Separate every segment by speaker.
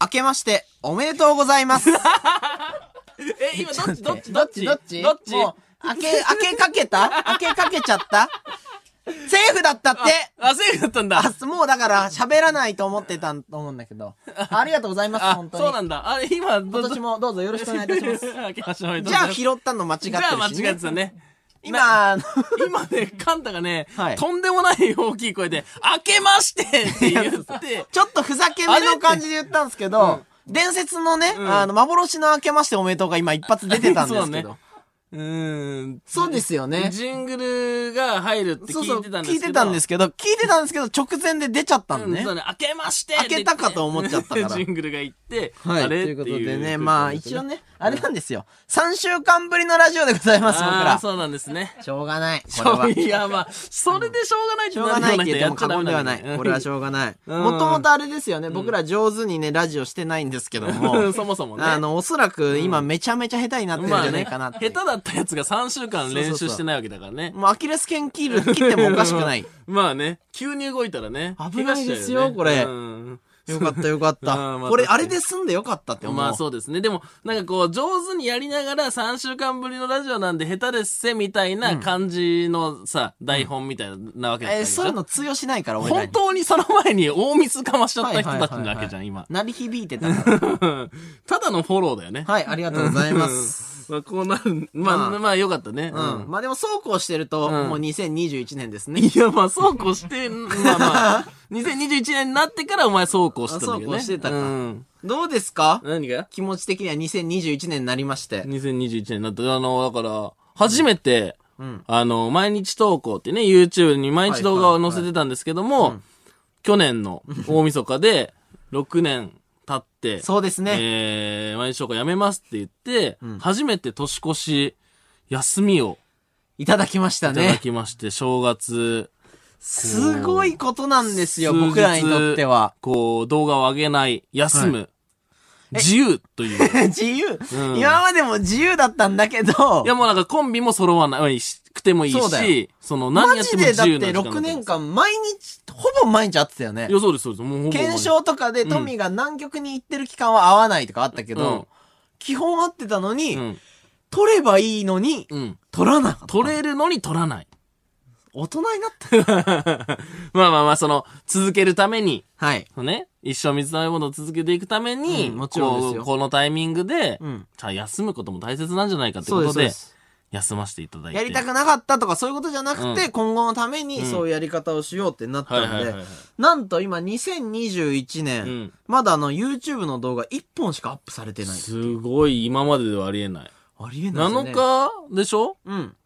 Speaker 1: 明けまして、おめでとうござい ます。
Speaker 2: え、今どっちどっち
Speaker 1: どっちどっち
Speaker 2: どっち
Speaker 1: もう、開け、開けかけた開けかけちゃったセーフだったって
Speaker 2: あ、セーフだったんだ。
Speaker 1: あ、もうだから喋らないと思ってたと思うんだけど。ありがとうございます、
Speaker 2: あ
Speaker 1: 本、当に。
Speaker 2: そうなんだ。あれ、今、ど
Speaker 1: 今年もどうぞよろしくお願いいたし ます。
Speaker 2: す。明けましておめでと
Speaker 1: じ
Speaker 2: うご
Speaker 1: ゃ
Speaker 2: ざい
Speaker 1: あ
Speaker 2: ます
Speaker 1: 拾ったの間違ってるし、ね。
Speaker 2: じゃあ間違ってたね。
Speaker 1: 今、あの
Speaker 2: 今ね、カンタがね、
Speaker 1: はい
Speaker 2: とんでもない大きい声で、明けましてって言 って、
Speaker 1: ちょっとふざけめの感じで言ったんですけど、伝説のね、
Speaker 2: うん
Speaker 1: あの、幻の明けましておめでとうが今一発出てたんですけど。
Speaker 2: そうねうーん。
Speaker 1: そうですよね。
Speaker 2: ジングルが入るって
Speaker 1: そう
Speaker 2: 聞
Speaker 1: そう、
Speaker 2: いてたんですけ
Speaker 1: 聞
Speaker 2: ど。
Speaker 1: いてたんですけど、聞いてたんですけど、直前で出ちゃった
Speaker 2: うん
Speaker 1: のね。
Speaker 2: そうね、明けまして
Speaker 1: 明けたかと思っちゃったから
Speaker 2: ジングルが言って、
Speaker 1: はい。
Speaker 2: あれ
Speaker 1: ということ
Speaker 2: って
Speaker 1: で
Speaker 2: いう
Speaker 1: ね、まあ一応ね、あれなんですよ。3週間ぶりのラジオでございます、僕
Speaker 2: ああ、
Speaker 1: ら。
Speaker 2: そうなんですね。
Speaker 1: しょうがない。これは。
Speaker 2: いや、まあ、それでしょうがないって
Speaker 1: しょうがないって言っても過
Speaker 2: なるよ
Speaker 1: 言
Speaker 2: う
Speaker 1: で
Speaker 2: な
Speaker 1: は
Speaker 2: 人や
Speaker 1: ない。
Speaker 2: っちゃダメだね
Speaker 1: これはしょうがない。
Speaker 2: うん
Speaker 1: もともとあれですよね、僕ら上手にね、ラジオしてないんですけど
Speaker 2: う
Speaker 1: も
Speaker 2: ん、 そもそもね。
Speaker 1: あの、おそらく今めちゃめちゃ下手になってるんじ
Speaker 2: まあ
Speaker 1: ゃな
Speaker 2: ね、
Speaker 1: いかな
Speaker 2: 下
Speaker 1: っ
Speaker 2: 手
Speaker 1: て。
Speaker 2: だったやつが3週間練習してないわけだからね。
Speaker 1: もうアキレス腱切る、切ってもおかしく ない。
Speaker 2: まあね、急に動いたらね。
Speaker 1: 危ないですよ
Speaker 2: 怪我しちゃうね
Speaker 1: これ
Speaker 2: うん
Speaker 1: よかったよかっ
Speaker 2: う
Speaker 1: た
Speaker 2: んま。あ
Speaker 1: これ、
Speaker 2: 確
Speaker 1: あ
Speaker 2: かに
Speaker 1: れで済んでよかったって思う。
Speaker 2: まあそうですね。でも、なんかこう、上手にやりながら3週間ぶりのラジオなんで下手ですせみたいな感じのさ、台本みたいなわけだった
Speaker 1: え
Speaker 2: で
Speaker 1: ー
Speaker 2: しょ
Speaker 1: そういうの通用しないから、俺ら
Speaker 2: 本
Speaker 1: に。
Speaker 2: 当にその前に大ミスかましちゃった人たち
Speaker 1: はいはいは
Speaker 2: ないわ
Speaker 1: はい
Speaker 2: けじゃん、今。
Speaker 1: 鳴り響いてた から。
Speaker 2: ただのフォローだよね。
Speaker 1: はい、ありがとうございます。
Speaker 2: まあこうなる、まあ、
Speaker 1: まあ
Speaker 2: まあよかったね。
Speaker 1: う
Speaker 2: うん
Speaker 1: ん。まあでも、そうこうしてると、
Speaker 2: うん
Speaker 1: もう2021年ですね。
Speaker 2: いや、まあ、そうこうして、まあま あ、2021年になってからお前そうこうしてたんだけどね。
Speaker 1: あそうこうしてたか
Speaker 2: うん。
Speaker 1: どうですか
Speaker 2: 何が
Speaker 1: 気持ち的には2021年になりまして。
Speaker 2: ?2021 年になって、あの、だから、初めて、
Speaker 1: うん。
Speaker 2: あの、毎日投稿ってね、YouTube に毎日動画を載せてたんですけども、
Speaker 1: いはい
Speaker 2: 去年の大晦日で、6年経って、
Speaker 1: そうですね。
Speaker 2: えー、毎日投稿やめますって言って、
Speaker 1: うん
Speaker 2: 初めて年越し、休みを
Speaker 1: いただきました
Speaker 2: いただ
Speaker 1: ね。
Speaker 2: きまして、正月、
Speaker 1: すごいことなんですよ、
Speaker 2: 数日
Speaker 1: 僕らにとっては。
Speaker 2: こう、動画を上げない、休む、
Speaker 1: え
Speaker 2: 自由という。
Speaker 1: 自由、
Speaker 2: うん
Speaker 1: 今までも自由だったんだけど
Speaker 2: い、やもうなんかコンビも揃わないくてもいい
Speaker 1: そうだよ
Speaker 2: し、その何
Speaker 1: マ
Speaker 2: やっ
Speaker 1: ジ
Speaker 2: ても
Speaker 1: でだっ
Speaker 2: 自由な
Speaker 1: て
Speaker 2: 時間
Speaker 1: 6年
Speaker 2: だっ
Speaker 1: 間毎日、ほぼ毎日会ってたよね
Speaker 2: た。い。や、そうです、そうです。もうほぼ毎日
Speaker 1: 検証とかでトミーが南極に行ってる期間は会わないとかあったけど、
Speaker 2: うん
Speaker 1: 基本会ってたのに、
Speaker 2: うん。
Speaker 1: 取ればいいのに、
Speaker 2: うん。
Speaker 1: 取らなかった。
Speaker 2: 取れるのに取らない。
Speaker 1: 大人になった。
Speaker 2: まあまあまあ、その、続けるために、
Speaker 1: はい。
Speaker 2: ね、一生水溜りボンドを続けていくために、
Speaker 1: うんもちろんですよ
Speaker 2: こうこのタイミングで、
Speaker 1: うん。
Speaker 2: じゃあ休むことも大切なんじゃないかって
Speaker 1: そ
Speaker 2: こ
Speaker 1: うで
Speaker 2: と
Speaker 1: すそう
Speaker 2: で
Speaker 1: で、す。
Speaker 2: 休ませていただいて。
Speaker 1: やりたくなかったとかそういうことじゃなくて、
Speaker 2: う
Speaker 1: 今後のために
Speaker 2: うん
Speaker 1: そういうやり方をしようってなった
Speaker 2: はいは
Speaker 1: ん
Speaker 2: いはい
Speaker 1: で
Speaker 2: はい、。
Speaker 1: なんと今2021年、
Speaker 2: うん
Speaker 1: まだあの YouTube の動画1本しかアップされてない。
Speaker 2: すごい、今までではありえない。
Speaker 1: ありえないですよ
Speaker 2: 7
Speaker 1: ね。
Speaker 2: 日でしょ
Speaker 1: うん。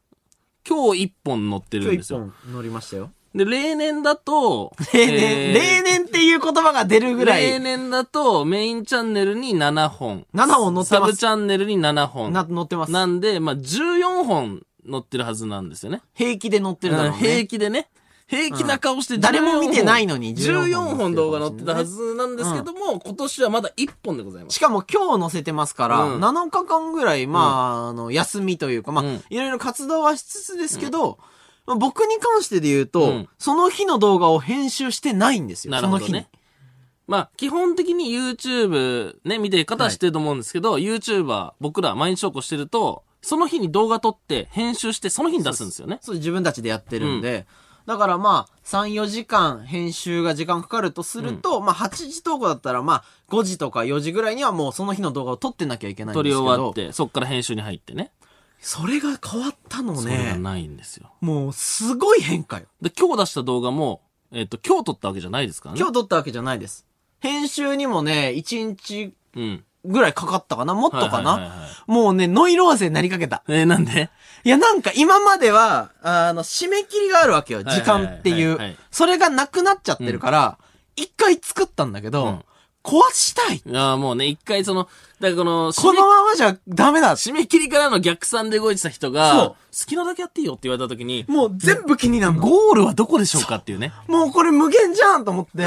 Speaker 2: 今日1本乗って
Speaker 1: 今
Speaker 2: るん
Speaker 1: 日
Speaker 2: です
Speaker 1: 1
Speaker 2: よ。
Speaker 1: 本乗りましたよ。
Speaker 2: で、例年だと、
Speaker 1: 例年、
Speaker 2: えー
Speaker 1: 例年っていう言葉が出るぐら
Speaker 2: 例
Speaker 1: い、
Speaker 2: 年だとメインチャンネルに7本。
Speaker 1: 7本乗って
Speaker 2: サ
Speaker 1: ま
Speaker 2: ブ
Speaker 1: す。
Speaker 2: チャンネルに7本。
Speaker 1: な、乗ってます。
Speaker 2: なんで、まあ、14本乗ってるはずなんですよね。
Speaker 1: 平気で乗ってるだろうね。
Speaker 2: 平気でね。平気な顔して、
Speaker 1: 誰も見てない
Speaker 2: の。
Speaker 1: のに
Speaker 2: 14本動画載ってたは
Speaker 1: ね。
Speaker 2: ずなんですけども、今年はまだ1本でございます。
Speaker 1: しかも今日載せてますから、
Speaker 2: うん
Speaker 1: 7日間ぐらい、まあ、あの、休みというか、まあ、
Speaker 2: うん
Speaker 1: いろいろ活動はしつつですけど、まあ僕に関してで言うと、
Speaker 2: うん
Speaker 1: その日の動画を編集してないんですよ。
Speaker 2: なる
Speaker 1: そ
Speaker 2: ほど
Speaker 1: の日に
Speaker 2: ね。。まあ、基本的に YouTube ね、見てる方は知ってると思うんですけど、YouTuber、僕ら毎日投稿してると、その日に動画撮って、編集して、その日に出すんですよね。
Speaker 1: そう、自分たちでやってるんで、だからまあ、3、4時間編集が時間かかるとすると、まあ、8時投稿だったら、まあ、5時とか4時ぐらいにはもうその日の動画を撮ってなきゃいけないん
Speaker 2: 撮
Speaker 1: ですけ
Speaker 2: り
Speaker 1: ど。
Speaker 2: 終わって、そっから編集に入ってね。
Speaker 1: それが変わったの
Speaker 2: それが
Speaker 1: ね。
Speaker 2: ないんですよ。
Speaker 1: もう、すごい変化よ。
Speaker 2: で、今日出した動画も、えっ、と、今日撮ったわけじゃないですからね。
Speaker 1: 今日撮ったわけじゃないです。編集にもね、1日
Speaker 2: 日うん。
Speaker 1: ぐらいかかったかなもっとか
Speaker 2: はいはい
Speaker 1: な
Speaker 2: はいはい
Speaker 1: もうね、ノイローゼになりかけた。
Speaker 2: えーなんで
Speaker 1: いや、なんか今までは、あの、締め切りがあるわけよ。
Speaker 2: はい
Speaker 1: 時間ってい
Speaker 2: はいはいは
Speaker 1: う
Speaker 2: い。
Speaker 1: それがなくなっちゃってるから、一回作ったんだけ
Speaker 2: う
Speaker 1: ど
Speaker 2: ん、
Speaker 1: 壊したい。
Speaker 2: いやーもうね、一回その、だからこの、
Speaker 1: こ
Speaker 2: 締め
Speaker 1: のままじゃダメだ。
Speaker 2: 締め切りからの逆算で動いてた人が、
Speaker 1: そう
Speaker 2: 好きなだけやっていいよって言われた時に、
Speaker 1: もう全部気になるの。
Speaker 2: ゴールはどこでしょうかっていうね。
Speaker 1: もうこれ無限じゃんと思 って、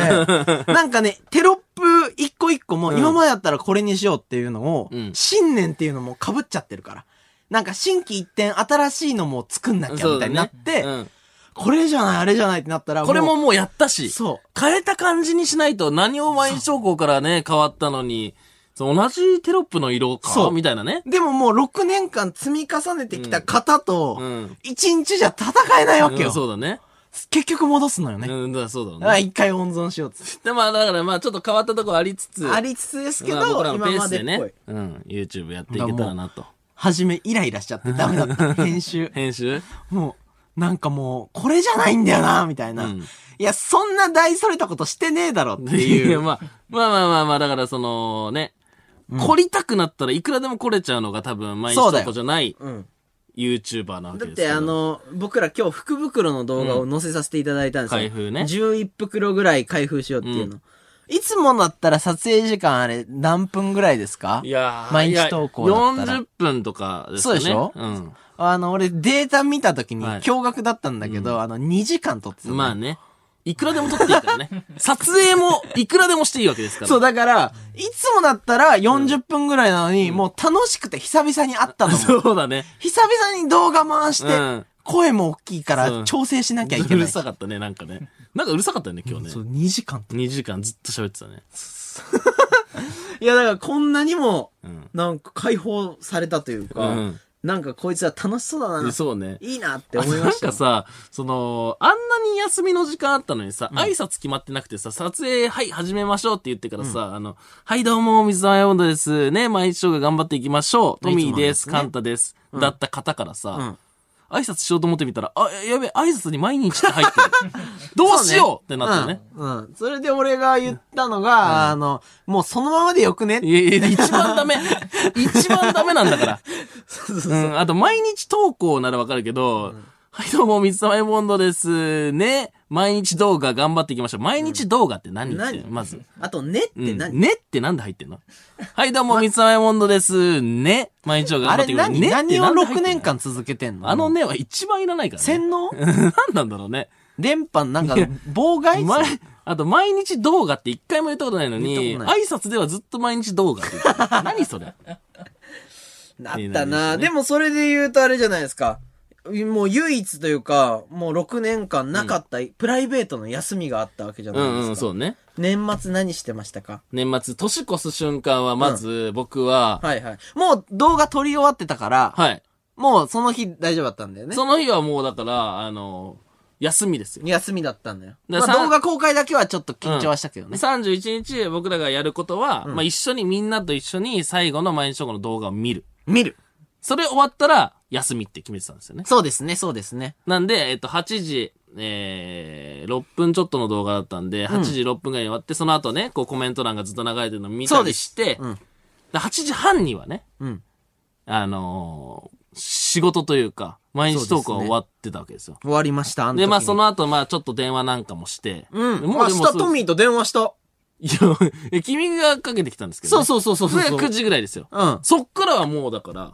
Speaker 1: なんかね、テロップ一個一個も
Speaker 2: うん
Speaker 1: 今までだったらこれにしようっていうのを、
Speaker 2: うん
Speaker 1: 信念っていうのも被っちゃってるから。なんか新規一点新しいのも作んなきゃみたいになって、
Speaker 2: うん
Speaker 1: これじゃない、あれじゃないってなったら、
Speaker 2: これももうやったし。
Speaker 1: そ
Speaker 2: 変えた感じにしないと何を毎日投稿からね、変わったのに、その同じテロップの色
Speaker 1: そ
Speaker 2: か
Speaker 1: う
Speaker 2: みたいなね。
Speaker 1: う。でももう6年間積み重ねてきた型と
Speaker 2: う、ん。
Speaker 1: 1日じゃ戦えないわけ
Speaker 2: う
Speaker 1: よ
Speaker 2: ん。そうだね。
Speaker 1: 結局戻すのよね。
Speaker 2: うん、だからそうだろう
Speaker 1: だから
Speaker 2: ね。
Speaker 1: 一回温存しようっつっ
Speaker 2: で、まあだからまあちょっと変わったとこありつつ、
Speaker 1: て。ありつつですけど
Speaker 2: まあ、僕らの
Speaker 1: 今
Speaker 2: ペー
Speaker 1: ま
Speaker 2: ス
Speaker 1: で
Speaker 2: で
Speaker 1: っ
Speaker 2: ね
Speaker 1: ぽい。、
Speaker 2: うん、YouTube やっていけたらなと。
Speaker 1: 初めイライラしちゃってダメだった。編集。
Speaker 2: 編集
Speaker 1: もう、なんかもう、これじゃないんだよな、みたいな。
Speaker 2: うん
Speaker 1: いや、そんな大それたことしてねえだろって
Speaker 2: い
Speaker 1: い
Speaker 2: や
Speaker 1: う。
Speaker 2: まあ、まあまあまあまあ、だからそのね、凝りたくなったらいくらでも凝れちゃうのが多分毎日
Speaker 1: そうだ
Speaker 2: 投
Speaker 1: よ
Speaker 2: 稿じゃない
Speaker 1: うん。
Speaker 2: YouTuber なわけ
Speaker 1: だっ
Speaker 2: です
Speaker 1: てあの、僕ら今日福袋の動画を載せさせていただいたんですよ。
Speaker 2: 開封ね
Speaker 1: 11袋ぐらい開封しようっていうの。いつもだったら撮影時間あれ何分ぐらいですか
Speaker 2: いやー
Speaker 1: 毎日投稿だったら
Speaker 2: 40分とかです
Speaker 1: そう
Speaker 2: ね。
Speaker 1: でしょ
Speaker 2: うん。
Speaker 1: あの、俺データ見た時に
Speaker 2: はい
Speaker 1: 驚愕だったんだけど、あの、2時間撮ってたの
Speaker 2: まあね。いくらでも撮っていいからね。 撮影もいくらでもしていいわけですから。
Speaker 1: そう、だから、いつもだったら40分ぐらいなのに、もう楽しくて久々に会ったの。久
Speaker 2: そうだね。
Speaker 1: 々に動画回して、
Speaker 2: うん
Speaker 1: 声も大きいか
Speaker 2: そ
Speaker 1: ら
Speaker 2: う
Speaker 1: 調整しなきゃいけ
Speaker 2: う
Speaker 1: な
Speaker 2: る
Speaker 1: い。
Speaker 2: さかったね、なんかね。なんかうるさかったよね、今日
Speaker 1: そう、
Speaker 2: ね。
Speaker 1: 2時間。
Speaker 2: 2時間ずっと喋ってたね。
Speaker 1: いや、だからこんなにも、
Speaker 2: うん
Speaker 1: なんか解放されたというか、
Speaker 2: うん
Speaker 1: なんかこいつは楽しそうだ
Speaker 2: で。
Speaker 1: な、
Speaker 2: そうね。
Speaker 1: いいなって思いまし
Speaker 2: な
Speaker 1: た
Speaker 2: んか。さ、その、あんなに休みの時間あったのにさ、挨拶決まってなくてさ、撮影、はい、始めましょうって言ってからさ、あの、はい、どうも、水溜りボンドです。ね、毎日ショーが頑張っていきましょう。トミーで
Speaker 1: い
Speaker 2: す。
Speaker 1: つものやつね
Speaker 2: カンタです。だった方から
Speaker 1: うん
Speaker 2: さ、挨拶しようと思ってみたら、あ、やべ、挨拶に毎日って入って る。どうしようってなったよね。
Speaker 1: うん。うん。それで俺が言ったのが、あの、もうそのままでよくねって
Speaker 2: いやいや、一番ダメ。一番ダメなんだから。うん。あと、毎日投稿ならわかるけど、はい、どうも、水溜りボンドです。ね。毎日動画頑張っていきましょう。毎日動画って何って、
Speaker 1: 何
Speaker 2: まず。
Speaker 1: あと、ねって
Speaker 2: うん、
Speaker 1: 何、
Speaker 2: ねってなんで入ってんのはい、どうも、水溜りボンドです。ね。毎日動画
Speaker 1: あれ
Speaker 2: 頑張っていきましょう。
Speaker 1: 何、
Speaker 2: ねって
Speaker 1: 何を
Speaker 2: なんで入っ
Speaker 1: 6
Speaker 2: てんの
Speaker 1: 年間続けてんの
Speaker 2: あの、ねは一番いらないからね。
Speaker 1: 洗脳
Speaker 2: 何なんだろうね。
Speaker 1: 電波なんか妨害
Speaker 2: 前、あと、毎日動画って一回も言ったことないの
Speaker 1: 言
Speaker 2: に、
Speaker 1: った
Speaker 2: 挨
Speaker 1: ことな
Speaker 2: 拶ではずっと毎日動画って言って る何それ
Speaker 1: なっ
Speaker 2: いい
Speaker 1: た
Speaker 2: な
Speaker 1: な。
Speaker 2: いいで
Speaker 1: でもそれで言うとあれじゃないですか。もう唯一というか、もう6年間なかった、プライベートの休みがあったわけじゃな
Speaker 2: う
Speaker 1: いですか。
Speaker 2: んうん、そうね。
Speaker 1: 年末何してましたか
Speaker 2: 年末、年越す瞬間は、まず、僕は、
Speaker 1: はいはい。もう動画撮り終わってたから、
Speaker 2: はい、
Speaker 1: もうその日大丈夫だったんだよね。
Speaker 2: その日はもうだから、あの、休みですよ。
Speaker 1: 休みだったんだよ。
Speaker 2: だ
Speaker 1: まあ
Speaker 2: さん
Speaker 1: 動画公開だけはちょっと緊張はしたけどね。
Speaker 2: 31日、僕らがやることは、まあ、一緒に、みんなと一緒に、最後の毎日投稿の動画を見る。
Speaker 1: 見る。
Speaker 2: それ終わったら、休みって決めてたんですよね。
Speaker 1: そうですね、そうですね。
Speaker 2: なんで、えっと、8時、えー、6分ちょっとの動画だったんで、8時6分ぐらいに終わって、その後ね、こうコメント欄がずっと流れてるのを見た
Speaker 1: そうで
Speaker 2: り
Speaker 1: す
Speaker 2: して、
Speaker 1: うん
Speaker 2: で8時半にはね、
Speaker 1: うん
Speaker 2: あのー仕事というか、毎日投稿は終わってたわけですよ。
Speaker 1: 終わりました、あの時
Speaker 2: で、
Speaker 1: に
Speaker 2: まあ、そ。の後、まあ、ちょっと電話なんかもして。
Speaker 1: うん。
Speaker 2: も
Speaker 1: も
Speaker 2: う
Speaker 1: う明
Speaker 2: でも
Speaker 1: 日
Speaker 2: そ
Speaker 1: ト
Speaker 2: う、
Speaker 1: ミーと電話した。
Speaker 2: いや、 君がかけてきたんですけど、
Speaker 1: そうそうそうそう
Speaker 2: そ
Speaker 1: そう
Speaker 2: れが9時ぐらいですよ。
Speaker 1: うん。
Speaker 2: そっからはもう、だから、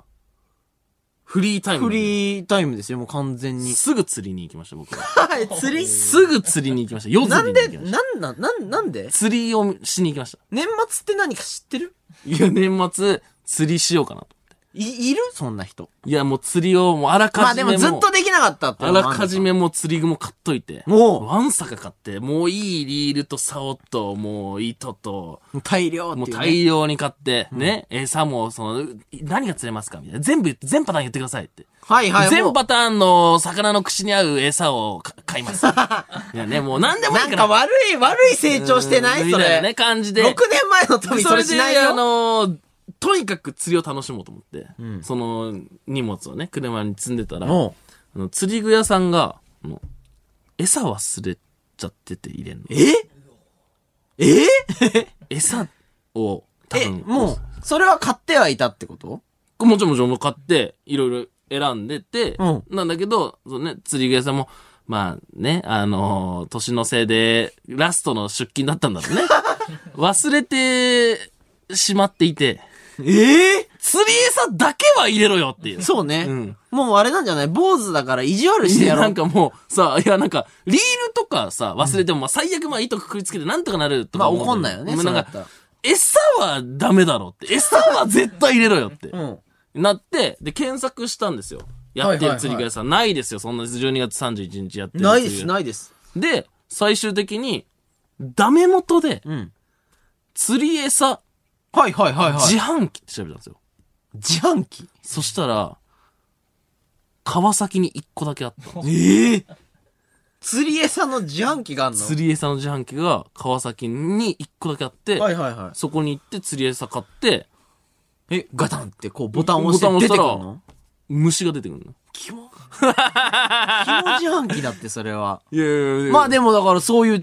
Speaker 2: フリータイム。
Speaker 1: フリータイムですよ、もう完全に。
Speaker 2: すぐ釣りに行きました、僕は。
Speaker 1: はい、釣り
Speaker 2: すぐ釣りに行きました。夜
Speaker 1: な
Speaker 2: 釣り
Speaker 1: ん
Speaker 2: に
Speaker 1: で、
Speaker 2: 行きました。
Speaker 1: なんなん、なん、なんで
Speaker 2: 釣りをしに行きました。
Speaker 1: 年末って何か知ってる
Speaker 2: いや、年末、釣りしようかなと。
Speaker 1: い、いるそんな人。
Speaker 2: いや、もう釣りを、もうあら
Speaker 1: ま
Speaker 2: か
Speaker 1: あ
Speaker 2: じ
Speaker 1: で
Speaker 2: め
Speaker 1: もずっとできなかったってい
Speaker 2: あ
Speaker 1: うの
Speaker 2: ら
Speaker 1: も
Speaker 2: かじめもう釣り具も買っといて。
Speaker 1: もう
Speaker 2: ワンサカ買って、もういいリールと竿と、もう糸と、
Speaker 1: もう大量ってい
Speaker 2: も
Speaker 1: う
Speaker 2: う
Speaker 1: ね、
Speaker 2: 大量に買って、ね、餌も、その、何が釣れますかみたいな。全部、全パターン言ってくださいって。
Speaker 1: はいはい。も
Speaker 2: 全
Speaker 1: う
Speaker 2: パターンの魚の口に合う餌をか買 います。いやね、もう何でもいい
Speaker 1: な
Speaker 2: か
Speaker 1: ん
Speaker 2: ら。
Speaker 1: か悪い、悪い成長してない
Speaker 2: み
Speaker 1: そ
Speaker 2: たいな
Speaker 1: れ。
Speaker 2: ね、感じで。
Speaker 1: 6年前のトミー
Speaker 2: そ
Speaker 1: そ
Speaker 2: れ
Speaker 1: れ
Speaker 2: で
Speaker 1: しない
Speaker 2: あ
Speaker 1: よ。
Speaker 2: のーとにかく釣りを楽しもうと思って、その荷物をね、車に積んでたら、
Speaker 1: も
Speaker 2: あの釣り具屋さんが、あの餌忘れちゃってて入れんの
Speaker 1: う。。ええ
Speaker 2: 餌を、多
Speaker 1: え、
Speaker 2: 分
Speaker 1: もう、それは買ってはいたってこと
Speaker 2: う、もちろんもちろん買って、いろいろ選んでて、
Speaker 1: うん
Speaker 2: なんだけど、そのね、釣り具屋さんも、まあね、あのー年のせいで、ラストの出勤だったんだろ うね。忘れて、しまっていて、
Speaker 1: ええ
Speaker 2: 釣り餌だけは入れろよっていう。
Speaker 1: そうね、
Speaker 2: ん
Speaker 1: もうあれなんじゃない坊主だから意地悪してやろ
Speaker 2: な。
Speaker 1: うん
Speaker 2: かもう、さ、いやなんか、リールとかさ、忘れても、まあ最悪まあ糸くくりつけてなんとかなると
Speaker 1: ま
Speaker 2: か
Speaker 1: あ
Speaker 2: 思う。
Speaker 1: 怒んないよね、
Speaker 2: も
Speaker 1: そううなん
Speaker 2: な
Speaker 1: った、。
Speaker 2: から餌はダメだろって。餌は絶対入れろよって。
Speaker 1: うん。
Speaker 2: なって、で、検索したんですよ。や
Speaker 1: は
Speaker 2: って
Speaker 1: いはいは
Speaker 2: る
Speaker 1: い
Speaker 2: 釣り具屋さん。ないですよ、そんな12月31日やってる
Speaker 1: ないで
Speaker 2: 釣り
Speaker 1: す、
Speaker 2: 具
Speaker 1: ないです。
Speaker 2: で、最終的に、ダメ元で、
Speaker 1: うん。
Speaker 2: 釣り餌、
Speaker 1: はいはいはいはい。
Speaker 2: 自販機って調べたんですよ。
Speaker 1: 自販機
Speaker 2: そしたら、川崎に1個だけあった。
Speaker 1: ええ釣り餌の自販機があんの
Speaker 2: 釣り餌の自販機が川崎に1個だけあって、
Speaker 1: はいはいはい。
Speaker 2: そこに行って釣り餌買って、
Speaker 1: え、ガタンってこうボタンを押して出てくる
Speaker 2: ボタン押
Speaker 1: の
Speaker 2: 虫が出てくるの。
Speaker 1: キモキモ自販機だってそれは。
Speaker 2: いやいやいや
Speaker 1: まあでもだからそういう、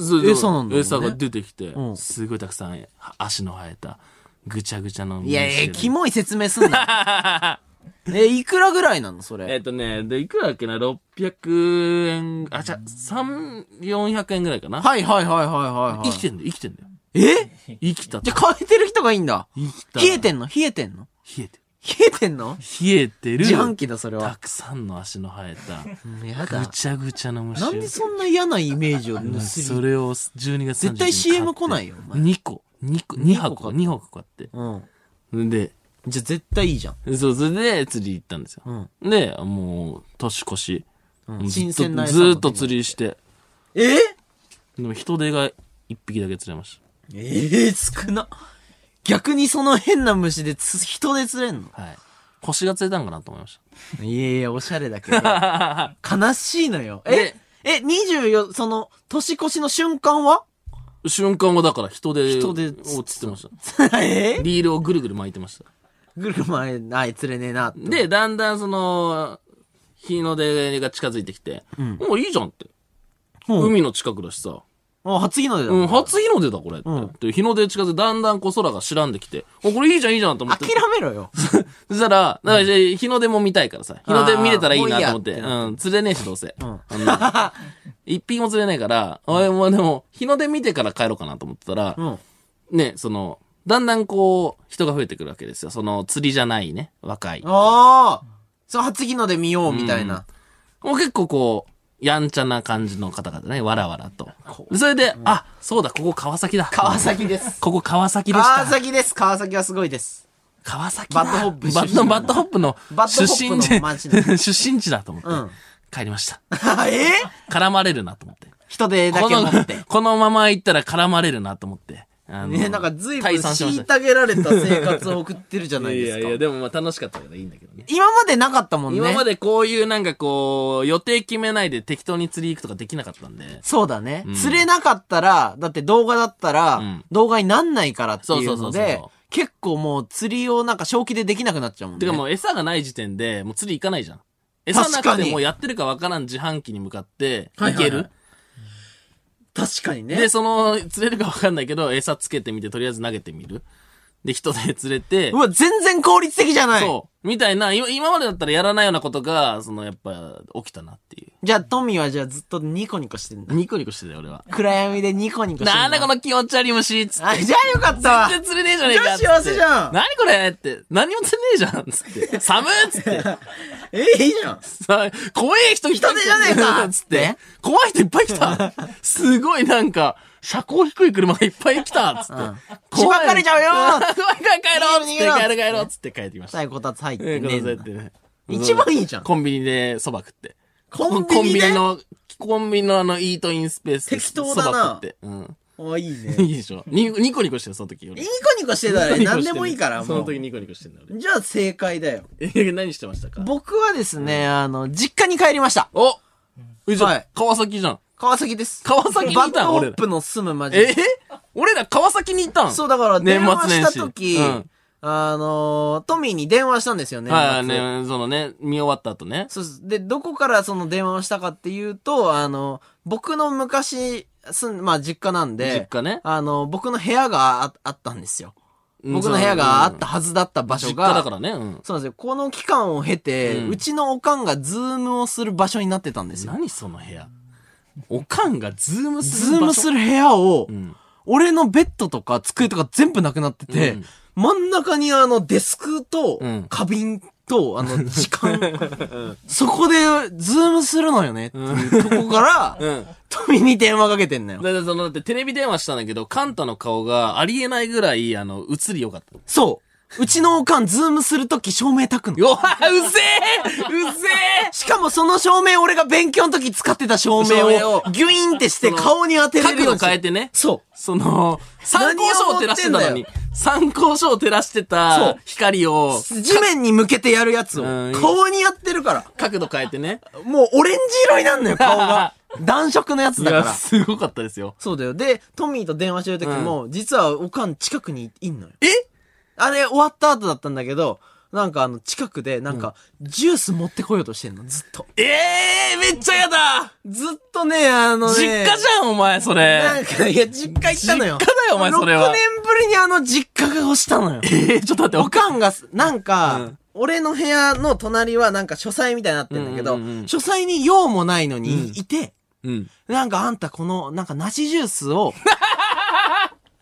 Speaker 2: そう
Speaker 1: 餌なんだろうね
Speaker 2: 餌が出てきて、
Speaker 1: うん
Speaker 2: すごいたくさん足の生えた、ぐちゃぐちゃの虫
Speaker 1: い
Speaker 2: が
Speaker 1: や
Speaker 2: 出てくる。
Speaker 1: いや、キモい説明すんな。 え、いくらぐらいなのそ
Speaker 2: えっ、
Speaker 1: れ。
Speaker 2: とね、で、いくらだっけな ?600 円、あ、じゃ、3、400円ぐらいかな。
Speaker 1: はいはいはいはいはい、
Speaker 2: 生き
Speaker 1: は
Speaker 2: てんだよ、生きてんだよ。
Speaker 1: い。え
Speaker 2: 生きたって
Speaker 1: じゃあ変えてる人がいいんだ。
Speaker 2: 生きた。
Speaker 1: 冷えてんの冷えてんの
Speaker 2: 冷えてる。
Speaker 1: 冷えてんの
Speaker 2: 冷えてる。
Speaker 1: 自販機だそれ
Speaker 2: た
Speaker 1: は。
Speaker 2: くさんの足の生えた、
Speaker 1: うんや
Speaker 2: ぐ
Speaker 1: だ。
Speaker 2: ちゃぐちゃの虫。
Speaker 1: なんでそんな嫌なイメージを盗
Speaker 2: うん
Speaker 1: み
Speaker 2: それを12月31日
Speaker 1: 絶対 CM 来ないよ、お前。
Speaker 2: 2個。2個、2
Speaker 1: 二個
Speaker 2: 箱、
Speaker 1: 買っ
Speaker 2: 2箱買って。
Speaker 1: うん。
Speaker 2: で、
Speaker 1: じゃあ絶対いいじゃん。
Speaker 2: そう、それで釣り行ったんですよ。
Speaker 1: うん。
Speaker 2: で、もう、年越し。
Speaker 1: うん新鮮な
Speaker 2: ずっとずーっと釣りして。
Speaker 1: り。え
Speaker 2: でも人手が1匹だけ釣れまし
Speaker 1: ええ少な。逆にその変な虫でつ人で釣れんの
Speaker 2: た。はい。腰が釣れたんかなと思いまし
Speaker 1: いやいや、おしゃれだけど。
Speaker 2: た。
Speaker 1: 悲しいのよ。え
Speaker 2: で、
Speaker 1: え、24、その、年越しの瞬間は
Speaker 2: 瞬間はだから人手
Speaker 1: 人手
Speaker 2: を釣ってました。
Speaker 1: え
Speaker 2: リールをぐるぐる巻いてました。
Speaker 1: ぐる前、ない、釣れねえなって。
Speaker 2: で、だんだんその、日の出が近づいてきて、もういいじゃんって。
Speaker 1: うん
Speaker 2: 海の近くだしさ、
Speaker 1: あ、初日の出だ。
Speaker 2: うん、初日の出だこれって。
Speaker 1: うん
Speaker 2: で日の出近づいて、だんだんこう空が白んできて、おこれいいじゃんいいじゃんと思っ
Speaker 1: 諦
Speaker 2: て。
Speaker 1: めろよ。
Speaker 2: そしたら、だから日の出も見たいからさ、日の出見れたらいいなと思って、
Speaker 1: あーもういいやってな
Speaker 2: うん、釣れねえしどうせ。
Speaker 1: ん
Speaker 2: あの一匹も釣れねえから、俺もでも、日の出見てから帰ろうかなと思ってたら
Speaker 1: う、ん。
Speaker 2: ね、その、だんだんこう、人が増えてくるわけですよ。その、釣りじゃないね、若い。
Speaker 1: ああそう、初日の出見よう、みたいな。
Speaker 2: もう結構こう、やんちゃな感じの方々ね、わらわらと。それで、あ、そうだ、ここ川崎だ。
Speaker 1: 川崎です。
Speaker 2: ここ川崎でした。
Speaker 1: 川崎です。川崎はすごいです。
Speaker 2: 川崎
Speaker 1: バッドホップ出
Speaker 2: バ
Speaker 1: 身
Speaker 2: ッドバッドホップの
Speaker 1: バッド
Speaker 2: 出
Speaker 1: ホップ
Speaker 2: 身
Speaker 1: の
Speaker 2: 地
Speaker 1: 街なん、
Speaker 2: 出身地だと思って、
Speaker 1: うん
Speaker 2: 帰りました。
Speaker 1: え
Speaker 2: 絡まれるなと思って。
Speaker 1: 人手だ
Speaker 2: こ
Speaker 1: け持
Speaker 2: の
Speaker 1: って。、
Speaker 2: このまま行ったら絡まれるなと思って。あの
Speaker 1: ね、なんか随分
Speaker 2: 退散しました
Speaker 1: 虐げられた生活を送ってるじゃない
Speaker 2: い
Speaker 1: です
Speaker 2: や
Speaker 1: か。
Speaker 2: いや、でもまあ楽しかったからいいんだけどね。
Speaker 1: 今までなかったもんね。
Speaker 2: 今までこういうなんかこう、予定決めないで適当に釣り行くとかできなかったんで。
Speaker 1: そうだね、釣れなかったら、だって動画だったら、
Speaker 2: ん
Speaker 1: 動画になんないからっていう
Speaker 2: そ
Speaker 1: の
Speaker 2: うそうそう
Speaker 1: で
Speaker 2: そう、
Speaker 1: 結構もう釣りをなんか正気でできなくなっちゃうもん
Speaker 2: て
Speaker 1: ね。
Speaker 2: かもう餌がない時点で、もう釣り行かないじゃん。餌な
Speaker 1: 確
Speaker 2: く
Speaker 1: か
Speaker 2: て
Speaker 1: に
Speaker 2: もうやってるかわからん自販機に向かって、
Speaker 1: はいはい
Speaker 2: 行
Speaker 1: はい
Speaker 2: ける
Speaker 1: 確かにね
Speaker 2: で、その、釣れるか分かんないけど、餌つけてみて、とりあえず投げてみる。で、人で釣れて
Speaker 1: う、わ、全然効率的じゃない。
Speaker 2: そう、みたいな、今今までだったらやらないようなことが、その、やっぱ、起きたなっていう。
Speaker 1: じゃあ、トミーはじゃあずっとニコニコしてんだ。
Speaker 2: ニコニコしてたよ、俺は。
Speaker 1: 暗闇でニコニコしてんだ。
Speaker 2: なんだこの気持ち悪い虫つって。
Speaker 1: あ、じゃあよかったわ。
Speaker 2: 全然釣れねえじゃねえかっつって。
Speaker 1: 幸せじゃん
Speaker 2: 何これって。何も釣れねえじゃんつって。寒っつって。
Speaker 1: え、いいじゃん。
Speaker 2: さ怖い人来た
Speaker 1: 人手じゃねえか
Speaker 2: つって。怖い人いっぱい来たすごいなんか、車高低い車がいっぱい来たつって。
Speaker 1: しばかれちゃうよ
Speaker 2: 怖いから帰ろうつって、
Speaker 1: 逃げろ
Speaker 2: 帰ろう帰ろうつって帰ってきました。
Speaker 1: 最後こたつ入って
Speaker 2: ええ
Speaker 1: ねえんだ
Speaker 2: ってね。
Speaker 1: 一番いいじゃん
Speaker 2: コンビニで蕎麦食って。
Speaker 1: コンビニで
Speaker 2: コの、コンビニのあの、イートインスペースで
Speaker 1: 適当だな
Speaker 2: 蕎麦食って。 うん。
Speaker 1: おいいね。
Speaker 2: いいでしょ。にニコニコしてる、その時俺。
Speaker 1: ニコニコしてたらね何でもいいから、
Speaker 2: そ
Speaker 1: も
Speaker 2: の
Speaker 1: う。
Speaker 2: 時ニコニコしてんだ俺。
Speaker 1: じゃあ正解だよ。
Speaker 2: え、何してましたか
Speaker 1: 僕はですね、あの、実家に帰りました。
Speaker 2: おえ、じゃ
Speaker 1: は
Speaker 2: あ
Speaker 1: い、
Speaker 2: 川崎じゃん。
Speaker 1: 川崎です。
Speaker 2: 川崎にいた
Speaker 1: バ
Speaker 2: ん
Speaker 1: ッドホ
Speaker 2: 俺
Speaker 1: ッ
Speaker 2: ら
Speaker 1: プの住む町。
Speaker 2: えー俺ら川崎に行った ん
Speaker 1: そう、だから、
Speaker 2: 年
Speaker 1: 電
Speaker 2: 末
Speaker 1: 話
Speaker 2: 年
Speaker 1: し
Speaker 2: 始
Speaker 1: た時、
Speaker 2: うん
Speaker 1: あのー、トミーに電話したんですよね。
Speaker 2: はい、
Speaker 1: 年末
Speaker 2: ね、そのね、見終わった後ね。
Speaker 1: そうです。で、どこからその電話をしたかっていうと、あの、僕の昔、すん、まあ、実家なんで、
Speaker 2: 実家ね
Speaker 1: あの、僕の部屋がああったんですよ。
Speaker 2: うん
Speaker 1: 僕の部屋があったはずだった場所
Speaker 2: 実
Speaker 1: が、
Speaker 2: 家だからね。うん。
Speaker 1: そうなんですよ。この期間を経て、う
Speaker 2: うん
Speaker 1: ちのおかんがズームをする場所になってたんですよ。
Speaker 2: 何その部屋。おかんがズームす
Speaker 1: ズ
Speaker 2: る
Speaker 1: ー
Speaker 2: 場所。
Speaker 1: ムする部屋を、
Speaker 2: ん
Speaker 1: 俺のベッドとか机とか全部なくなってて、
Speaker 2: うん
Speaker 1: 真ん中にあのデスクと
Speaker 2: うん
Speaker 1: 花瓶と、あ の、時間、そこでズームするのよねっていうとこから、
Speaker 2: うん。
Speaker 1: 富に電話かけてんのよ。
Speaker 2: だってその、だってテレビ電話したんだけど、カンタの顔がありえないぐらい、あの、映り良かった。
Speaker 1: そうちのおかん、ズームするとき照明焚くの。
Speaker 2: よはうぜえうぜ
Speaker 1: しかもその照明、俺が勉強の時使ってた照明
Speaker 2: 照明を
Speaker 1: を、ギュイーンってして
Speaker 2: その
Speaker 1: 顔に当て
Speaker 2: え
Speaker 1: れる
Speaker 2: 角
Speaker 1: よう
Speaker 2: 度
Speaker 1: にして
Speaker 2: 変えてね。
Speaker 1: そう。
Speaker 2: その、参考書を照らしてたのに
Speaker 1: 何を持、
Speaker 2: 参考書を照らして
Speaker 1: そ
Speaker 2: た
Speaker 1: う
Speaker 2: 光を、
Speaker 1: 地面に向けてやるやつを
Speaker 2: うん、
Speaker 1: 顔にやってるから。
Speaker 2: 角度変えてね。
Speaker 1: もうオレンジ色になんのよ、顔 が。暖色のやつ
Speaker 2: い
Speaker 1: だか
Speaker 2: や、
Speaker 1: ら。
Speaker 2: すごかったですよ。
Speaker 1: そうだよ。で、トミーと電話してる時も、実はおかん近くにいんのよ。
Speaker 2: え
Speaker 1: あれ、終わった後だったんだけど、なんかあの、近くで、なんか、ジュース持ってこようとしてんの、ずっと。
Speaker 2: ええめっちゃやだ
Speaker 1: ずっとね、あのね。
Speaker 2: 実家じゃん、お前、そ
Speaker 1: な
Speaker 2: れ。
Speaker 1: んか、いや、実家行ったのよ。
Speaker 2: 実家だよお前それは
Speaker 1: 6年ぶりにあの、実家が欲したのよ。
Speaker 2: ええちょっと待って、
Speaker 1: お
Speaker 2: おか
Speaker 1: かんがす、なんか、
Speaker 2: うん
Speaker 1: 俺の部屋の隣はなんか書斎みたいになってんだけど、
Speaker 2: うんうんうん
Speaker 1: 書斎に用もないのにいて、
Speaker 2: うん。
Speaker 1: なんかあんたこの、なんか梨ジュース を、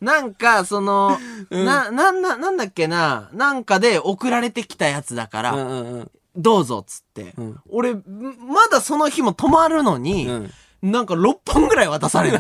Speaker 1: なんか、その、
Speaker 2: うん
Speaker 1: な、なんな、なんだっけな、なんかで送られてきたやつだから、
Speaker 2: うんうんうん。
Speaker 1: どうぞっつって。
Speaker 2: うん
Speaker 1: 俺、んまだその日も泊まるのに、
Speaker 2: うん
Speaker 1: なんか6本ぐらい渡される。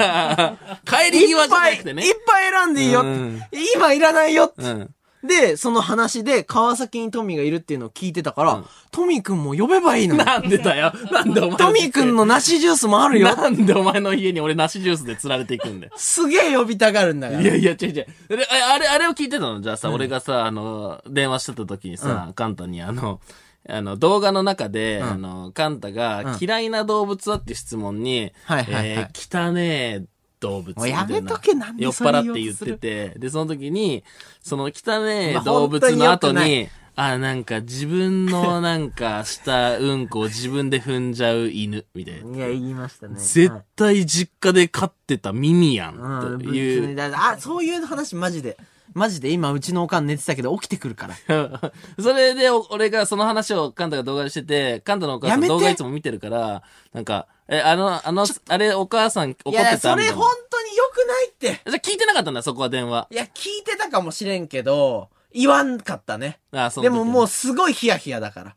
Speaker 2: 帰り
Speaker 1: いっ
Speaker 2: 際じゃ
Speaker 1: ぱ、
Speaker 2: ないくてね。
Speaker 1: いっぱい選んでいいよって、
Speaker 2: うん
Speaker 1: 今いらないよって。
Speaker 2: うん。
Speaker 1: で、その話で川崎にトミーがいるっていうのを聞いてたから、
Speaker 2: うん
Speaker 1: トミーくんも呼べばいいのに。
Speaker 2: なんでだよ。なんでお前。
Speaker 1: トミーくんの梨ジュースもあるよ。
Speaker 2: なんでお前の家に俺梨ジュースで釣られていくんだよ。
Speaker 1: すげえ呼びたがるんだから。
Speaker 2: いやいや、違う違う。あれ、あれ、あれを聞いてたのじゃあさ、俺がさ、あの、電話してた時にさ、カンタにあの、あの、動画の中で、あの、カンタが、嫌いな動物はって質問に、
Speaker 1: はいはいはい
Speaker 2: えー汚ねえ動物みたいな。
Speaker 1: もうやめとけなんで
Speaker 2: 酔っ
Speaker 1: それ言おう
Speaker 2: 払って言
Speaker 1: とす
Speaker 2: って
Speaker 1: る
Speaker 2: て、で、その時に、その汚ねえ
Speaker 1: まあ
Speaker 2: 動物の後
Speaker 1: 本当に
Speaker 2: に、あ、なんか自 分のなんかしたうんこを自分で踏んじゃう犬、みたいな。
Speaker 1: いや、言いましたね。
Speaker 2: 絶
Speaker 1: はい
Speaker 2: 対実家で飼ってたミミヤ
Speaker 1: う
Speaker 2: ン
Speaker 1: ん、
Speaker 2: と
Speaker 1: 別
Speaker 2: いう、
Speaker 1: にだあ、そういう話マジで。マジで今うちのおかん寝てたけど起きてくるから。
Speaker 2: それでお俺がその話をカンタが動画でしてて、カンタのお母さ
Speaker 1: や
Speaker 2: ん
Speaker 1: めて
Speaker 2: 動画いつも見てるから、なんか、え、あの、あの、あれお母さん怒って
Speaker 1: い
Speaker 2: た
Speaker 1: や、
Speaker 2: みた
Speaker 1: そ
Speaker 2: いな。
Speaker 1: れ
Speaker 2: じゃ
Speaker 1: 本当に良くないって。
Speaker 2: あ聞いてなかったんだ、そこは電話。
Speaker 1: いや、聞いてたかもしれんけど、言わんかったね。
Speaker 2: あそ
Speaker 1: で
Speaker 2: の時
Speaker 1: も もうすごいヒヤヒヤだから。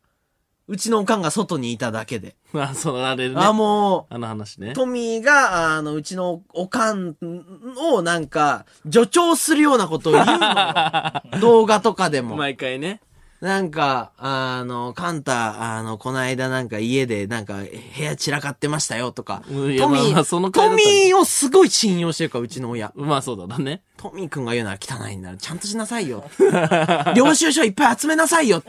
Speaker 1: うちのおかんが外にいただけで。
Speaker 2: あ、そう、あれね。
Speaker 1: あ、も
Speaker 2: あの話ね
Speaker 1: う、。トミーが、あの、うちのおかんをなんか、助長するようなことを言うの よ。動画とかでも。
Speaker 2: 毎回ね。
Speaker 1: なんか、あの、カンタ、あの、この間なんか家でなんか部屋散らかってましたよとか。ト
Speaker 2: うん
Speaker 1: ミ
Speaker 2: いやまあまあその
Speaker 1: ー、
Speaker 2: 回だ
Speaker 1: ト
Speaker 2: った
Speaker 1: ミ
Speaker 2: ら
Speaker 1: ーをすごい信用してるから、うちの親。
Speaker 2: まあそうだね。
Speaker 1: トミーくんが言うなら汚いんだら、ちゃんとしなさい よ。領収書いっぱい集めなさいよ。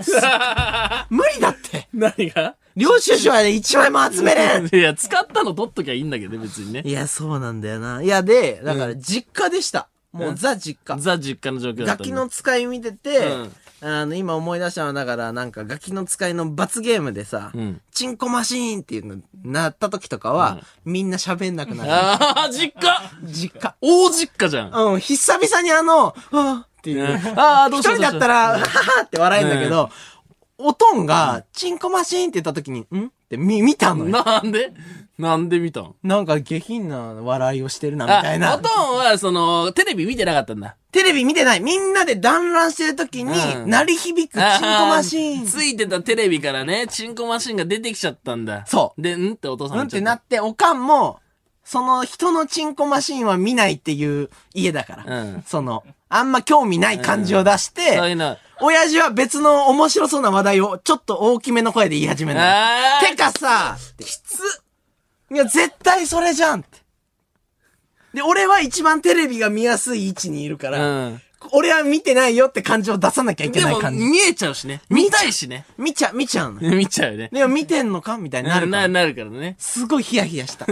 Speaker 1: 無理だって。
Speaker 2: 何が
Speaker 1: 領収書はね、一枚も集めれん。
Speaker 2: いや、使ったの取っときゃいいんだけどね、別にね
Speaker 1: い。や、そうなんだよな。いや、で、だから、実家でした。もう、ザ実家。
Speaker 2: ザ実家の状況だ
Speaker 1: ガ
Speaker 2: った
Speaker 1: キ
Speaker 2: んだ
Speaker 1: の使い見てて、
Speaker 2: うん
Speaker 1: あの、今思い出したのは、だから、なんか、ガキの使いの罰ゲームでさ、
Speaker 2: うん
Speaker 1: チンコマシーンっていうの、なった時とかは、みんな喋んなくなる。
Speaker 2: ああ、実家
Speaker 1: 実家。
Speaker 2: 大実家じゃん。
Speaker 1: うん、久々にあの、はぁっていう。
Speaker 2: ああ、どう
Speaker 1: 一
Speaker 2: しよう
Speaker 1: 人だった、ら、ははって笑えんだけど、おとんが、チンコマシーンって言った時に、んって見、見た
Speaker 2: ど
Speaker 1: の
Speaker 2: うし
Speaker 1: よ。
Speaker 2: ようなんでなんで見たん
Speaker 1: なんか下品な笑いをしてるな、み
Speaker 2: あ、
Speaker 1: たいな
Speaker 2: お。とんは、その、テレビ見てなかったんだ。
Speaker 1: テレビ見てない。みんなで団らんしてる時に、
Speaker 2: うん
Speaker 1: 鳴り響くチンコマシー
Speaker 2: あ
Speaker 1: ン。
Speaker 2: ついてたテレビからね、チンコマシンが出てきちゃったんだ。。
Speaker 1: そう
Speaker 2: で、んってお父さん
Speaker 1: う
Speaker 2: が
Speaker 1: んってなって、おかんも、その人のチンコマシーンは見ないっていう家だから。
Speaker 2: うん
Speaker 1: その、あんま興味ない感じを出して、
Speaker 2: そういうの。
Speaker 1: 親父は別の面白そうな話題をちょっと大きめの声で言い始めるのよ。
Speaker 2: あー
Speaker 1: てかさ、きついや、絶対それじゃんって。で、俺は一番テレビが見やすい位置にいるから、
Speaker 2: うん。
Speaker 1: 俺は見てないよって感じを出さなきゃいけ
Speaker 2: で
Speaker 1: ない
Speaker 2: も、
Speaker 1: 感じ。
Speaker 2: 見えちゃうしね。見たいしね。
Speaker 1: 見ちゃ、見ちゃうのよ。
Speaker 2: 見ちゃうよね。
Speaker 1: でも見てんのかみたいになるか
Speaker 2: な
Speaker 1: ら。
Speaker 2: なるから ね。
Speaker 1: すごいヒヤヒヤした。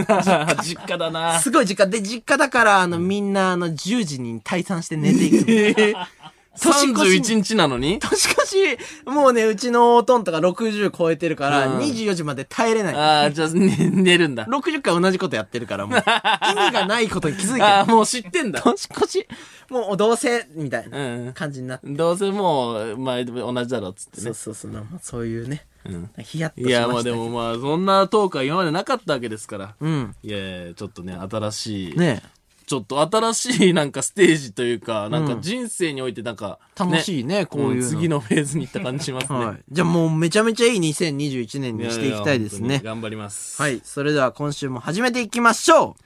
Speaker 2: 実家だな。
Speaker 1: すごい実家。で、実家だから、あの、みんな、あの、10時に退散して寝ていくの。 年越し
Speaker 2: 31日なのに
Speaker 1: 年越し、もうね、うちのおとんとか60超えてるから、
Speaker 2: うん
Speaker 1: 24時まで耐えれない。
Speaker 2: ああ、じゃあ、ね寝るんだ。
Speaker 1: 60回同じことやってる から、もう、意味がないことに気づいてる。
Speaker 2: ああ、もう知ってんだ。。
Speaker 1: 年越し、もう、どうせ、みたいうなん感じになって。
Speaker 2: どうせもう、まあ、同じだろうっつって
Speaker 1: そ
Speaker 2: ね
Speaker 1: う。そうそう、まあそういうね。ヒヤッとし
Speaker 2: い
Speaker 1: ました。
Speaker 2: や、まあで。もまあ、そんなトークは今までなかったわけですから。
Speaker 1: うん。
Speaker 2: いやいやちょっとね、新しい、
Speaker 1: ね
Speaker 2: ちょっと新しいなんかステージというか、なんか人生においてなんか、
Speaker 1: 楽しいねこういうの
Speaker 2: ん次のフェーズに行った感じしますね。
Speaker 1: はい。じゃあもう、めちゃめちゃいい2021年
Speaker 2: や
Speaker 1: に
Speaker 2: や
Speaker 1: していきたいです
Speaker 2: 本当に
Speaker 1: ね。
Speaker 2: 頑張ります。
Speaker 1: はい。それでは今週も始めていきましょう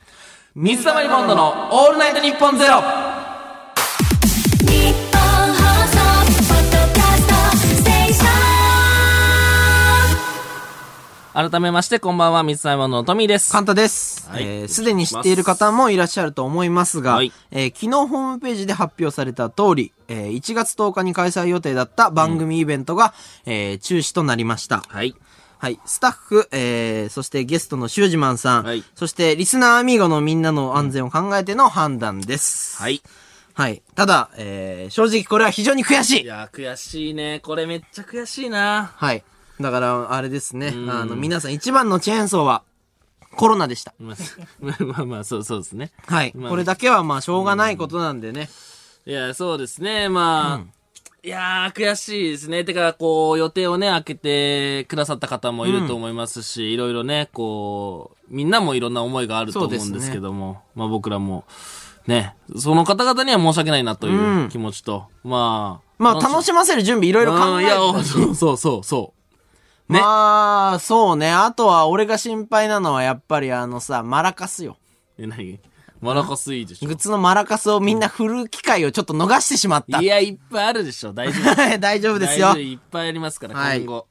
Speaker 2: 水溜りボンドのオールナイトニッポンゼロ
Speaker 3: 日本放送ポッド
Speaker 2: 改めまして、こんばんは、三つさまのトミーです。
Speaker 1: カンタです。
Speaker 2: はい
Speaker 1: えーすでに知っている方もいらっしゃると思いますが、
Speaker 2: はい
Speaker 1: えー昨日ホームページで発表された通り、えー1月10日に開催予定だった番組イベントが、えー中止となりました。
Speaker 2: はい。
Speaker 1: はい。スタッフ、えー、そしてゲストのシュージマンさん、
Speaker 2: はい
Speaker 1: そしてリスナーアミーゴのみんなの安全を考えての判断です。
Speaker 2: はい。
Speaker 1: はい。ただ、えー、正直これは非常に悔し
Speaker 2: い
Speaker 1: い
Speaker 2: やー、悔しいね。これめっちゃ悔しいな。
Speaker 1: はい。だから、あれですね。
Speaker 2: うん
Speaker 1: あの、皆さん一番のチェーンソーは、コロナでした。
Speaker 2: まあ、まあまあ、そうそうですね。
Speaker 1: はい。
Speaker 2: まあ
Speaker 1: これだけはまあ、しょうがないことなんでね。
Speaker 2: いや、そうですね。まあ、いやー、悔しいですね。てか、こう、予定をね、開けてくださった方もいると思いますし、いろいろね、こう、みんなもいろんな思いがあると思
Speaker 1: そううんで
Speaker 2: ですす
Speaker 1: ね
Speaker 2: けども、まあ僕らも、ね、その方々には申し訳ないなと
Speaker 1: う
Speaker 2: い
Speaker 1: ん
Speaker 2: う気持ちと、まあ、
Speaker 1: まあ、楽しませる準備いろいろ考
Speaker 2: うん
Speaker 1: え
Speaker 2: い
Speaker 1: て
Speaker 2: や、そうそうそうそう。ね
Speaker 1: まあ、そうね。あとは、俺が心配なのは、やっぱりあのさ、マラカスよ。
Speaker 2: え、何マラカスいいでし
Speaker 1: グッズのマラカスをみんな振る機会をちょっと逃してしまった
Speaker 2: ょ。い。や、いっぱいあるでしょ。大丈夫。
Speaker 1: はい 大丈夫ですよ
Speaker 2: 大丈夫。いっぱいありますから、
Speaker 1: はい
Speaker 2: 今後。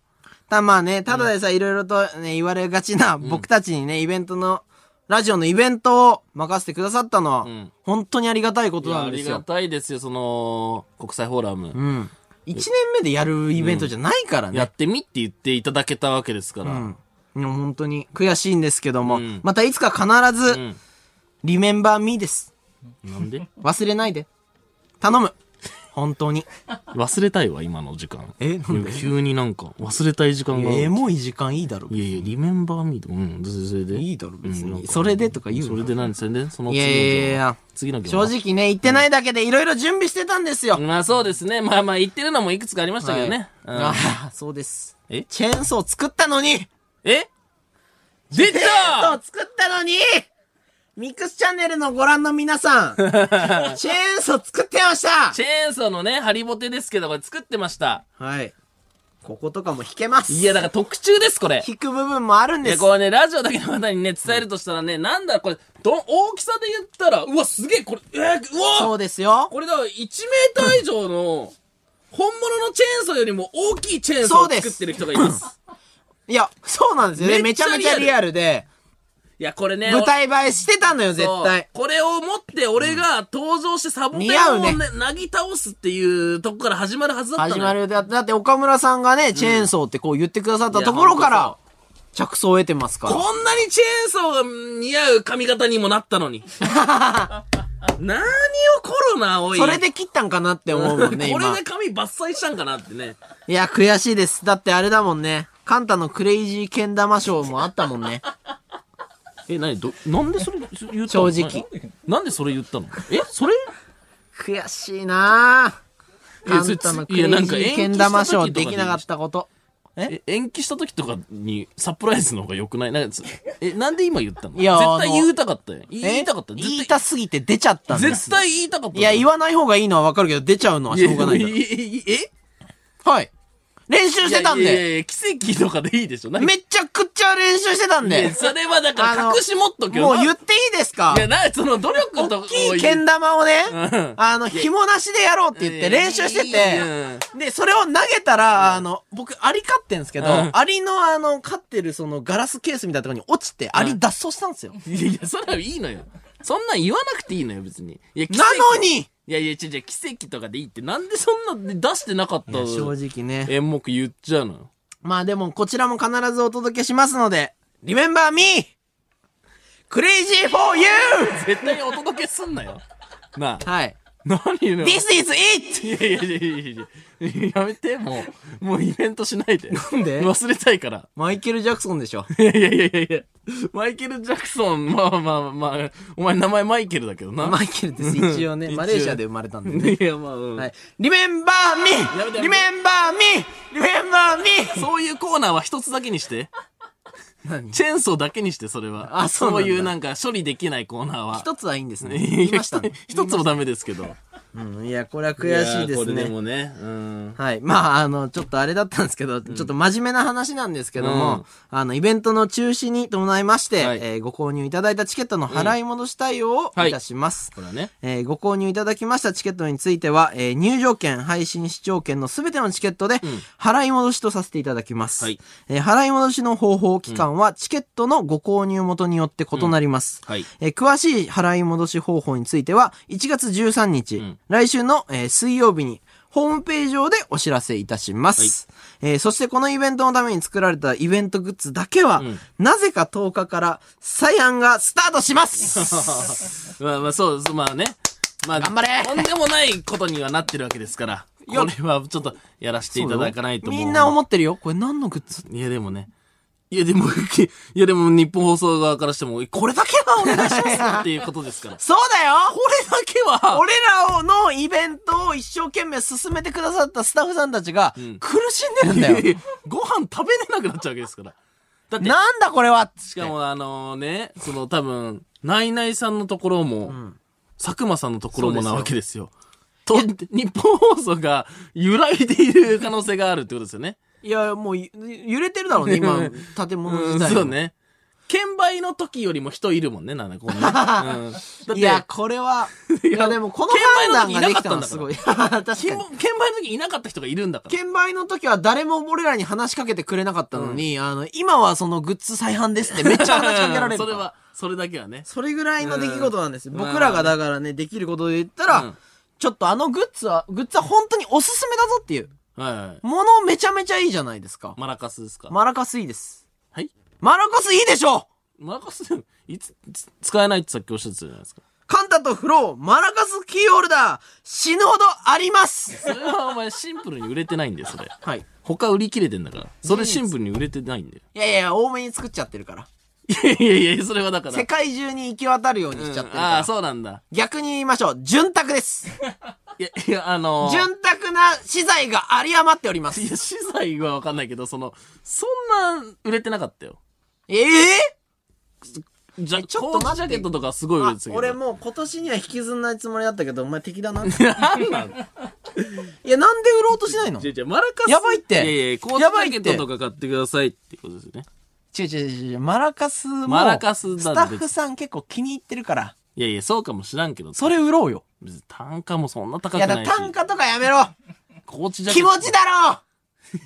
Speaker 1: ただまあね、ただでさ、いろいろとね、言われがちな、僕たちにね、イベントの、ラジオのイベントを任せてくださったのは
Speaker 2: ん、
Speaker 1: 本当にありがたいこ
Speaker 2: い
Speaker 1: と
Speaker 2: や
Speaker 1: な
Speaker 2: あ
Speaker 1: んで
Speaker 2: り
Speaker 1: す
Speaker 2: が
Speaker 1: よ。
Speaker 2: たいですよ、その、国際フォーラム。
Speaker 1: うん。一年目でやるイベントじゃないから
Speaker 2: や
Speaker 1: ね
Speaker 2: っ。てみって言っていただけたわけですから。
Speaker 1: うん。でも本当に悔しいんですけども、
Speaker 2: うん
Speaker 1: またいつか必
Speaker 2: う
Speaker 1: ず、
Speaker 2: ん
Speaker 1: リメンバーミーです。
Speaker 2: なんで
Speaker 1: 忘れないで。頼む。本当 に。
Speaker 2: 忘れたいわ、今の時間。
Speaker 1: えなんで
Speaker 2: いや急になんか、忘れたい時間が。
Speaker 1: エモい時間いいだろ。
Speaker 2: いやいや、リメンバーミーと。うん、それで。
Speaker 1: いいだろ別に
Speaker 2: なんか
Speaker 1: それでとか言うな
Speaker 2: それで何それでその
Speaker 1: い
Speaker 2: 次
Speaker 1: や
Speaker 2: の行
Speaker 1: いやいや
Speaker 2: 次の行
Speaker 1: 正直ね、言ってないだけでいろいろ準備してたんですよ。
Speaker 2: まあそうですね。まあまあ言ってるのもいくつかありましたけどね。うん
Speaker 1: ああ、そうです。
Speaker 2: え
Speaker 1: チェーンソー作ったのに
Speaker 2: え出
Speaker 1: チェーンソ
Speaker 2: た
Speaker 1: ー作ったのにミックスチャンネルのご覧の皆さん、チェーンソー作ってました
Speaker 2: チェーンソーのね、ハリボテですけど、これ作ってました。
Speaker 1: はい。こことかも弾けます。
Speaker 2: いや、だから特注です、これ。
Speaker 1: 弾く部分もあるん
Speaker 2: い
Speaker 1: で
Speaker 2: や、
Speaker 1: す。
Speaker 2: これね、ラジオだけの方にね、伝えるとしたらね、なんだ、これ、ど、大きさで言ったら、うわ、すげえ、これ、えー、う
Speaker 1: そ
Speaker 2: わ
Speaker 1: うですよ。
Speaker 2: これだから、1メーター以上の、本物のチェーンソーよりも大きいチェーンソ
Speaker 1: そう
Speaker 2: ーを
Speaker 1: です
Speaker 2: 作ってる人がいます。
Speaker 1: いや、そうなんですよね。
Speaker 2: め
Speaker 1: め
Speaker 2: っ
Speaker 1: ち
Speaker 2: ちゃ
Speaker 1: ゃめちゃリアルで、
Speaker 2: いや、これね、
Speaker 1: 舞台映えしてたのよ、
Speaker 2: お
Speaker 1: 絶対。
Speaker 2: そうこれを持って、俺が登場してサボテン
Speaker 1: 似合
Speaker 2: を
Speaker 1: うね
Speaker 2: ね、なぎ倒すっていうとこから始まるはずだったの
Speaker 1: 始
Speaker 2: よ
Speaker 1: まる。だだって岡村さんがね、チェーンソーってこう言ってくださったところか
Speaker 2: いや
Speaker 1: ら、着想を得てますから。
Speaker 2: こんなにチェーンソーが似合う髪型にもなった のに。何をコロナおい。
Speaker 1: それで切ったんかなって思うもん ね、 今。
Speaker 2: これで髪伐採したんかなってね。
Speaker 1: いや、悔しいです。だってあれだもんね。カンタのクレイジーけん玉ショーもあったもん ね。
Speaker 2: え、なに、ど、なんでそれ言ったの
Speaker 1: 正直。
Speaker 2: ななんでそれ言ったのえ、それ
Speaker 1: 悔しいなぁ。
Speaker 2: え
Speaker 1: カ
Speaker 2: それ
Speaker 1: ン
Speaker 2: つ
Speaker 1: タのクレイジーけん玉ショーできなかったこと。
Speaker 2: え、延期した時とかにサプライズの方が良くないなんかつえ、なんで今言ったの
Speaker 1: いや
Speaker 2: 絶
Speaker 1: あ
Speaker 2: 対
Speaker 1: の
Speaker 2: 言いたかったよ。言
Speaker 1: え
Speaker 2: いたかった。絶対
Speaker 1: 言いたすぎて出ちゃったんです。
Speaker 2: 絶対言いたかった。
Speaker 1: いや、言わない方がいいのはわかるけど、出ちゃうのはしょうがないか
Speaker 2: やややえ
Speaker 1: ら。はい。練習してたん
Speaker 2: いやいや
Speaker 1: で。
Speaker 2: いや奇跡とかでいいでしょ。なんか
Speaker 1: めちゃくちゃ練習してたん
Speaker 2: いや
Speaker 1: で。
Speaker 2: それはだから隠し持っとけよ
Speaker 1: もう
Speaker 2: な
Speaker 1: 言っていいですか
Speaker 2: いや、な、その努力と
Speaker 1: 大きいけん玉をね、あの、紐なしでやろうって言って練習して
Speaker 2: いやいやい
Speaker 1: て、で、それを投げたら、あの、僕、アリ飼ってんですけど、
Speaker 2: うん
Speaker 1: アリのあの、飼ってるそのガラスケースみたいなところに落ちて、アリ脱走したんですよ。
Speaker 2: いやいや、それはいいのよ。そんなん言わなくていいのよ、別に。いや、奇跡
Speaker 1: なのに
Speaker 2: いやいや、違う違う、奇跡とかでいいって、なんでそんな出してなかったの
Speaker 1: 正直ね。
Speaker 2: 演目言っちゃうのよ。
Speaker 1: まあでも、こちらも必ずお届けしますので、Remember me! Crazy for you!
Speaker 2: 絶対お届けすんなよ。 なあ、
Speaker 1: はい。
Speaker 2: 何言うの
Speaker 1: This is it!
Speaker 2: いやいやいやいやいや、やめて、もう。もうイベントしないで。なん
Speaker 1: で
Speaker 2: 忘れたいから。
Speaker 1: マイケル・ジャクソンで しょ。
Speaker 2: いやいやいやいやいや。マイケル・ジャクソン、まあまあまあ、お前名前マイケルだけどな。
Speaker 1: マイケルです、一応ね。マレーシアで生まれたんでね。
Speaker 2: いや、まあ、うん
Speaker 1: はい。Remember
Speaker 2: やめて
Speaker 1: me! Remember me! Remember me!
Speaker 2: そういうコーナーは一つだけにして。
Speaker 1: 何
Speaker 2: チェーンソーだけにして、それは。
Speaker 1: あそうなんだ
Speaker 2: いうなんか処理できないコーナーは。
Speaker 1: 一つはいいんですね。言いましたね。
Speaker 2: 一つもダメですけど。
Speaker 1: うん、いや、これは悔しいで
Speaker 2: やー
Speaker 1: す
Speaker 2: これで
Speaker 1: ね。
Speaker 2: もね。うん。
Speaker 1: はい。まあ、あの、ちょっとあれだったんですけど、ちょっと真面目な話なんですけども、
Speaker 2: うん
Speaker 1: あの、イベントの中止に伴いまして、
Speaker 2: はい
Speaker 1: えーご購入いただいたチケットの払い戻し対応を
Speaker 2: はい
Speaker 1: いたします。
Speaker 2: これはね。
Speaker 1: えーご購入いただきましたチケットについては、えー入場券、配信視聴券のすべてのチケットで、払い戻しとさせていただきます。
Speaker 2: はい
Speaker 1: えー払い戻しの方法、期間は、チケットのご購入元によって異なります。
Speaker 2: はい。
Speaker 1: えー詳しい払い戻し方法については、1月13日、
Speaker 2: ん
Speaker 1: 来週の、えー水曜日に、ホームページ上でお知らせいたします。えーそしてこのイベントのために作られたイベントグッズだけは、なぜか10日から、サイアンがスタートします
Speaker 2: まあまあ、そう、そうまあね。まあ、
Speaker 1: 頑張れ
Speaker 2: とんでもないことにはなってるわけですから。これはちょっとやらせていただかないともう
Speaker 1: みんな思ってるよ。これ何のグッズ
Speaker 2: いやでもね。いやでも、 いやでも日本放送側からしても、これだけはお願いしますっていうことですから。こ
Speaker 1: そうだよ
Speaker 2: れだけは、
Speaker 1: 俺らのイベントを一生懸命進めてくださったスタッフさんたちが苦しんでるんだ よ。
Speaker 2: いやいやご飯食べれなくなっちゃうわけですから。だって、
Speaker 1: なんだこれは
Speaker 2: しかもあのね、その多分、ナイナイさんのところも、佐久間さんのところもなわけですよ。と、日本放送が揺らいでいる可能性があるってことですよね。
Speaker 1: いや、もうゆ揺れてるだろ うね、今、建物
Speaker 2: う
Speaker 1: 自
Speaker 2: ん、
Speaker 1: 体。
Speaker 2: そう。ね。券売の時よりも人いるもんね、なんだ、 こうね。うん、だって、
Speaker 1: いや、これは、いや、でもこの
Speaker 2: 券売
Speaker 1: 判
Speaker 2: の
Speaker 1: 断
Speaker 2: 時
Speaker 1: がで
Speaker 2: いなか
Speaker 1: き
Speaker 2: ったた
Speaker 1: の
Speaker 2: ん
Speaker 1: は
Speaker 2: だ
Speaker 1: す
Speaker 2: か
Speaker 1: ご
Speaker 2: ら
Speaker 1: い。 確かに。
Speaker 2: 券券売の時いなかった人がいるんだから。
Speaker 1: 券売の時は誰も俺らに話しかけてくれなかったのに、あの、今はそのグッズ再販ですってめっちゃ話しかけられる。
Speaker 2: それ。は、それだけはね。
Speaker 1: それぐらいの出来事なんですよ。
Speaker 2: うん
Speaker 1: 僕らがだからね、できることで言った
Speaker 2: う
Speaker 1: ら
Speaker 2: ん、
Speaker 1: ちょっとあのグッズは、グッズは本当におすすめだぞっていう。
Speaker 2: はいはい。
Speaker 1: ものめちゃめちゃいいじゃないですか。
Speaker 2: マラカスですか。
Speaker 1: マラカスいいです。
Speaker 2: はい
Speaker 1: マラカスいいでしょ
Speaker 2: マラカスでも、いつ、つ使えないってさっきおっしゃってたじゃないですか。
Speaker 1: カンタとフロー、マラカスキーホルダー、死ぬほどあります
Speaker 2: それはお前シンプルに売れてないんで、それ。
Speaker 1: はい。い
Speaker 2: 他売り切れてんだから。それシンプルに売れてないんだよ。
Speaker 1: やいや、多めに作っちゃってるから。
Speaker 2: いやいやいや、それはだから。
Speaker 1: 世界中に行き渡るようにしちゃってるか
Speaker 2: うん
Speaker 1: ら。
Speaker 2: ああ、そうなんだ。
Speaker 1: 逆に言いましょう。潤沢です。
Speaker 2: いや、いや、あのー
Speaker 1: 潤沢な資材が有り余っております。
Speaker 2: いや、資材はわかんないけど、その、そんな売れてなかったよ。
Speaker 1: ええ
Speaker 2: じゃ、
Speaker 1: ち
Speaker 2: ち
Speaker 1: ょ
Speaker 2: ょ
Speaker 1: っ
Speaker 2: っ
Speaker 1: と
Speaker 2: と
Speaker 1: 待って
Speaker 2: ジャケットとかすごい売れてたけど。
Speaker 1: 俺もう今年には引きずんないつもりだったけど、お前敵だな。い
Speaker 2: なんなの
Speaker 1: や、なんで売ろうとしないの
Speaker 2: じゃじゃマラカス。
Speaker 1: やばいって
Speaker 2: いやいや、コートジ
Speaker 1: やばいっ
Speaker 2: ャ
Speaker 1: て
Speaker 2: ケットとか買ってくださいってことですよね。
Speaker 1: 違う違う違う違う、マラカスも、
Speaker 2: マラカスだ
Speaker 1: スタッフさん結構気に入ってるから、
Speaker 2: いやいや、そうかもしらんけど、
Speaker 1: それ売ろうよ。
Speaker 2: 別に単価もそんな高
Speaker 1: い
Speaker 2: く
Speaker 1: や、
Speaker 2: な
Speaker 1: だか
Speaker 2: い
Speaker 1: ら
Speaker 2: し。
Speaker 1: 単価とかやめろ
Speaker 2: コーチジャケ
Speaker 1: 気
Speaker 2: ッ
Speaker 1: 持
Speaker 2: ト
Speaker 1: ちだろ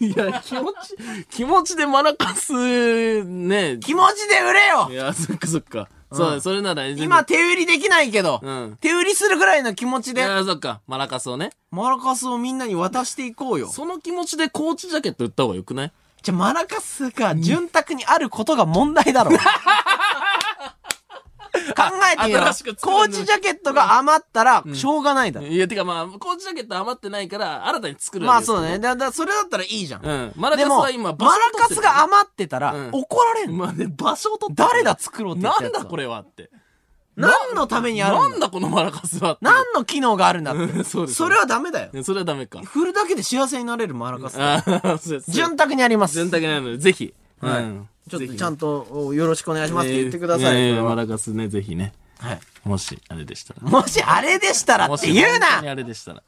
Speaker 2: いや、気持ち、気持ちでマラカス、ね。
Speaker 1: 気持ちで売れよ
Speaker 2: いや、そっかそっか。そう、それなら、
Speaker 1: 今、手売りできないけど、
Speaker 2: うん
Speaker 1: 手売りするぐらいの気持ち
Speaker 2: い
Speaker 1: で、
Speaker 2: や、そっか、マラカスをね。
Speaker 1: マラカスをみんなに渡していこうよ。
Speaker 2: その気持ちでコーチジャケット売った方がよくない
Speaker 1: じゃ、マラカスが潤沢にあることが問題 だろ。考えてよ
Speaker 2: 新しく。作る
Speaker 1: コ
Speaker 2: の
Speaker 1: ーチジャケットが余ったら、しょうがないだろ。
Speaker 2: いや、てかまあ、コーチジャケット余ってないから、新たに作る
Speaker 1: ま
Speaker 2: わ
Speaker 1: あ
Speaker 2: けです
Speaker 1: そ
Speaker 2: よ
Speaker 1: うだね。だ、だ、それだったらいいじゃん。
Speaker 2: うん。マラ
Speaker 1: で
Speaker 2: カス
Speaker 1: も、マ
Speaker 2: は
Speaker 1: ラ
Speaker 2: 今、
Speaker 1: カスが余ってたら、
Speaker 2: うん
Speaker 1: 怒られんの。
Speaker 2: まあね、場所を取ってる
Speaker 1: 誰だ作ろうって言っ
Speaker 2: な
Speaker 1: たや
Speaker 2: ん
Speaker 1: つは
Speaker 2: だこれはって。
Speaker 1: 何のためにある
Speaker 2: なん
Speaker 1: だ
Speaker 2: んだこのマラカスはって。
Speaker 1: 何の機能があるんだって。
Speaker 2: うん そうです。
Speaker 1: それはダメだよ。
Speaker 2: ね、それはダメか。
Speaker 1: 振るだけで幸せになれるマラカス。
Speaker 2: ああ、そうです。
Speaker 1: 潤沢にあります。
Speaker 2: 潤沢なので、ぜひ。
Speaker 1: はい
Speaker 2: うん
Speaker 1: ちょっ
Speaker 2: ぜ
Speaker 1: と
Speaker 2: ひ
Speaker 1: ちゃんとよろしくお願いしますって言ってください。
Speaker 2: えーえー
Speaker 1: それは
Speaker 2: マラカスね、ぜひね。
Speaker 1: はい
Speaker 2: もし、あれでしたら。
Speaker 1: もしあれでしたら
Speaker 2: も
Speaker 1: っ
Speaker 2: して
Speaker 1: 言う
Speaker 2: 本当に
Speaker 1: な
Speaker 2: あれでしたら。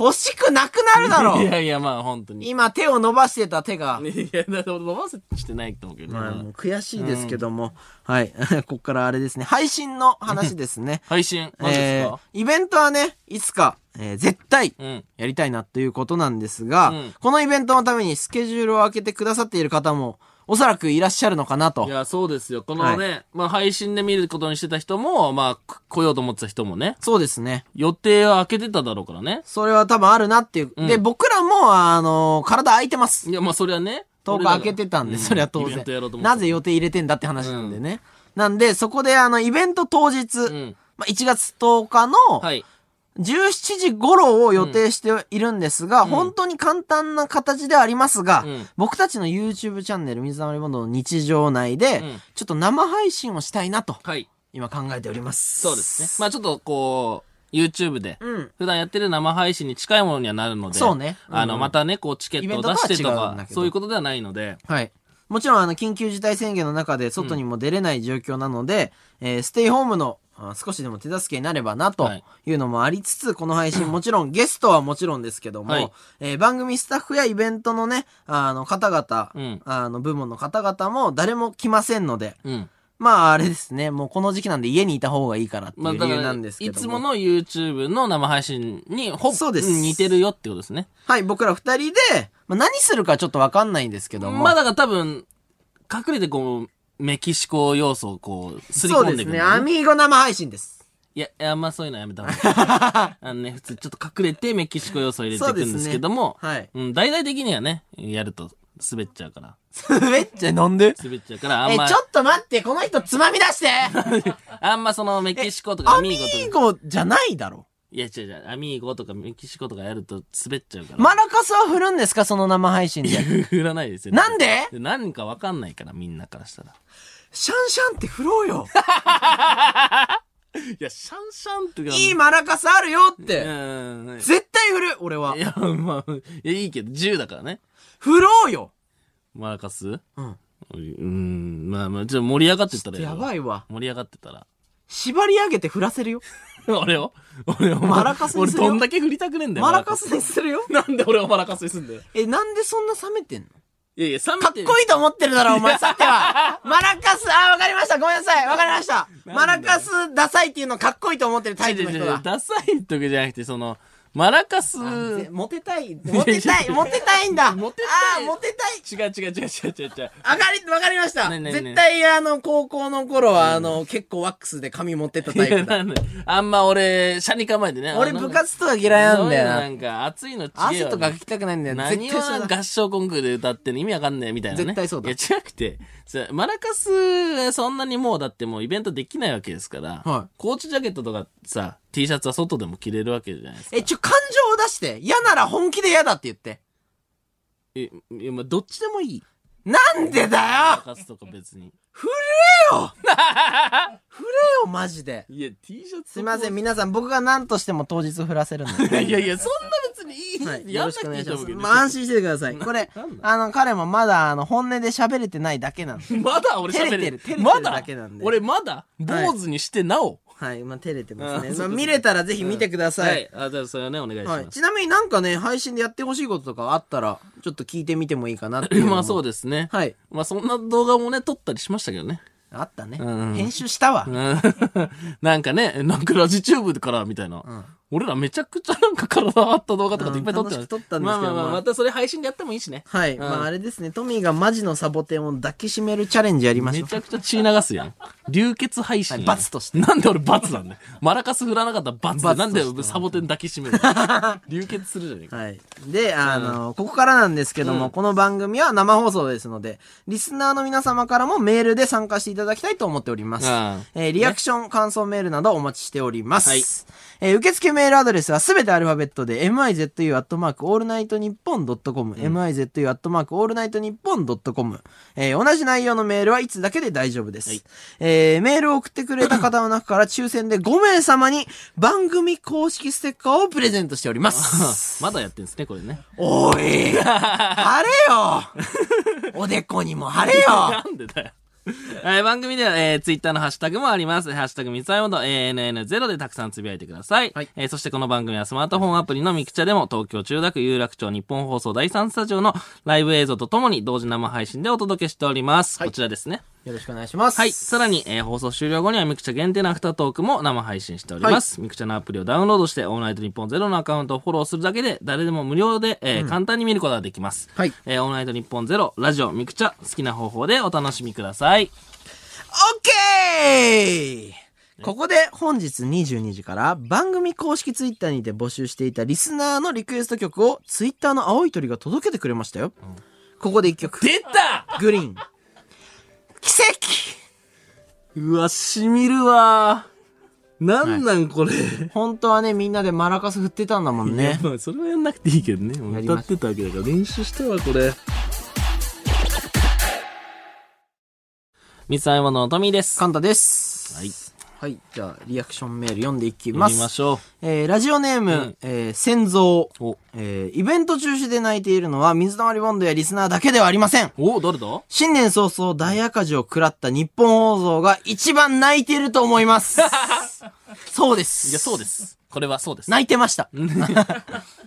Speaker 1: 欲しくなくなるだろ
Speaker 2: いやいや、まあ、本当に。い
Speaker 1: 今手を伸ばしてた手 が。
Speaker 2: や、だから伸ばせしてないと思うけどね。
Speaker 1: まあ、もう悔しいですけども。はい。 ここからあれですね。配信の話ですね。
Speaker 2: 配信、マジで
Speaker 1: え
Speaker 2: す
Speaker 1: ー
Speaker 2: か、
Speaker 1: イベントはね、いつか、えー絶対、
Speaker 2: うん。
Speaker 1: やりたいなということなんですが、
Speaker 2: うん
Speaker 1: このイベントのためにスケジュールを開けてくださっている方も、おそらくいらっしゃるのかなと
Speaker 2: い。や、そうですよ。このね、まあ、配信で見ることにしてた人も、まあ、来ようと思ってた人もね、
Speaker 1: そうですね。
Speaker 2: 予定は空けてただろうからね。
Speaker 1: それは多分あるなっていう。
Speaker 2: ん
Speaker 1: で、僕らも、あの体空いてます。
Speaker 2: いや、まあ、それはね。
Speaker 1: 10日開けてたんで、
Speaker 2: 俺らが
Speaker 1: それは当
Speaker 2: イベン
Speaker 1: 然
Speaker 2: トやろうと。思ってた
Speaker 1: なぜ予定入れてんだって話なんでね。なんで、そこで、あの、イベント当日、
Speaker 2: ん
Speaker 1: まあ、1月10日の
Speaker 2: はい。
Speaker 1: 17時頃を予定しているんですが、本当に簡単な形ではありますが、
Speaker 2: うん
Speaker 1: 僕たちの YouTube チャンネル、水溜りボンドの日常内で、
Speaker 2: ん
Speaker 1: ちょっと生配信をしたいなと、
Speaker 2: はい。
Speaker 1: 今考えております。
Speaker 2: そうですね。まあちょっとこう、YouTube で、
Speaker 1: うん
Speaker 2: 普段やってる生配信に近いものにはなるので、
Speaker 1: そうね
Speaker 2: あの、
Speaker 1: うん
Speaker 2: またね、こう、チケットを出してと
Speaker 1: イベントとは違うんだ
Speaker 2: か
Speaker 1: け、ど
Speaker 2: そういうことではないので、
Speaker 1: はい。もちろん、あの、緊急事態宣言の中で、外にも出れない状況なので、えーステイホームのあ少しでも手助けになればなと
Speaker 2: はい
Speaker 1: いうのもありつつ、この配信もちろんゲストはもちろんですけども、
Speaker 2: はい
Speaker 1: えー番組スタッフやイベントのね、あの方々、
Speaker 2: うん
Speaker 1: あの部門の方々も誰も来ませんので、
Speaker 2: うん。
Speaker 1: まああれですね、もうこの時期なんで家にいた方がいいからってい
Speaker 2: まあ、
Speaker 1: う
Speaker 2: だ
Speaker 1: 理
Speaker 2: か
Speaker 1: 由な
Speaker 2: ら、
Speaker 1: んですけ
Speaker 2: い
Speaker 1: ど
Speaker 2: つ
Speaker 1: も。
Speaker 2: もの YouTube の生配信にほぼ
Speaker 1: そうです
Speaker 2: ん似てるよってことですね。
Speaker 1: はい、僕ら二人で、まあ、何するかちょっとわかんないんですけども。
Speaker 2: まあ、だから多分、隠れてこう、メキシコ要素をこう、すり
Speaker 1: そう
Speaker 2: 込
Speaker 1: で
Speaker 2: んで
Speaker 1: す
Speaker 2: いくん
Speaker 1: ね。
Speaker 2: だよ
Speaker 1: アミーゴ生配信です。
Speaker 2: いや、いやあんまそういうのはやめた方が いい。あのね、普通ちょっと隠れてメキシコ要素を入れていくんですけども、
Speaker 1: そうです
Speaker 2: うん、大々的にはね、やると滑っちゃうから。
Speaker 1: めっちゃ飲んで。
Speaker 2: 滑っちゃうから、あん
Speaker 1: え、ちょ
Speaker 2: ま、
Speaker 1: っと待って、この人つまみ出して
Speaker 2: あんまそのメキシコとか
Speaker 1: ア
Speaker 2: ア
Speaker 1: ミ
Speaker 2: ミーゴ
Speaker 1: ー
Speaker 2: とか、
Speaker 1: ゴじゃないだろ。
Speaker 2: いや違う違う、アミーゴとかメキシコとかやると滑っちゃうから。
Speaker 1: マラカスは振るんですかその生配信で。
Speaker 2: 振らないですよね。
Speaker 1: なんで
Speaker 2: で何かわかんないから、みんなからしたら。
Speaker 1: シャンシャンって振ろう よ。
Speaker 2: いや、シャンシャンってか
Speaker 1: いいマラカスあるよっ
Speaker 2: う
Speaker 1: て。
Speaker 2: ん。。
Speaker 1: 絶対振る、俺はい
Speaker 2: や、まあ、いや、いいけど、10だからね。
Speaker 1: 振ろうよ。
Speaker 2: マラカス
Speaker 1: うん。
Speaker 2: うん、まあまあ、ちょっと盛り上がってたら
Speaker 1: やば
Speaker 2: い。
Speaker 1: いわ。
Speaker 2: 盛り上がってたら。
Speaker 1: 縛り上げて振らせるよ。
Speaker 2: 俺を俺を
Speaker 1: マラカスに
Speaker 2: 俺
Speaker 1: するよ
Speaker 2: どんだけ振りたくねえんだよ。
Speaker 1: マラカスにするよ。
Speaker 2: なんで俺をマラカスにすんだよ。
Speaker 1: え、なんでそんな冷めてんの
Speaker 2: いやいや、冷
Speaker 1: か
Speaker 2: め
Speaker 1: ってこいいと思ってるだろ、お前、さては。マラカス、あー、わかりました。ごめんなさい。わかりました。マラカスダサいっていうのかっこいいと思ってるタイプの
Speaker 2: 違う違
Speaker 1: 人
Speaker 2: う違う
Speaker 1: だ。
Speaker 2: ダサいとかじゃなくて、その、マラカス、違
Speaker 1: あぜ
Speaker 2: う
Speaker 1: モテたい。モテたい。モテたいんだ。
Speaker 2: モテ
Speaker 1: あ
Speaker 2: たい
Speaker 1: ー、モテたい。
Speaker 2: 違う違う違う違う違う。
Speaker 1: わかり、わかりました。
Speaker 2: ねえねえねえ
Speaker 1: 絶対、あの、高校の頃は、あの、結構ワックスで髪持ってったタイ
Speaker 2: いや
Speaker 1: プ
Speaker 2: な
Speaker 1: だ。
Speaker 2: んだよあんま俺、シャニ構えてね。
Speaker 1: 俺
Speaker 2: あの
Speaker 1: 部活とか嫌いなんだよ
Speaker 2: そういうのな
Speaker 1: な。
Speaker 2: んか、暑いの違うよね
Speaker 1: 汗とかかきたくないんだよ。
Speaker 2: 何
Speaker 1: 絶対そう
Speaker 2: は
Speaker 1: だ。
Speaker 2: 合唱コンクールで歌ってんの意味わかんねえみたいなね。
Speaker 1: 絶対そうだ
Speaker 2: いや、違くて、それマラカス、そんなにもうだってもうイベントできないわけですから、
Speaker 1: はい
Speaker 2: コーチジャケットとかさ、T シャツは外でも着れるわけじゃないですか。
Speaker 1: え、ちょ、感情を出して。嫌なら本気で嫌だって言って。
Speaker 2: え、いやまあ、どっちでもいい。
Speaker 1: なんでだ
Speaker 2: マラ
Speaker 1: よ
Speaker 2: カスとか別に。
Speaker 1: 触れよ触れよ、マジで。
Speaker 2: いや、T シャツ
Speaker 1: すいません、皆さん、僕が何としても当日振らせるんで。
Speaker 2: いやいや、そんな別にいい。
Speaker 1: はい、よ
Speaker 2: やん
Speaker 1: ろ
Speaker 2: な
Speaker 1: しく
Speaker 2: く
Speaker 1: お
Speaker 2: て
Speaker 1: 願
Speaker 2: い
Speaker 1: い
Speaker 2: い
Speaker 1: し
Speaker 2: と
Speaker 1: ま
Speaker 2: 思う
Speaker 1: す。
Speaker 2: けど。
Speaker 1: まあ、安心してください。これ
Speaker 2: なん、だ
Speaker 1: あの、彼もまだ、あの、本音で喋れてないだけなんで。
Speaker 2: まだ俺喋
Speaker 1: 照れてる照れてる
Speaker 2: ま
Speaker 1: だ
Speaker 2: だ
Speaker 1: けなんで
Speaker 2: 俺まだ坊主にしてなお。
Speaker 1: はい、まあ、照れてますね。
Speaker 2: あ
Speaker 1: ま
Speaker 2: そう
Speaker 1: あ、
Speaker 2: です
Speaker 1: 見れたらぜひ見てください。
Speaker 2: はい。あ、じゃあそれはね、お願いし
Speaker 1: はい
Speaker 2: ます。
Speaker 1: ちなみになんかね、配信でやってほしいこととかあったら、ちょっと聞いてみてもいいかなっていうのも。
Speaker 2: まあそうですね。
Speaker 1: はい。
Speaker 2: まあそんな動画もね、撮ったりしましたけどね。
Speaker 1: あったね。
Speaker 2: うんうん
Speaker 1: 編集したわ。
Speaker 2: うん なんかね、なんかラジチューブからみたいな。
Speaker 1: ん
Speaker 2: 俺らめちゃくちゃなんか体張った動画とかっていっぱい撮って
Speaker 1: うん楽しく撮ったんですけど
Speaker 2: まあまあま
Speaker 1: まあ
Speaker 2: あ、またそれ配信でやってもいいしね。
Speaker 1: はい。
Speaker 2: ん
Speaker 1: まあ、あれですね、トミーがマジのサボテンを抱きしめるチャレンジやりまし
Speaker 2: め
Speaker 1: ょう
Speaker 2: ち。ゃくちゃ血流すやん。流血配信やん。
Speaker 1: はい罰として
Speaker 2: なんで俺罰なん だよ。マラカス振らなかったら罰で。
Speaker 1: 罰と
Speaker 2: な
Speaker 1: し
Speaker 2: ん
Speaker 1: て
Speaker 2: でサボテン抱きしめ る流血するじゃねえか。
Speaker 1: はい。で、あの、ここからなんですけども、
Speaker 2: うん
Speaker 1: この番組は生放送ですので、リスナーの皆様からもメールで参加していただきたいと思っております。
Speaker 2: うん
Speaker 1: えーリアクション、感想メールなどお待ちしております。
Speaker 2: はい
Speaker 1: えー受付メールアドレスはすべてアルファベットで、m i z u アットマークオールナイトニッポンドットコム、m i z u アットマークオールナイトニッポンドットコム。えー同じ内容のメールはいつだけで大丈夫です。
Speaker 2: はい
Speaker 1: えーメールを送ってくれた方の中から抽選で5名様に番組公式ステッカーをプレゼントしております。
Speaker 2: まだやってんですね、これね。
Speaker 1: おい貼れよおでこにも貼れよ
Speaker 2: なんでだよ。えー番組では、えー、ツイッターのハッシュタグもあります。ハッシュタグ三つ葉の ANN0 でたくさんつぶやいてください。
Speaker 1: はい
Speaker 2: えーそしてこの番組はスマートフォンアプリのミクチャでも東京中田区有楽町日本放送第3スタジオのライブ映像とともに同時生配信でお届けしております。こちらですね。
Speaker 1: よろしくお願いします。
Speaker 2: はい。さらに、えー放送終了後にはミクチャ限定のアフタートークも生配信しております。ミクチャのアプリをダウンロードして、オールナイトニッポンゼロのアカウントをフォローするだけで、誰でも無料で、えー簡単に見ることができます。
Speaker 1: はい
Speaker 2: えーオールナイトニッポンゼロ、ラジオ、ミクチャ、好きな方法でお楽しみください。
Speaker 1: オッケーここで本日22時から番組公式ツイッターにて募集していたリスナーのリクエスト曲をツイッターの青い鳥が届けてくれましたよ。ここで一曲。
Speaker 2: 出た
Speaker 1: グリーン。奇
Speaker 2: うわ、しみるわ。なんなんこれ。
Speaker 1: 跡本当はね、みんなでマラカス振ってたんだもんね。
Speaker 2: まあ、それはやんなくていいけどね。もう
Speaker 1: やり
Speaker 2: 歌
Speaker 1: ま
Speaker 2: っ
Speaker 1: した
Speaker 2: てたわけだから、練習してはこれ。三つ編み物のトミーです。
Speaker 1: カンタです。
Speaker 2: はい。
Speaker 1: はい。じゃあ、リアクションメール読んでいきま
Speaker 2: 読
Speaker 1: す。
Speaker 2: みましょ
Speaker 1: えーラジオネーム、
Speaker 2: うん
Speaker 1: えー、先蔵。
Speaker 2: う。お、
Speaker 1: えーイベント中止で泣いているのは水溜りボンドやリスナーだけではありません。
Speaker 2: お、誰だ
Speaker 1: 新年早々大赤字を食らった日本放送が一番泣いていると思い ます。そうです。
Speaker 2: いや、そうです。これはそうです。
Speaker 1: 泣いてました。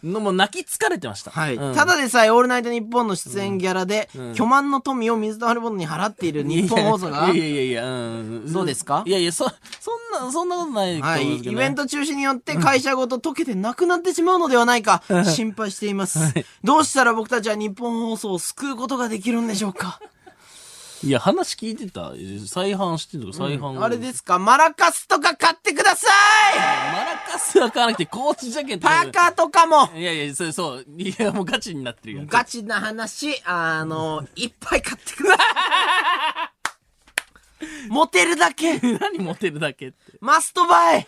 Speaker 2: のもう泣き疲れてました。
Speaker 1: はい。
Speaker 2: うん
Speaker 1: ただでさえ、オールナイト日本の出演ギャラで、
Speaker 2: ん
Speaker 1: 巨万の富を水溜りボンドに払っている日本放送が
Speaker 2: い、やいやいや、うん。
Speaker 1: そうですか
Speaker 2: いやいや、そ、そんな、そんなことないと思
Speaker 1: は
Speaker 2: うん
Speaker 1: い。
Speaker 2: ですけ
Speaker 1: イ
Speaker 2: どね
Speaker 1: ベント中止によって会社ごと溶けてなくなってしまうのではないか、心配しています。どうしたら僕たちは日本放送を救うことができるんでしょうか
Speaker 2: いや、話聞いてた。再販してるとか、再販、
Speaker 1: あれですかマラカスとか買ってください
Speaker 2: マラカスは買わなくて、コーチジャケット。
Speaker 1: パーカーとかも
Speaker 2: いやいや、そう、そう。いや、もうガチになってるやん。
Speaker 1: ガチな話、あの、いっぱい買ってくださ いモテるだけ
Speaker 2: 何モテるだけって。
Speaker 1: マストバイ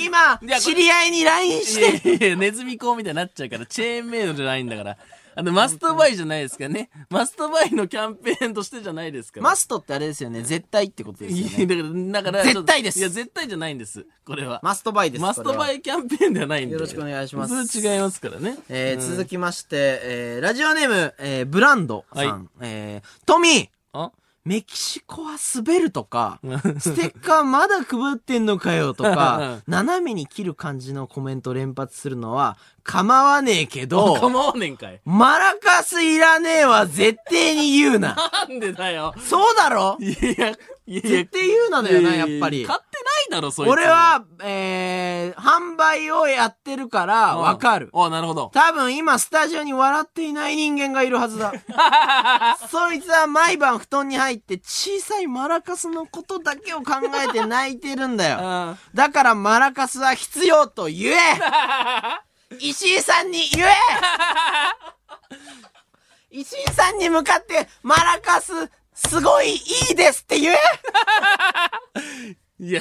Speaker 1: 今
Speaker 2: いや、これ
Speaker 1: 知り合いに LINE して
Speaker 2: いやいや、ネズミ講みたいになっちゃうから、チェーンメイドじゃないんだから。あの、マストバイじゃないですかね。マストバイのキャンペーンとしてじゃないですから。
Speaker 1: マストってあれですよね、絶対ってことですよ
Speaker 2: いや
Speaker 1: ね。
Speaker 2: だから、だから、
Speaker 1: 絶対です
Speaker 2: いや、絶対じゃないんです。これは。
Speaker 1: マストバイです。
Speaker 2: マスト
Speaker 1: これ
Speaker 2: バ
Speaker 1: は
Speaker 2: イキャンペーンではないんで。
Speaker 1: よろしくお願いします
Speaker 2: 普通違いますからね。
Speaker 1: えー続きまして、えーラジオネーム、えーブランドさん。
Speaker 2: はい
Speaker 1: えートミー
Speaker 2: あ
Speaker 1: メキシコは滑るとか、ステッカーまだくぶってんのかよと か、斜めに切る感じのコメント連発するのは構わねえけ ど、
Speaker 2: 構わねんかい。
Speaker 1: マラカスいらねえは絶対に言うな。
Speaker 2: なんでだよ。
Speaker 1: そうだろ
Speaker 2: いや、いや、
Speaker 1: 絶対言うなのよな、やっぱり。
Speaker 2: 買ってないだろ、そいつも
Speaker 1: 俺、は、えー、販売をやってるからわかる。
Speaker 2: ああ、なるほど。
Speaker 1: 多分今スタジオに笑っていない人間がいるはず だ。そいつは毎晩布団に入って小さいマラカスのことだけを考えて泣いてるんだよ。
Speaker 2: あ
Speaker 1: だからマラカスは必要と言え 石井さんに言 え石井さんに向かってマラカスすごいいいですって言え
Speaker 2: ーいや、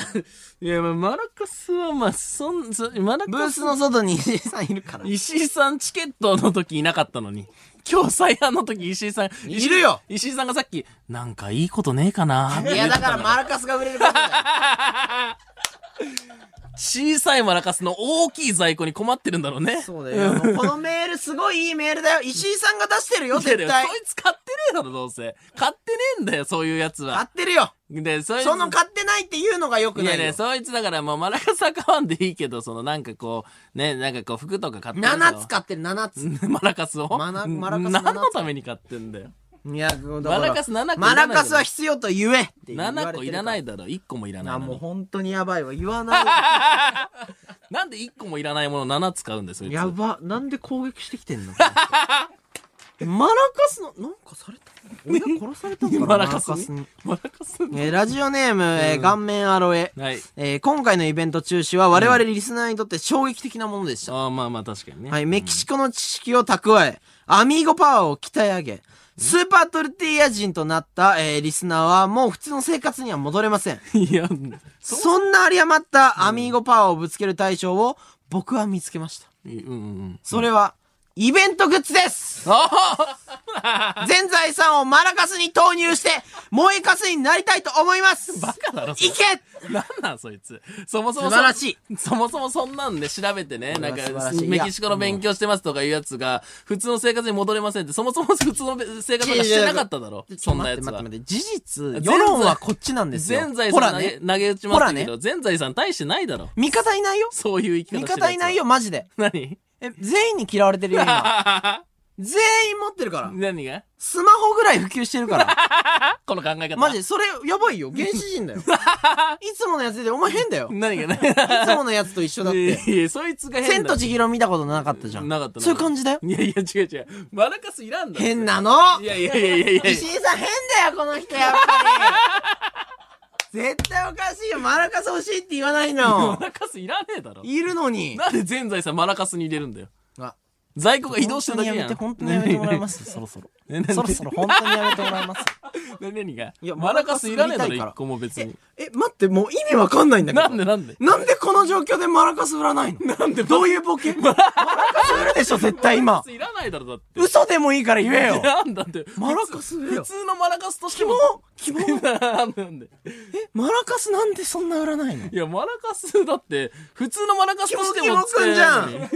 Speaker 2: いや、まあマラカスは、まあ、そん、そマラ
Speaker 1: ブ
Speaker 2: カ
Speaker 1: ー
Speaker 2: ス
Speaker 1: スの外に石井さんいるから。
Speaker 2: 石井さんチケットの時いなかったのに。今日再販の時石井さん。石井
Speaker 1: いるよ
Speaker 2: 石井さんがさっき、なんかいいことねえかない
Speaker 1: やだからマラカスが売れることだよ。
Speaker 2: 小さいマラカスの大きい在庫に困ってるんだろうね。
Speaker 1: そうだよ。このメールすごいいいメールだよ。石井さんが出してるよ、
Speaker 2: いや
Speaker 1: 絶
Speaker 2: いや
Speaker 1: 対
Speaker 2: そ。いつ買ってねえだろ、どうせ。買ってねえんだよ、そういうやつ
Speaker 1: 買
Speaker 2: は。
Speaker 1: ってるよ。
Speaker 2: で、そいつ
Speaker 1: その買ってないっていうのが良く
Speaker 2: い
Speaker 1: な
Speaker 2: や
Speaker 1: い
Speaker 2: ね、
Speaker 1: よ。
Speaker 2: そいつだからもうマラカスは買わんでいいけど、そのなんかこう、ね、なんかこう服とか買ってる
Speaker 1: 7つ買ってる、7つ。
Speaker 2: マラカスを
Speaker 1: マナマラカス
Speaker 2: 何
Speaker 1: 七つ
Speaker 2: のために買ってんだよ。
Speaker 1: いや、だから
Speaker 2: マラカス7個いらないだろ
Speaker 1: マラカスは必要と言えって言われてる
Speaker 2: 7個いらないだろ、1個もいらない
Speaker 1: あ、
Speaker 2: の
Speaker 1: もう
Speaker 2: に。
Speaker 1: 本当にやばいわ。言わないわ。
Speaker 2: なんで1個もいらないもの7つ買うんだ よ、そいつ。
Speaker 1: やば。なんで攻撃してき てんのマラカスの、なんかされた親 殺されたのかな
Speaker 2: マラカスに
Speaker 1: に。
Speaker 2: マラカス
Speaker 1: えーラジオネーム、えー顔面アロエ。
Speaker 2: はい。
Speaker 1: えー今回のイベント中止は我々リスナーにとって衝撃的なものでした。
Speaker 2: ああ、まあまあ確かにね。
Speaker 1: はい、メキシコの知識を蓄え、アミーゴパワーを鍛え上げ、スーパートルティーヤ人となった、えーリスナーはもう普通の生活には戻れま せん。
Speaker 2: いや、
Speaker 1: そんな有り余ったアミーゴパワーをぶつける対象を僕は見つけました。
Speaker 2: うんうんうん。
Speaker 1: それは、イベントグッズです全財産をマラカスに投入して、燃えかすになりたいと思います
Speaker 2: バカだろ、それ
Speaker 1: いけ
Speaker 2: なんなんそいつ。そもそも
Speaker 1: 素晴らし
Speaker 2: い。そもそもそんなんで調べてね、なんか
Speaker 1: 素晴らしい
Speaker 2: メキシコの勉強してますとかいうやつが、普通の生活に戻れませんって、そもそも普通の生活なんかしてなかっただろ。そんなやつ
Speaker 1: 待っ
Speaker 2: は
Speaker 1: て。待って待って事
Speaker 2: 全
Speaker 1: 実、
Speaker 2: 財
Speaker 1: 世論はこっちなんですよ。
Speaker 2: 全財
Speaker 1: ほら
Speaker 2: 産投げ
Speaker 1: ね。
Speaker 2: 投げ打ちましたけ
Speaker 1: ほら
Speaker 2: ど、全財産大してないだろ。
Speaker 1: 味方いないよ
Speaker 2: そういう生き
Speaker 1: 味
Speaker 2: 方してるやつ
Speaker 1: 方いないよ、。マジで。
Speaker 2: 何
Speaker 1: え、全員に嫌われてるよ、今。 全員持ってるから。
Speaker 2: 何が
Speaker 1: スマホぐらい普及してる から。
Speaker 2: この考え方。
Speaker 1: マジで、それ、やばいよ。原始 人だよ。いつものやつで、お前変だよ。い
Speaker 2: 何がね。
Speaker 1: つものやつと一緒だっ
Speaker 2: い
Speaker 1: て。
Speaker 2: やいやそいつが変
Speaker 1: 千
Speaker 2: だ
Speaker 1: と千尋見たことなかったじゃん。
Speaker 2: なかったな
Speaker 1: そういう感じだよ。
Speaker 2: いやいや、違う違う。マラカスいらんだろ。
Speaker 1: 変なの
Speaker 2: いやいやいやいやいや。
Speaker 1: 石井さん変だよ、この人、やっぱり。 絶対おかしいよ。マラカス欲しいって言わない
Speaker 2: マ
Speaker 1: の。
Speaker 2: ラカスいらねえだろ。
Speaker 1: いるのに。
Speaker 2: なんで全財産マラカスに入れるんだよ。
Speaker 1: あ
Speaker 2: 在庫が移動してるだけ
Speaker 1: 本当にや
Speaker 2: や
Speaker 1: めて、本当
Speaker 2: ん。
Speaker 1: にやめてもらいます。 そろそろ。
Speaker 2: ねねね
Speaker 1: そろそろ本当にやめてもらいます。
Speaker 2: ね 何が
Speaker 1: いや
Speaker 2: マラカスいらねえだろ、
Speaker 1: マラカス売りたいから
Speaker 2: 一個も別に。
Speaker 1: え、待って、もう意味わかんないんだけど。
Speaker 2: なんでなんで
Speaker 1: なんでこ の状況でマラカス売らないのなんでどういうボケマラカス売るでしょ、絶対
Speaker 2: マ
Speaker 1: 今
Speaker 2: ラカ。スいらないないだろ、だって。
Speaker 1: 嘘でもいいから言えよ
Speaker 2: なんだって。
Speaker 1: マラカス
Speaker 2: 普
Speaker 1: よ。
Speaker 2: 通のマラカスとして
Speaker 1: キモ
Speaker 2: も。
Speaker 1: キモ
Speaker 2: なんでなんで。
Speaker 1: え、マラカスなんでそんな売らないの
Speaker 2: いや、マラカスだって、普通のマラカスとしても使えないのに。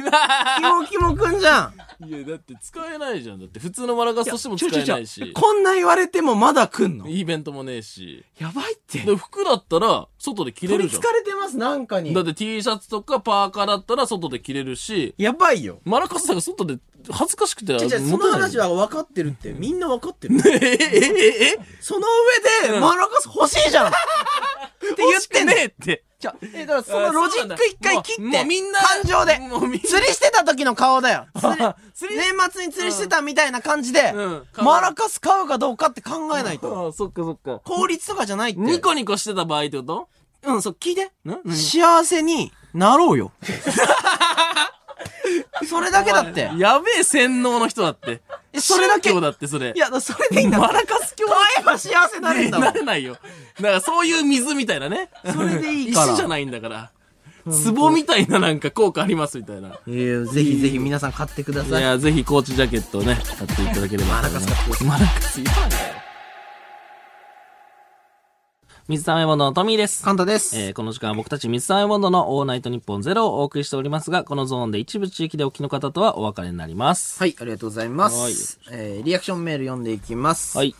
Speaker 1: キモキモくんじゃん
Speaker 2: いや、だって使えないじゃん。だって普通のマラカスとしても使えない
Speaker 1: ちょちょ
Speaker 2: し
Speaker 1: ちょ。こんな言われてもまだ来んの
Speaker 2: イベントもねえし。
Speaker 1: やばいって。
Speaker 2: で、服だったら、外で着れ
Speaker 1: 取
Speaker 2: る
Speaker 1: り
Speaker 2: じ
Speaker 1: つ
Speaker 2: ゃん。
Speaker 1: かれてます、なんかに
Speaker 2: だっ。て T シャツとかパーカーだったら外で着れるし、
Speaker 1: やばいよ。
Speaker 2: マラカスだから外で恥ずかしくて
Speaker 1: じゃその話
Speaker 2: は。
Speaker 1: は分かってるって、みんな分かってる。
Speaker 2: え、え、え、え、
Speaker 1: その上で、マラカス欲しいじ ゃんって言ってんの
Speaker 2: ねえって。
Speaker 1: じゃあ、え、だからそのロジック一回切って、
Speaker 2: もうみんな、
Speaker 1: 感情で、
Speaker 2: もうみん
Speaker 1: 釣りしてた時の顔 だよ。釣り
Speaker 2: な、釣り
Speaker 1: 年末に釣りしてたみたいな感じで、
Speaker 2: うん
Speaker 1: マラカス買うかどうかって考えないと。
Speaker 2: ああ、そっかそっか。
Speaker 1: 効率とかじゃないって。
Speaker 2: ニコニコしてた場合ってこと
Speaker 1: うん、そう、聞いて。
Speaker 2: ん
Speaker 1: 幸せになろうよ。 それだけだって。
Speaker 2: やべえ洗脳の人だって。
Speaker 1: えそれだけ
Speaker 2: 宗教だってそれ。
Speaker 1: いや、だからそれでいいんだ。マラカス教買えば幸せになれるんだも
Speaker 2: なんれないよ。なんかそういう水みたいなね。
Speaker 1: それでいいから
Speaker 2: 石じゃないんだから。壺みたいななんか効果ありますみたいな。
Speaker 1: いやぜひぜひ皆さん買ってくだ
Speaker 2: い
Speaker 1: さい。
Speaker 2: や、ぜひコーチジャケットをね、買っていただければ。マラカス買ってマラカスいらね水溜りボンドのトミーです。
Speaker 1: カンタです。
Speaker 2: えーこの時間は僕たち水溜りボンドのオールナイトニッポンゼロをお送りしておりますが、このゾーンで一部地域でお聞きの方とはお別れになります。
Speaker 1: はい、ありがとうございます。えーリアクションメール読んでいきます。
Speaker 2: はい。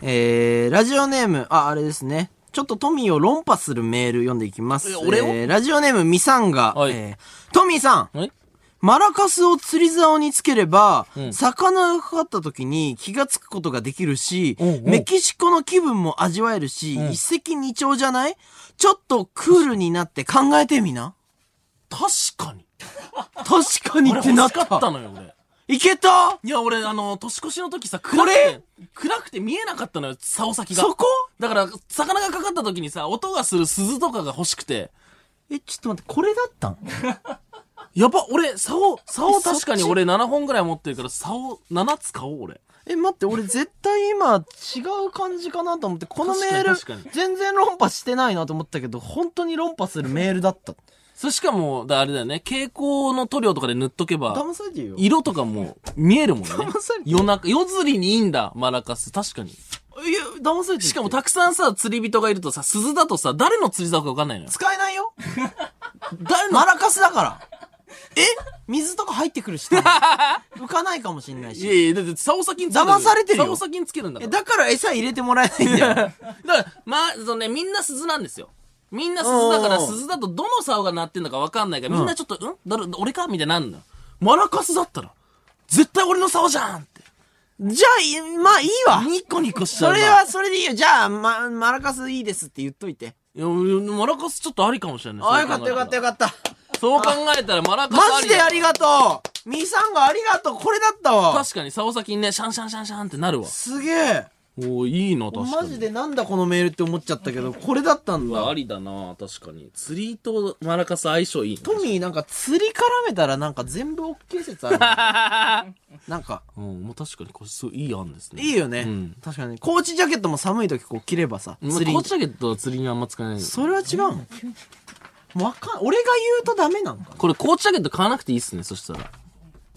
Speaker 1: えー、ラジオネーム、あ、あれですね。ちょっとトミーを論破するメール読んでいきます。
Speaker 2: え俺を
Speaker 1: えーラジオネーム、ミサンガ。
Speaker 2: はい
Speaker 1: えートミーさん、
Speaker 2: はい
Speaker 1: マラカスを釣り竿につければ、
Speaker 2: ん
Speaker 1: 魚がかかった時に気がつくことができるし、
Speaker 2: おうおう
Speaker 1: メキシコの気分も味わえるし、一石二鳥じゃないちょっとクールになって考えてみな。
Speaker 2: 確かに。
Speaker 1: 確かに
Speaker 2: 俺
Speaker 1: ってな
Speaker 2: 欲
Speaker 1: っ
Speaker 2: しかった
Speaker 1: た。
Speaker 2: のよ、俺。
Speaker 1: いけた
Speaker 2: いや、俺、あの、年越しの時さ、暗く
Speaker 1: こ
Speaker 2: て、暗くて見えなかったのよ、竿先が。
Speaker 1: そこ
Speaker 2: だから、魚がかかった時にさ、音がする鈴とかが欲しくて。
Speaker 1: え、ちょっと待って、これだったん
Speaker 2: やば、俺、竿、竿確かに
Speaker 1: そっち
Speaker 2: 俺7本ぐらい持ってるから、竿7つ買おう、俺。
Speaker 1: え、待って、俺絶対今違う感じかなと思って、このメー
Speaker 2: 確かに確
Speaker 1: ル、全然論破してないなと思ったけど、本当に論破するメールだった。
Speaker 2: それしかも、だあれだよね、蛍光の塗料とかで塗っとけば、
Speaker 1: 騙されてるよ。
Speaker 2: 色とかも見えるもんね
Speaker 1: 騙され。て
Speaker 2: 夜中、夜釣りにいいんだ、マラカス。確かに。
Speaker 1: いや、騙されてるって
Speaker 2: しかもたくさんさ、釣り人がいるとさ、鈴だとさ、誰の釣り竿かわかんないのよ。
Speaker 1: 使えない よ。誰マラカスだから。え水とか入ってくるし、多分浮 かないかもしんない
Speaker 2: い
Speaker 1: し。
Speaker 2: やいや、だって竿先につける。
Speaker 1: 騙されてるよ
Speaker 2: 竿先につけるんだか
Speaker 1: え、
Speaker 2: ら。
Speaker 1: だから餌入れてもらえないんだ よ。
Speaker 2: だから、まあ、そのね、みんな鈴なんですよ。みんな鈴だから、
Speaker 1: おうおう
Speaker 2: 鈴だとどの竿が鳴ってんのかわかんないから、みんなちょっと、うんだる俺かみたいになるのよ。マラカスだったら、絶対俺の竿じゃんって。
Speaker 1: じゃあい、まあいいわ。
Speaker 2: ニコニコしちゃ
Speaker 1: そう
Speaker 2: な。
Speaker 1: れは、それでいいよ。じゃあ、ま、マラカスいいですって言っといて。
Speaker 2: いや、俺マラカスちょっとありかもしれない。
Speaker 1: あ、よかったよかったよ
Speaker 2: かっ
Speaker 1: かった。
Speaker 2: た。そう考えたら、マラカス
Speaker 1: マジであり
Speaker 2: が
Speaker 1: がとうミーさんがありがとうこれだったわ
Speaker 2: 確かに、竿先にね、シャンシャンシャンシャンってなるわ。
Speaker 1: すげえ
Speaker 2: おーいいな、確かに。
Speaker 1: マジでなんだこのメールって思っちゃったけど、これだったん
Speaker 2: うわ。あ
Speaker 1: だ。
Speaker 2: りだな、確かに。釣りとマラカス相性いいね。
Speaker 1: トミーなんか釣り絡めたらなんか全部 OK 説あるね。 なんか、
Speaker 2: うん、もう確かに、これ、そう、いい案ですね。
Speaker 1: いいよね。
Speaker 2: うん
Speaker 1: 確かに。コーチジャケットも寒い時こう着ればさ、
Speaker 2: まあ
Speaker 1: 釣り
Speaker 2: コー。チジャケットは釣りにあんま使えない。
Speaker 1: それは違うのわかん、俺が言うとダメなのか
Speaker 2: これ、コーチジャケット買わなくていいっすね、そしたら。
Speaker 1: な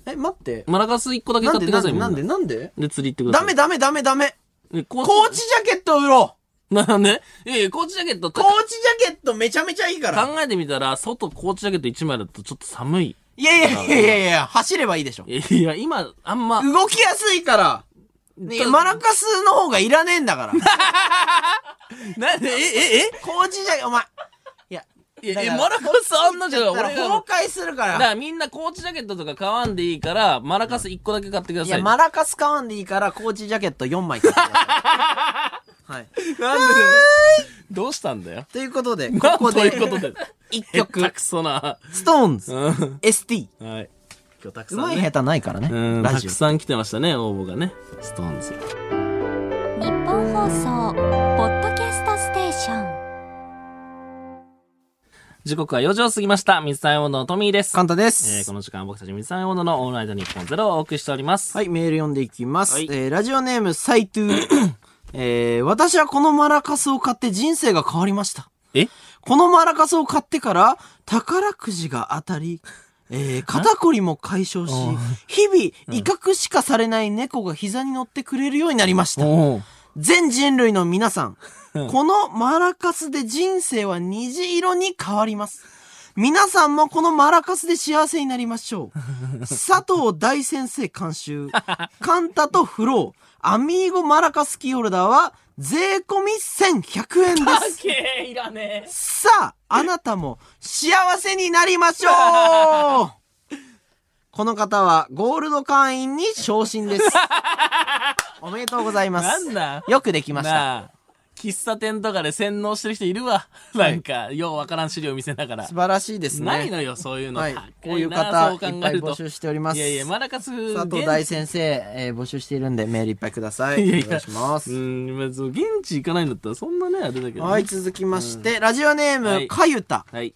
Speaker 1: え、待って。
Speaker 2: マラカス1個だけ
Speaker 1: な
Speaker 2: 買
Speaker 1: ん
Speaker 2: って
Speaker 1: で
Speaker 2: く
Speaker 1: なんで
Speaker 2: ださい、みん
Speaker 1: な
Speaker 2: なん
Speaker 1: でなんで
Speaker 2: で、釣り行ってくだ
Speaker 1: ダ
Speaker 2: さ
Speaker 1: メ
Speaker 2: い。
Speaker 1: ダメダメダメ
Speaker 2: メ
Speaker 1: コ
Speaker 2: コ
Speaker 1: ー
Speaker 2: ー
Speaker 1: チ
Speaker 2: チ、
Speaker 1: ジャケットを売ろう
Speaker 2: なんでいやいや、コーチジャケットって
Speaker 1: コ
Speaker 2: 考
Speaker 1: ーチジャケットめちゃめちゃいいから
Speaker 2: えてみたら、外コーチジャケット1枚だとちょっと寒い。
Speaker 1: いやいやいやいやいや、走ればいいでしょ。
Speaker 2: いやいや、今、あんま、
Speaker 1: 動きやすいから、ね、
Speaker 2: と
Speaker 1: マラカスの方がいらねえんだから。
Speaker 2: なんで、え、え、
Speaker 1: コーチじゃ、お前。いや、
Speaker 2: えい
Speaker 1: だ
Speaker 2: や、え、
Speaker 1: から
Speaker 2: マラカスあんなじゃん、
Speaker 1: だか
Speaker 2: 俺
Speaker 1: ら
Speaker 2: が。
Speaker 1: 崩壊するか。
Speaker 2: だかららみんなコーチジャケットとか買わんでいいから、マラカス1個だけ買ってくだ
Speaker 1: い
Speaker 2: さい。
Speaker 1: や、マラカス買わんでいいから、コーチジャケット4枚買ってください。はい。
Speaker 2: なんでどうしたんだよ。
Speaker 1: ということで、
Speaker 2: な
Speaker 1: こ
Speaker 2: ん
Speaker 1: ことで
Speaker 2: いうこと で。
Speaker 1: 一
Speaker 2: 下手
Speaker 1: 曲
Speaker 2: く、そな。う
Speaker 1: STONES、
Speaker 2: ん。はい。
Speaker 1: ST。
Speaker 2: 今日たく
Speaker 1: う
Speaker 2: さん、
Speaker 1: ま
Speaker 2: ね。
Speaker 1: い下手ないから
Speaker 2: う
Speaker 1: ね。
Speaker 2: ん、
Speaker 1: ラ
Speaker 2: た
Speaker 1: ジ
Speaker 2: く
Speaker 1: オ。
Speaker 2: さん来てましたね、応募がね。ストーンズ。
Speaker 3: 日本放送ポッドキャストステーション
Speaker 2: 時刻は4時を過ぎました。水溜りボンドのトミーです。
Speaker 1: カンタで
Speaker 2: えー
Speaker 1: す
Speaker 2: こ。の時間は僕たち水溜りボンドのオールナイトニッポンゼロをお送りしております。
Speaker 1: はい、メール読んでいきます。
Speaker 2: はい
Speaker 1: えーラジオネーム、サイトゥ ー。えー私はこのマラカスを買って人生が変わりました。
Speaker 2: え
Speaker 1: このマラカスを買ってから、宝くじが当たり、ええー肩こりも解消し、日々威嚇しかされない猫が膝に乗ってくれるようになりました。
Speaker 2: おう
Speaker 1: 全人類の皆さん、
Speaker 2: うん
Speaker 1: このマラカスで人生は虹色に変わります。皆さんもこのマラカスで幸せになりましょ う。佐藤大先生監修、カンタとフロー、アミーゴマラカスキーホルダーは税込み1100円で
Speaker 2: あ
Speaker 1: す。
Speaker 2: けーいらねえ。
Speaker 1: さあ、あなたも幸せになりましょうこの方はゴールド会員に昇進 です。おめでとうございます。
Speaker 2: なんだ
Speaker 1: よくできました。
Speaker 2: なあ。喫茶店とかで洗脳してる人いるわ。なんか、ようわからん資料見せながら
Speaker 1: 素。晴らしいですね。
Speaker 2: ないのよ、そういうの。
Speaker 1: はい
Speaker 2: かっ。
Speaker 1: こ
Speaker 2: こ
Speaker 1: ういう
Speaker 2: な
Speaker 1: 方、い
Speaker 2: そ
Speaker 1: っ
Speaker 2: う考
Speaker 1: ぱ
Speaker 2: える
Speaker 1: い
Speaker 2: と
Speaker 1: 募集しております。
Speaker 2: いやいや、マラカス。
Speaker 1: 佐藤大先生、えー募集しているんで、メールいっぱいください。
Speaker 2: いやいや
Speaker 1: お願いしま
Speaker 2: う
Speaker 1: す。
Speaker 2: ん、まあ、そう現地行かないんだったら、そんなね、あれだけど、ね。
Speaker 1: はい、。続きまして、ラジオネーム、
Speaker 2: はい
Speaker 1: かゆた。
Speaker 2: はい。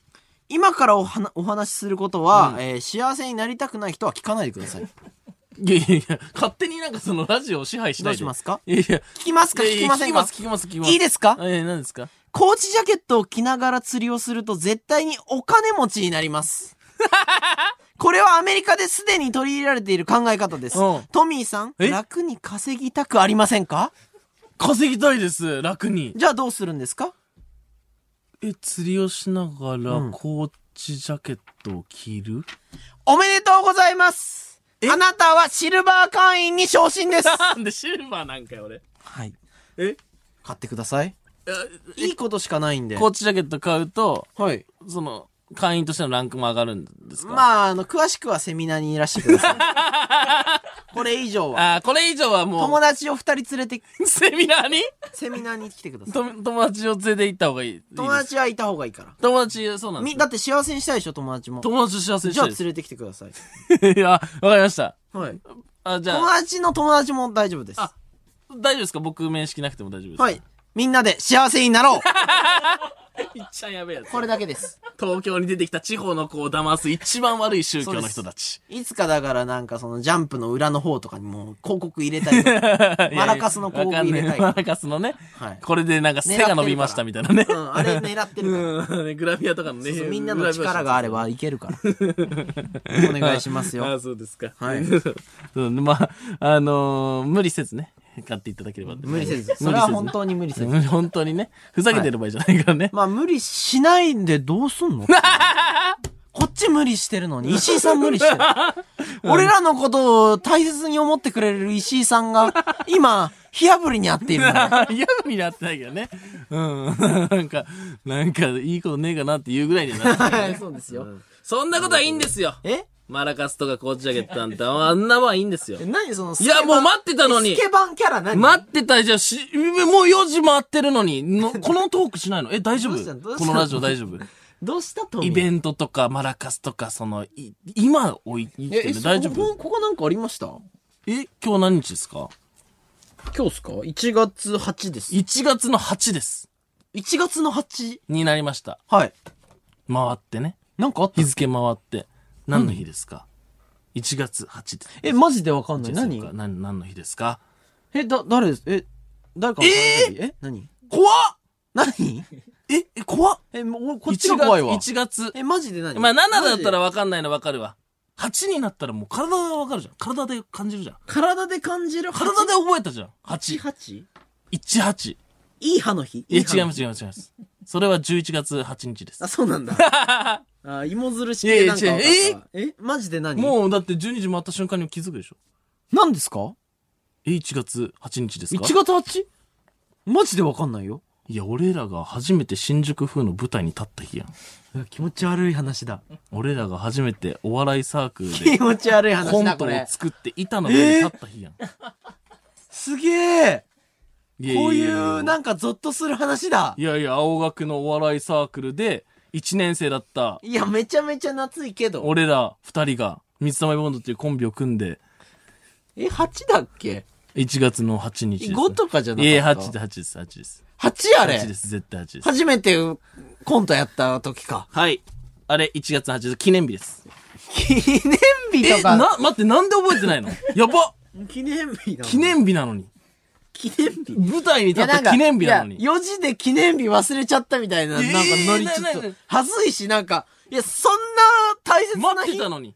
Speaker 1: 今からおはなお話しすることは、
Speaker 2: うん
Speaker 1: えー幸せになりたくない人は聞かないでくだ さい。
Speaker 2: いやいやいや、勝手になんかそのラジオを支配し
Speaker 1: ど
Speaker 2: ないうで。
Speaker 1: しますか
Speaker 2: いやいや。
Speaker 1: 聞きますか
Speaker 2: いや
Speaker 1: 聞
Speaker 2: い
Speaker 1: き
Speaker 2: や
Speaker 1: ませんか
Speaker 2: 聞きます、聞きます、聞きます。
Speaker 1: いいですか
Speaker 2: えー、何ですか
Speaker 1: コーチジャケットを着ながら釣りをすると絶対にお金持ちになり ます。これはアメリカですでに取り入れられている考え方です
Speaker 2: うん。
Speaker 1: トミーさん、
Speaker 2: え
Speaker 1: 楽に稼ぎたくありませんか
Speaker 2: 稼ぎたいです、楽に。
Speaker 1: じゃあどうするんですか
Speaker 2: え、釣りをしなが
Speaker 1: う
Speaker 2: ら
Speaker 1: ん、
Speaker 2: コーチジャケットを着る、
Speaker 1: おめでとうございますあなたはシルバー会員に昇進 です
Speaker 2: なんでシルバーなんかよ、俺。
Speaker 1: はい。
Speaker 2: え
Speaker 1: 買ってください。いいことしかないんで。
Speaker 2: コーチジャケット買うと、
Speaker 1: はい。
Speaker 2: その、会員としてのランクも上がるんですか
Speaker 1: まあ、あの、詳しくはセミナーにいらしてください。これ以上は。
Speaker 2: あー、これ以上はも
Speaker 1: 友達を二人連れて、
Speaker 2: う、セミナーに
Speaker 1: セミナーに来てください。
Speaker 2: と友達を連れて行った方がいい。いいです
Speaker 1: 友達はいた方がいいから。
Speaker 2: 友達、そうなんで
Speaker 1: み、
Speaker 2: す
Speaker 1: だ
Speaker 2: か
Speaker 1: って幸せにしたいでしょ、友達も。
Speaker 2: 友達を幸せにし
Speaker 1: じゃ
Speaker 2: た
Speaker 1: あ
Speaker 2: い
Speaker 1: 連
Speaker 2: です。
Speaker 1: れてきてください。
Speaker 2: いや、わかりました。
Speaker 1: はい。
Speaker 2: あ、じゃ
Speaker 1: 友
Speaker 2: あ、
Speaker 1: 達の友達も大丈夫です。
Speaker 2: あ大丈夫ですか僕面識なくても大丈夫です。。
Speaker 1: はいい。みんなで幸せになろう
Speaker 2: いっちゃんやべえやつ。
Speaker 1: これだけです。
Speaker 2: 東京に出てきた地方の子を騙す一番悪い宗教の人たち。
Speaker 1: いつかだからなんかそのジャンプの裏の方とかにもう広告入れたりと か。マラカスの広告入れたい
Speaker 2: わかんねえマラカスのね、
Speaker 1: はい
Speaker 2: これでなんか背が伸びましたみたいなね。
Speaker 1: うん、あれ狙ってるから。
Speaker 2: うん、グラビアとかのね。
Speaker 1: そうみんなの力があればいけるから。お願いします
Speaker 2: あ
Speaker 1: よ。
Speaker 2: あ、そうですか。
Speaker 1: はい
Speaker 2: そうまあ、あのー無理せずね、買っていただければ。
Speaker 1: 無理せず。そ
Speaker 2: 無
Speaker 1: れ
Speaker 2: 理
Speaker 1: は
Speaker 2: せず
Speaker 1: 本当に無理せず。
Speaker 2: ね。本当にね、ふざけてる場合じゃないからね。
Speaker 1: まあ無理しないんでどうす んのこっち無理してるのに、石井さん無理してる。俺らのことを大切に思ってくれる石井さんが、今、火炙りにあっているのよ。
Speaker 2: 嫌味になって ないけどね。うん。なんか、なんか、いいことねえかなっていうぐらいにはなってる
Speaker 1: はい、 そうですよ。
Speaker 2: そんなことはいいんですよ。
Speaker 1: え
Speaker 2: マラカスとかコーチジャケットなんて、あんなはいいんですよ
Speaker 1: え。何そのス
Speaker 2: い
Speaker 1: ケバン、
Speaker 2: や、もう待ってたのに
Speaker 1: ス。ケバンキャラ何
Speaker 2: 待ってたじゃんし、もう4時回ってるのに、 のこのトークしないのえ、大丈
Speaker 1: どうしたのどう
Speaker 2: 夫
Speaker 1: した
Speaker 2: こ
Speaker 1: の
Speaker 2: のラジオ大丈夫
Speaker 1: どうしたと
Speaker 2: イベ
Speaker 1: ン
Speaker 2: ントとかマラカスとか、その、い今を生き
Speaker 1: え、
Speaker 2: て
Speaker 1: え
Speaker 2: る大丈夫
Speaker 1: ここ、ここなんかありました
Speaker 2: え、今日何日ですか
Speaker 1: 今日っすか ?1 月8です。
Speaker 2: ?1 月の8です。
Speaker 1: 1月の 8?
Speaker 2: になりました。
Speaker 1: はい。
Speaker 2: 回ってね。
Speaker 1: なんかあっ
Speaker 2: 日付回って。何の日ですか、?1 月8です。
Speaker 1: え、マジでわかんない。
Speaker 2: そうか
Speaker 1: 何
Speaker 2: 何何の日ですか
Speaker 1: え、だ、誰ですえ、誰かの誕生日え何
Speaker 2: 怖っ
Speaker 1: 何
Speaker 2: え、え怖っ
Speaker 1: え、もう、こっちが怖いわ。
Speaker 2: 1月。
Speaker 1: え、マジで何
Speaker 2: まあ7だったら
Speaker 1: マジで
Speaker 2: 分かんないの分かるわ。8になったらもう体が分かるじゃん。体で感じるじゃん。
Speaker 1: 体で感じる。
Speaker 2: 体で覚えたじゃん。
Speaker 1: 8
Speaker 2: 8。
Speaker 1: 8?
Speaker 2: 18。い
Speaker 1: いい歯の日
Speaker 2: や、
Speaker 1: い歯
Speaker 2: 違い
Speaker 1: の
Speaker 2: ま
Speaker 1: 日
Speaker 2: す、違います、違います。それは11月8日です
Speaker 1: あ、。そう なんだ。あ、芋づるし
Speaker 2: いや
Speaker 1: 系
Speaker 2: い
Speaker 1: な
Speaker 2: や
Speaker 1: んか分かった
Speaker 2: 違う
Speaker 1: わえマジで何う、
Speaker 2: もうだって12時回った瞬間に気づくでしょ。
Speaker 1: 何ですか
Speaker 2: え、1月8日です
Speaker 1: ?1
Speaker 2: か
Speaker 1: 月 8? マジでわかんないよ。
Speaker 2: いや、俺らが初めて新宿風の舞台に立った日やん。
Speaker 1: うわ気持ち悪い話だ。
Speaker 2: 俺らが初めてお笑いサークル で
Speaker 1: 気持ち悪い
Speaker 2: コ
Speaker 1: 話だ、
Speaker 2: ン
Speaker 1: こ
Speaker 2: トを
Speaker 1: れ。
Speaker 2: 作って板の上に立った日やん。
Speaker 1: すげえ
Speaker 2: いや
Speaker 1: こうい
Speaker 2: ややや
Speaker 1: う、なんかゾッとする話だ
Speaker 2: い。やいや、青学のお笑いサークルで、1年生だった、
Speaker 1: いや、めちゃめちゃ懐いけど。
Speaker 2: 俺ら2人が、水溜りボンドっていうコンビを組んで、
Speaker 1: え、8だっけ
Speaker 2: 1月の8日です、ね。
Speaker 1: ?5 とかじゃなか
Speaker 2: い
Speaker 1: った
Speaker 2: や、8で8です、8です。
Speaker 1: 8あれ
Speaker 2: 8です、絶対8です。
Speaker 1: 初めてコントやった時 か。
Speaker 2: はい。あれ、1月8日、記念日です。
Speaker 1: 記念日と
Speaker 2: え、
Speaker 1: か。
Speaker 2: な、待って、なんで覚えてないのやば
Speaker 1: 記念日だもん
Speaker 2: 記念日なのに。
Speaker 1: 記念日
Speaker 2: 舞台に
Speaker 1: い
Speaker 2: 立った記念日なのに。
Speaker 1: 4時で記念日忘れちゃったみたいな、なんかノリちょっ
Speaker 2: えーなな
Speaker 1: と。はずいし、なんか、いや、そんな大切な
Speaker 2: 待っ
Speaker 1: 日
Speaker 2: てたのに。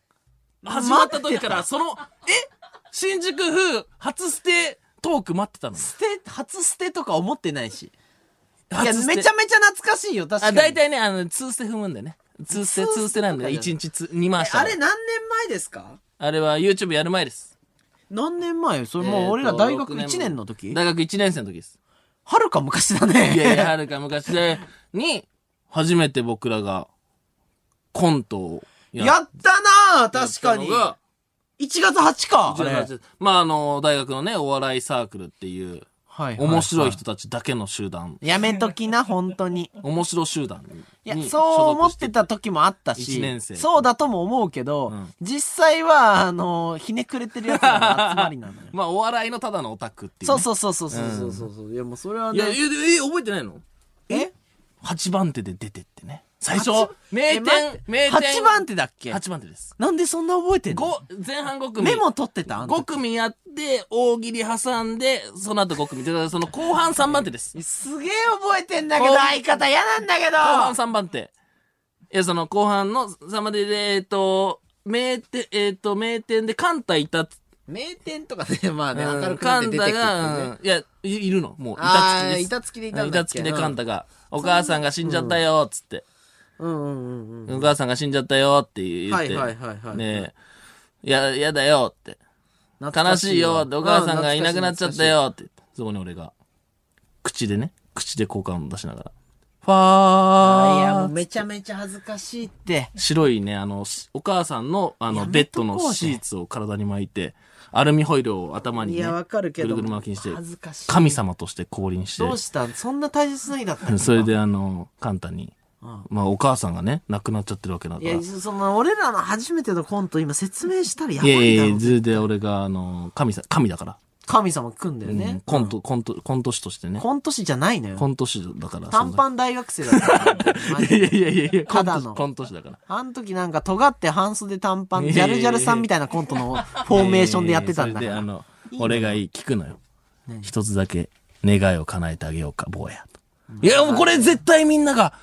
Speaker 2: 始まった時から、その、え新宿風初捨てトーク待ってたのに。
Speaker 1: 捨て、初捨てとか思ってないし。いや、
Speaker 2: 初捨て
Speaker 1: めちゃめちゃ懐かしいよ、確か
Speaker 2: あ、
Speaker 1: に。
Speaker 2: 大体ね、あの、2捨て踏むんだよね。2捨て、
Speaker 1: ツーステ
Speaker 2: 2捨て
Speaker 1: とか
Speaker 2: なんだよ。
Speaker 1: じゃない
Speaker 2: 1日つ2回した
Speaker 1: あ
Speaker 2: の。
Speaker 1: れ何年前ですか
Speaker 2: あれは YouTube やる前です。
Speaker 1: 何年前それ
Speaker 2: えー
Speaker 1: もう
Speaker 2: と
Speaker 1: 俺ら大学
Speaker 2: 六
Speaker 1: 1年の時
Speaker 2: 大学1年生の時です。
Speaker 1: はるか昔だね。
Speaker 2: いやいや、はるか昔で、に、初めて僕らが、コントを
Speaker 1: や
Speaker 2: やっ
Speaker 1: ったなぁ確
Speaker 2: た
Speaker 1: か
Speaker 2: の
Speaker 1: に。
Speaker 2: が
Speaker 1: 1月8か。
Speaker 2: 1
Speaker 1: あれ
Speaker 2: 月8日まあ、あの、大学のね、お笑いサークルっていう、
Speaker 1: はい
Speaker 2: 面白い人
Speaker 1: は
Speaker 2: たちだけの集団、
Speaker 1: いやめときな、本当 に。
Speaker 2: 面白集団に。
Speaker 1: いや、
Speaker 2: に
Speaker 1: そう思っ
Speaker 2: 所属して
Speaker 1: てた時もあったし、
Speaker 2: 一年生
Speaker 1: そうだとも思うけど、
Speaker 2: うん。
Speaker 1: 実際は、あの、ひねくれてるやつらの集まりなのよ
Speaker 2: まあ、お笑いのただのオタクっていう
Speaker 1: そ
Speaker 2: ね、
Speaker 1: うそうそうそうそうそうそう、いや、もうそれはい
Speaker 2: や、え、
Speaker 1: ね、
Speaker 2: え、覚えてないの
Speaker 1: え
Speaker 2: ?8 番手で出てってね。最初
Speaker 1: 八、
Speaker 2: 名
Speaker 1: え待っ
Speaker 2: 店
Speaker 1: て、
Speaker 2: 名店。
Speaker 1: 8番手だっけ
Speaker 2: 八番手です。
Speaker 1: なんでそんな覚えてんの
Speaker 2: 五前半5組。
Speaker 1: メモ取ってたあんた
Speaker 2: 5組やって、大喜利挟んで、その後5組。だからその後半3番手です。後
Speaker 1: すげえ覚えてんだけど、
Speaker 2: こう
Speaker 1: 相方嫌なんだけど
Speaker 2: 半3番手。いや、その後半の3番手で、えっ、と、名店、えっ、と、名店でカンタいたっつ、
Speaker 1: 名店とかね、まあね、
Speaker 2: うん
Speaker 1: 明るくな
Speaker 2: カ
Speaker 1: って
Speaker 2: ン
Speaker 1: 出てくるっ
Speaker 2: タ
Speaker 1: ていう
Speaker 2: が、
Speaker 1: ね。
Speaker 2: うんいや、いいるの。もう、
Speaker 1: あー
Speaker 2: 板付きです。
Speaker 1: 板付きでいたんだっ
Speaker 2: 板
Speaker 1: け
Speaker 2: 付きでカンタが、お母さんが死んじゃったよ、つって。
Speaker 1: うんうんうんうん。
Speaker 2: お母さんが死んじゃったよって言って。
Speaker 1: はいはいはいはい
Speaker 2: ねえ、いや、やだよって。
Speaker 1: 懐
Speaker 2: 悲
Speaker 1: か
Speaker 2: しいよって、お母さんがいなくなっち
Speaker 1: う
Speaker 2: ゃった。
Speaker 1: ん懐かしい懐かしい
Speaker 2: よって。そこに俺が、口でね、口で効果音出しながら。ファ
Speaker 1: あーいや、もう
Speaker 2: ー
Speaker 1: めちゃめちゃ恥ずかしいって。
Speaker 2: 白いね、あの、しお母さんの、あ
Speaker 1: や
Speaker 2: の、ベ
Speaker 1: め
Speaker 2: ッド
Speaker 1: とこうぜ
Speaker 2: のシーツを体に巻いて、アルミホイルを頭に
Speaker 1: い
Speaker 2: ね、
Speaker 1: や、わかるけど。
Speaker 2: ぐるぐる巻きにして
Speaker 1: 恥ずかしい。
Speaker 2: 神様として降臨し
Speaker 1: どう
Speaker 2: て、
Speaker 1: したそんな大切な日だったっけ
Speaker 2: それ。であの、カンタに、
Speaker 1: うん
Speaker 2: まあお母さんがね、亡くなっちゃってるわけだか
Speaker 1: い
Speaker 2: ら
Speaker 1: や、。その、俺らの初めてのコント今説明したらやば
Speaker 2: いや
Speaker 1: い
Speaker 2: い
Speaker 1: だろ
Speaker 2: やいや、それで俺が、あの、神さ、神だから。
Speaker 1: 神様来んだよ
Speaker 2: うん
Speaker 1: ね。
Speaker 2: コント、コント、コント師としてね。
Speaker 1: コント師じゃないのよ
Speaker 2: コ。ント師だから。
Speaker 1: 短パン大学生だったからマジ
Speaker 2: いや
Speaker 1: で。
Speaker 2: いやいやいや、コ
Speaker 1: た
Speaker 2: ン
Speaker 1: だ
Speaker 2: ト
Speaker 1: の
Speaker 2: 師、コント師だから。
Speaker 1: あの時なんか尖って半袖短パン、ジャルジャルさんみたいなコントのフォーメーションでやってたんだか
Speaker 2: いやいやいや
Speaker 1: ら。
Speaker 2: それで、あの、俺がいい、聞くのよ。一つだけ願いを叶えてあげようか、坊や。いや、もうこれ絶対みんなが、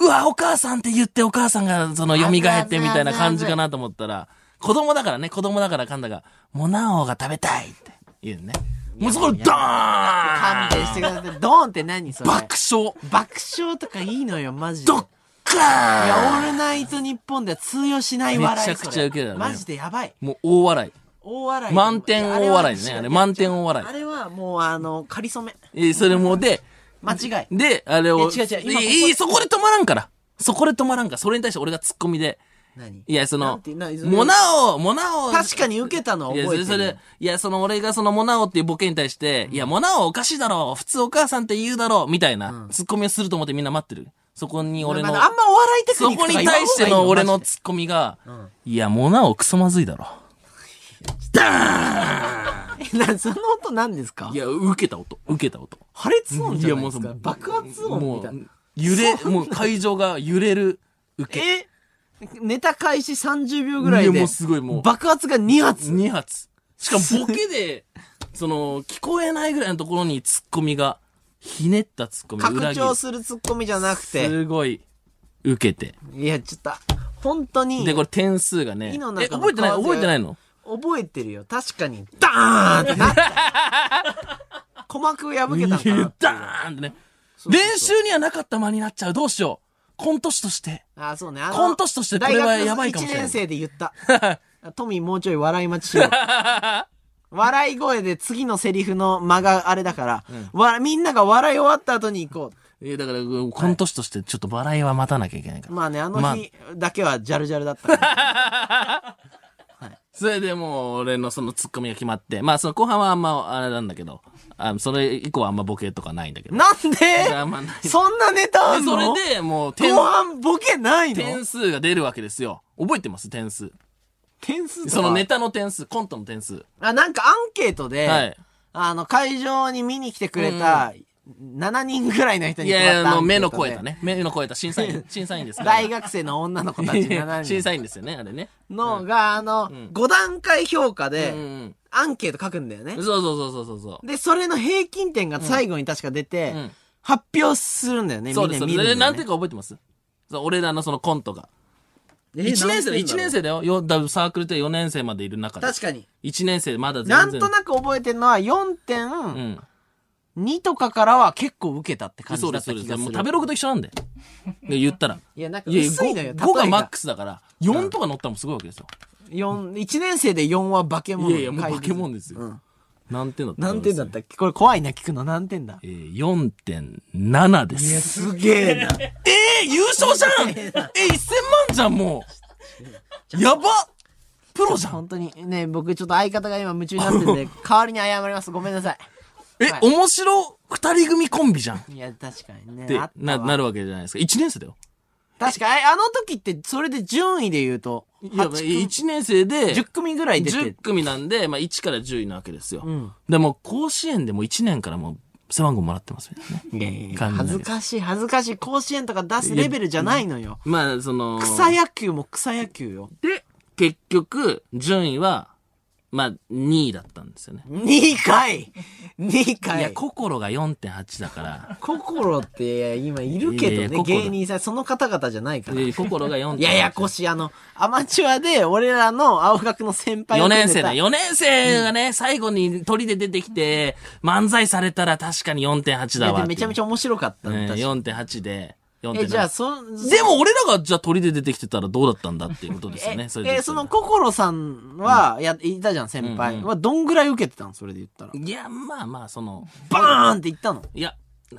Speaker 2: うわ、お母さんって言ってお母さんが、その、蘇ってみたいな感じかなと思ったら、子供だからね、子供だからカンタが、モナオが食べたいって言うね。もうそこで、ドーン
Speaker 1: 勘弁してください。ドーンって何それ。
Speaker 2: 爆笑
Speaker 1: 爆笑とかいいのよ、マジで。
Speaker 2: ドッカー
Speaker 1: いや、オールナイト日本では通用しない笑い。
Speaker 2: めちゃくちゃ
Speaker 1: それ
Speaker 2: ウケたよね
Speaker 1: マジでやばい。
Speaker 2: もう大笑い。
Speaker 1: 大笑い。
Speaker 2: 満点大笑いね。あれ、満点大
Speaker 1: あ
Speaker 2: 笑
Speaker 1: れはもう、あの、仮染め。
Speaker 2: い。えー、それもうで、
Speaker 1: 間違い。
Speaker 2: で、あれを。
Speaker 1: いや違う違う今ここ
Speaker 2: いいいいそこで止まらんから。そこで止まらんから。それに対して俺が突っ込みで。
Speaker 1: 何
Speaker 2: いや、そ
Speaker 1: なん
Speaker 2: の
Speaker 1: てな、
Speaker 2: モナオ、モナオ。
Speaker 1: 確かに受けたのはい覚
Speaker 2: や、
Speaker 1: え
Speaker 2: そ
Speaker 1: てる
Speaker 2: れ、
Speaker 1: よ。
Speaker 2: それ、いや、その俺がそのモナオっていうボケに対して、いや、モナオおかしいだろう普通お母さんって言うだろうみたいな、突っ込みをすると思ってみんな待ってる。そこに俺
Speaker 1: ま
Speaker 2: の、
Speaker 1: ああんまお笑いテク
Speaker 2: そ
Speaker 1: ニック
Speaker 2: ことに
Speaker 1: か言わん方がいいよ
Speaker 2: 対しての俺の
Speaker 1: マジ
Speaker 2: 突っ込みが、いや、モナオクソまずいだろ。
Speaker 1: で なその音何ですか
Speaker 2: いや、受けた音、受けた音。
Speaker 1: 破裂音じゃないです
Speaker 2: い
Speaker 1: か
Speaker 2: やもう
Speaker 1: 爆発音みたいな
Speaker 2: も。う揺れ、もう会場が揺れる受
Speaker 1: え
Speaker 2: け。
Speaker 1: ネタ開始30秒ぐらい
Speaker 2: いや
Speaker 1: で
Speaker 2: もうすごいもう
Speaker 1: 爆発が2発
Speaker 2: 2発。しかもボケ で、その、聞こえないぐらいのところにツッコミが、ひねったツッコミ、裏
Speaker 1: 拡
Speaker 2: 切
Speaker 1: 張
Speaker 2: る
Speaker 1: するツッコミじゃなくて
Speaker 2: すごい、受けて。
Speaker 1: いやちょっと本当に
Speaker 2: で、これ点数がね、
Speaker 1: 井
Speaker 2: え、
Speaker 1: の中の
Speaker 2: 覚えてない
Speaker 1: 川瀬
Speaker 2: 覚えてないの
Speaker 1: 覚えてるよ確かにダーンってなった鼓膜破けたんかな
Speaker 2: ダーンってね。練習にはなかった間になっちゃう。どうしよう。コント師として。
Speaker 1: あそうねあの
Speaker 2: コント師としてこれはやばいかもしれない
Speaker 1: 大学の1年生で言ったトミーもうちょい笑い待ち しよう笑い声で次のセリフの間があれだから、わみんなが笑い終わった後に行こう
Speaker 2: え、だから、コント師としてちょっと笑いは待たなきゃいけないから。
Speaker 1: まあね、あの
Speaker 2: まあ
Speaker 1: 日だけはジャルジャルだったから。
Speaker 2: それでもう、俺のそのツッコミが決まって。まあ、その後半はあんま、あれなんだけど。あのそれ以降はあんまボケとかないんだけど。
Speaker 1: なん
Speaker 2: あん
Speaker 1: で
Speaker 2: まない
Speaker 1: そんなネタあん
Speaker 2: でそ
Speaker 1: の
Speaker 2: れで、もう、点
Speaker 1: 後、半ボケないの
Speaker 2: 点数が出るわけですよ。覚えてます点数。
Speaker 1: 点数とか
Speaker 2: そのネタの点数、コントの点数。
Speaker 1: あ、なんかアンケートで、
Speaker 2: はい
Speaker 1: あの、会場に見に来てくれた7人ぐらいの人
Speaker 2: い
Speaker 1: に配っ
Speaker 2: や
Speaker 1: た
Speaker 2: いや、あの、目の超
Speaker 1: 声
Speaker 2: えた。ね。目の超えた審 査員、審査員ですから
Speaker 1: 大学生の女の子たち
Speaker 2: いやい
Speaker 1: 7
Speaker 2: や
Speaker 1: 人
Speaker 2: 審査員ですよね、あれね。
Speaker 1: のが、あの、5段階評価
Speaker 2: うん
Speaker 1: で、アンケート書くんだよね
Speaker 2: うん。。そうそうそうそうそう。
Speaker 1: で、それの平均点が最後に確か出て、
Speaker 2: うん
Speaker 1: 発表するんだよね、
Speaker 2: そう
Speaker 1: み
Speaker 2: で
Speaker 1: ん
Speaker 2: す。
Speaker 1: な
Speaker 2: そ
Speaker 1: 見
Speaker 2: れ
Speaker 1: る
Speaker 2: で、
Speaker 1: んだ
Speaker 2: な
Speaker 1: よ
Speaker 2: ん
Speaker 1: ね
Speaker 2: ていうか覚えてますそう俺らのそのコントが。 1年生だ、1年生だよ。よだサークルって4年生までいる中で。
Speaker 1: 確かに。
Speaker 2: 1年生まだ全然。
Speaker 1: なんとなく覚えてるのは
Speaker 2: う
Speaker 1: 4.2
Speaker 2: ん。
Speaker 1: とかからは結構受けたって感
Speaker 2: そ
Speaker 1: じだ
Speaker 2: うで
Speaker 1: っ
Speaker 2: す、
Speaker 1: た気がす
Speaker 2: そうです。もう
Speaker 1: る。
Speaker 2: 食べログと一緒なんで。で 言ったら。
Speaker 1: いや、なんか
Speaker 2: いやいや
Speaker 1: 薄いのよ。
Speaker 2: 5, 5がマック
Speaker 1: ス。
Speaker 2: スだから、4とか乗ったらもうすごいわけですよ。
Speaker 1: 4、1年生で4は化け物。
Speaker 2: いやいや、もう化け物ですよ。
Speaker 1: うん
Speaker 2: 何点だった
Speaker 1: 何点だったたっけこれ怖いな、聞くの。何点だ
Speaker 2: えー、4.7です。
Speaker 1: すげえな。
Speaker 2: えー、優勝じゃんえー、1000万じゃん、もう。やばプロじゃん。
Speaker 1: 本当にね、僕ちょっと相方が今夢中になってるん で、代わりに謝ります。ごめんなさ
Speaker 2: え、
Speaker 1: はい
Speaker 2: 面白二人組コンビじゃん。っ
Speaker 1: い。いや、確かにね。
Speaker 2: て
Speaker 1: あった
Speaker 2: な、
Speaker 1: わ
Speaker 2: なるわけじゃないですか。1年生だよ。
Speaker 1: 確かに、ああの時って、それで順位で言うと、
Speaker 2: いや、
Speaker 1: 八組
Speaker 2: 1年生で、
Speaker 1: 10組ぐらい出て
Speaker 2: 10
Speaker 1: る。
Speaker 2: 組なんで、まあ1から10位なわけですよ。
Speaker 1: ん
Speaker 2: でも、甲子園でも1年からもう背番号もらってますみ たいな
Speaker 1: い
Speaker 2: ね。
Speaker 1: やいやいや
Speaker 2: 感じ
Speaker 1: 恥ずかしい、恥ずかしい。甲子園とか出すレベルじゃないのよ。
Speaker 2: まあ、その、
Speaker 1: 草野球も草野球よ。
Speaker 2: で、結局、順位は、まあ2位だったんですよね。
Speaker 1: 2回 !2 回
Speaker 2: いや、心が4.8だから、
Speaker 1: 心って今いるけ
Speaker 2: いやい
Speaker 1: ど
Speaker 2: や
Speaker 1: ね、
Speaker 2: 心
Speaker 1: 芸人さん、その方々じゃないから。
Speaker 2: で心が4.8。
Speaker 1: ややこしい。あの、アマチュアで、俺らの青学の先輩
Speaker 2: 4
Speaker 1: を組ん
Speaker 2: 年
Speaker 1: でた
Speaker 2: 生だ。4年生がね、最後に鳥で出てきて、漫才されたら確かに4.8だ
Speaker 1: いや
Speaker 2: わ。
Speaker 1: でめちゃめち
Speaker 2: ゃ。
Speaker 1: ゃ面白かったの
Speaker 2: ね
Speaker 1: 確か
Speaker 2: 4.8で、
Speaker 1: にえ、じゃあ、
Speaker 2: 4.7。
Speaker 1: そ、
Speaker 2: でも俺らがじゃあ鳥で出てきてたらどうだったんだっていうことですよね。
Speaker 1: え
Speaker 2: それで
Speaker 1: え、その、心さんは、や、いたじゃん、先
Speaker 2: うん
Speaker 1: 輩。
Speaker 2: うん
Speaker 1: は、どんぐらい受けてたのそれで言ったら。
Speaker 2: いや、まあまあ、その、
Speaker 1: バーンって言ったの
Speaker 2: いや、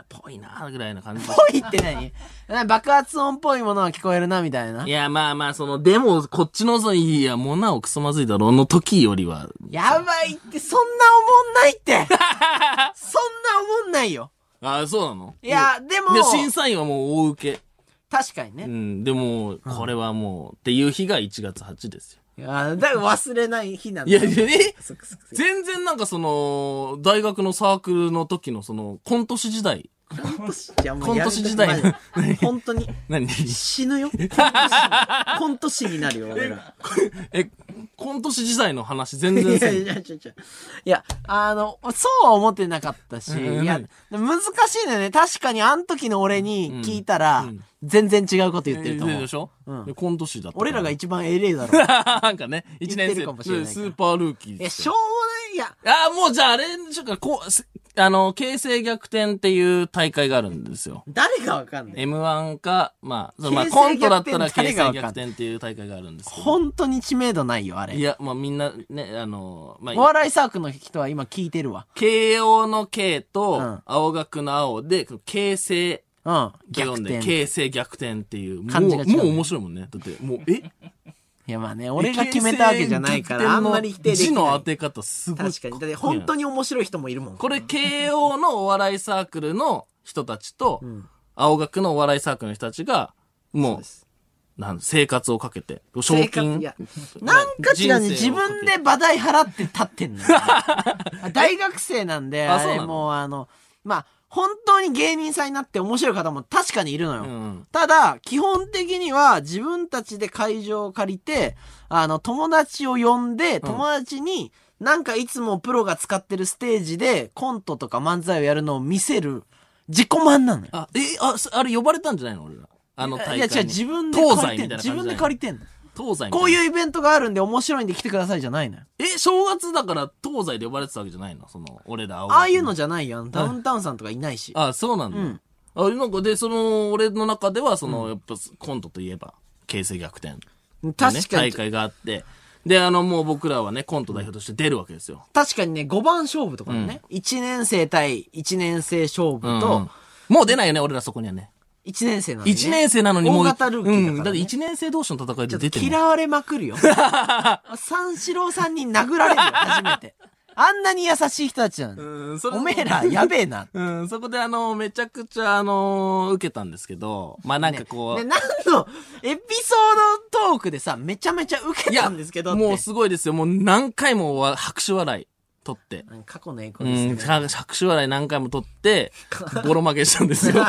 Speaker 2: ぽいな、ぐらいな感じ。。
Speaker 1: ぽいって何な爆発音っぽいものは聞こえるな、みたいない
Speaker 2: や、まあまあ、その、でも、こっちの、その、いや、もなおくそまずいだろ、の時よりは、
Speaker 1: やばいって、そんなおもんないって そんなおもんないよ。
Speaker 2: ああ、そうなの
Speaker 1: いや、でも
Speaker 2: で、、審査員はもう大受け。
Speaker 1: 確かに
Speaker 2: う
Speaker 1: ね。
Speaker 2: ん、でも、これはもう、っていう日が1月8ですよ。
Speaker 1: いや、だから忘れない日なんだ。
Speaker 2: いや、いやえ
Speaker 1: そっかそっかそっか
Speaker 2: 全然なんかその、大学のサークルの時のその、コント師時代。
Speaker 1: 今年いやもう
Speaker 2: 今
Speaker 1: やめ
Speaker 2: 年
Speaker 1: と
Speaker 2: 時
Speaker 1: き
Speaker 2: 代
Speaker 1: マジで 本当に。
Speaker 2: 何
Speaker 1: 死 ぬよ。コント師になるよ、俺ら。
Speaker 2: え、コント師時代の話全然
Speaker 1: い
Speaker 2: せ
Speaker 1: や
Speaker 2: ん
Speaker 1: いやいやいやいや、あの、そうは思ってなかったし、
Speaker 2: うん
Speaker 1: いや、難しいのよね。確かにあの時の俺に聞いたら
Speaker 2: うん、
Speaker 1: 全然違うこと言ってると
Speaker 2: え
Speaker 1: 思う
Speaker 2: で。しょ、
Speaker 1: うん
Speaker 2: でコント師だった。
Speaker 1: 俺らが
Speaker 2: 一
Speaker 1: 一番えれえだろ。い
Speaker 2: なんかね、一
Speaker 1: 言
Speaker 2: 年
Speaker 1: って
Speaker 2: 生
Speaker 1: るかもしれない
Speaker 2: で
Speaker 1: から
Speaker 2: スーパールーキーっつって。
Speaker 1: や、しょうもない。いや、
Speaker 2: ああ、もうじゃああれ、ちょっとこうす、あの、形勢逆転っていう大会があるんですよ。
Speaker 1: 誰かわかんない。
Speaker 2: M1 か、まあ、そのまあ
Speaker 1: 形勢
Speaker 2: コントだったら
Speaker 1: 逆
Speaker 2: 形
Speaker 1: 転誰
Speaker 2: 勢
Speaker 1: が
Speaker 2: 逆
Speaker 1: わかん
Speaker 2: 転っていう大会があるんですけど。
Speaker 1: 本当に知名度ないよ、あ
Speaker 2: い
Speaker 1: れ。
Speaker 2: や、まあみんなね、あの、ま
Speaker 1: お
Speaker 2: あ、
Speaker 1: 笑いサークルの人は今聞いてるわ。
Speaker 2: 慶応の慶
Speaker 1: う
Speaker 2: と
Speaker 1: ん、
Speaker 2: 青学の青で、形勢
Speaker 1: うん。
Speaker 2: と
Speaker 1: 逆
Speaker 2: 呼んで、
Speaker 1: 転。い
Speaker 2: 形勢逆転っていう、もう、
Speaker 1: 漢字
Speaker 2: も
Speaker 1: が違うね
Speaker 2: う面白いもんね。だって、もう、え
Speaker 1: や、まあね、俺が決めたわけじゃないから、あんまり否定できない。
Speaker 2: 字の当て方すごい。
Speaker 1: 確かに。だって本当に面白い人もいるもん。
Speaker 2: これ、慶応のお笑いサークルの人たちと、青学のお笑いサークルの人たちが、も
Speaker 1: す
Speaker 2: う、なん生活をかけて、賞
Speaker 1: 生活
Speaker 2: 金
Speaker 1: い。や、なんか違うね。
Speaker 2: 人生
Speaker 1: 自
Speaker 2: をか
Speaker 1: 分
Speaker 2: けて
Speaker 1: で馬代払って立って んのよ。大学生なんで、
Speaker 2: あ
Speaker 1: あ
Speaker 2: そう
Speaker 1: れ
Speaker 2: なの
Speaker 1: もうあの、まあ、本当に芸人さんになって面白い方も確かにいるのよ。
Speaker 2: うん
Speaker 1: ただ、基本的には自分たちで会場を借りて、あの、友達を呼んで、友達に、なんかいつもプロが使ってるステージでコントとか漫才をやるのを見せる自己満なのよ。
Speaker 2: あ、え、あ、そあれ呼ばれたんじゃないの俺ら。あの大会
Speaker 1: い
Speaker 2: に。
Speaker 1: や違う、自分で
Speaker 2: 東
Speaker 1: 借
Speaker 2: 西
Speaker 1: り
Speaker 2: みた
Speaker 1: て
Speaker 2: い
Speaker 1: んの。
Speaker 2: な
Speaker 1: 自分で借りてんの。
Speaker 2: り。東西みたいな
Speaker 1: こういうイベントがあるんで面白いんで来てくださいじゃないのよ。
Speaker 2: え、正月だから東西で呼ばれてたわけじゃないのその、俺ら青学
Speaker 1: ああいうのじゃないよ。ダウンタウンさんとかいないし。
Speaker 2: あ、そうなんだ。
Speaker 1: うん
Speaker 2: あ、なんか、で、その、俺の中では、その、やっぱ、コントといえば、形勢逆転、ね。
Speaker 1: 確かに
Speaker 2: 大、会があって。で、あの、もう僕らはね、コント代表として出るわけですよ。
Speaker 1: 確かにね、5番勝負とかのね、1年生対1年生勝負
Speaker 2: うん
Speaker 1: と、
Speaker 2: もう出ないよね、俺らそこにはね。
Speaker 1: 1年生なんで、ね。
Speaker 2: 1年生なのにもう。
Speaker 1: 大型ルーキーだから、ね
Speaker 2: うん。だって1年生同士の戦いで出て
Speaker 1: ちょっと
Speaker 2: る。
Speaker 1: 嫌われまくる よ。三四郎さんに殴られるよ、初めて。あんなに優しい人たちなのに。
Speaker 2: うん、それ
Speaker 1: おめえら、やべえな。
Speaker 2: うん、そこであの、めちゃくちゃあの、受けたんですけど、まあなんかこ
Speaker 1: ね、
Speaker 2: う。
Speaker 1: 何の、エピソードトークでさ、めちゃめちゃ受けたんですけどって。
Speaker 2: もうすごいですよ。もう何回もわ拍手笑い取って。
Speaker 1: 過去の栄
Speaker 2: う
Speaker 1: 光
Speaker 2: ん、
Speaker 1: ですね。
Speaker 2: は拍手笑い何回も 取って、ボロ負けしたんですよ。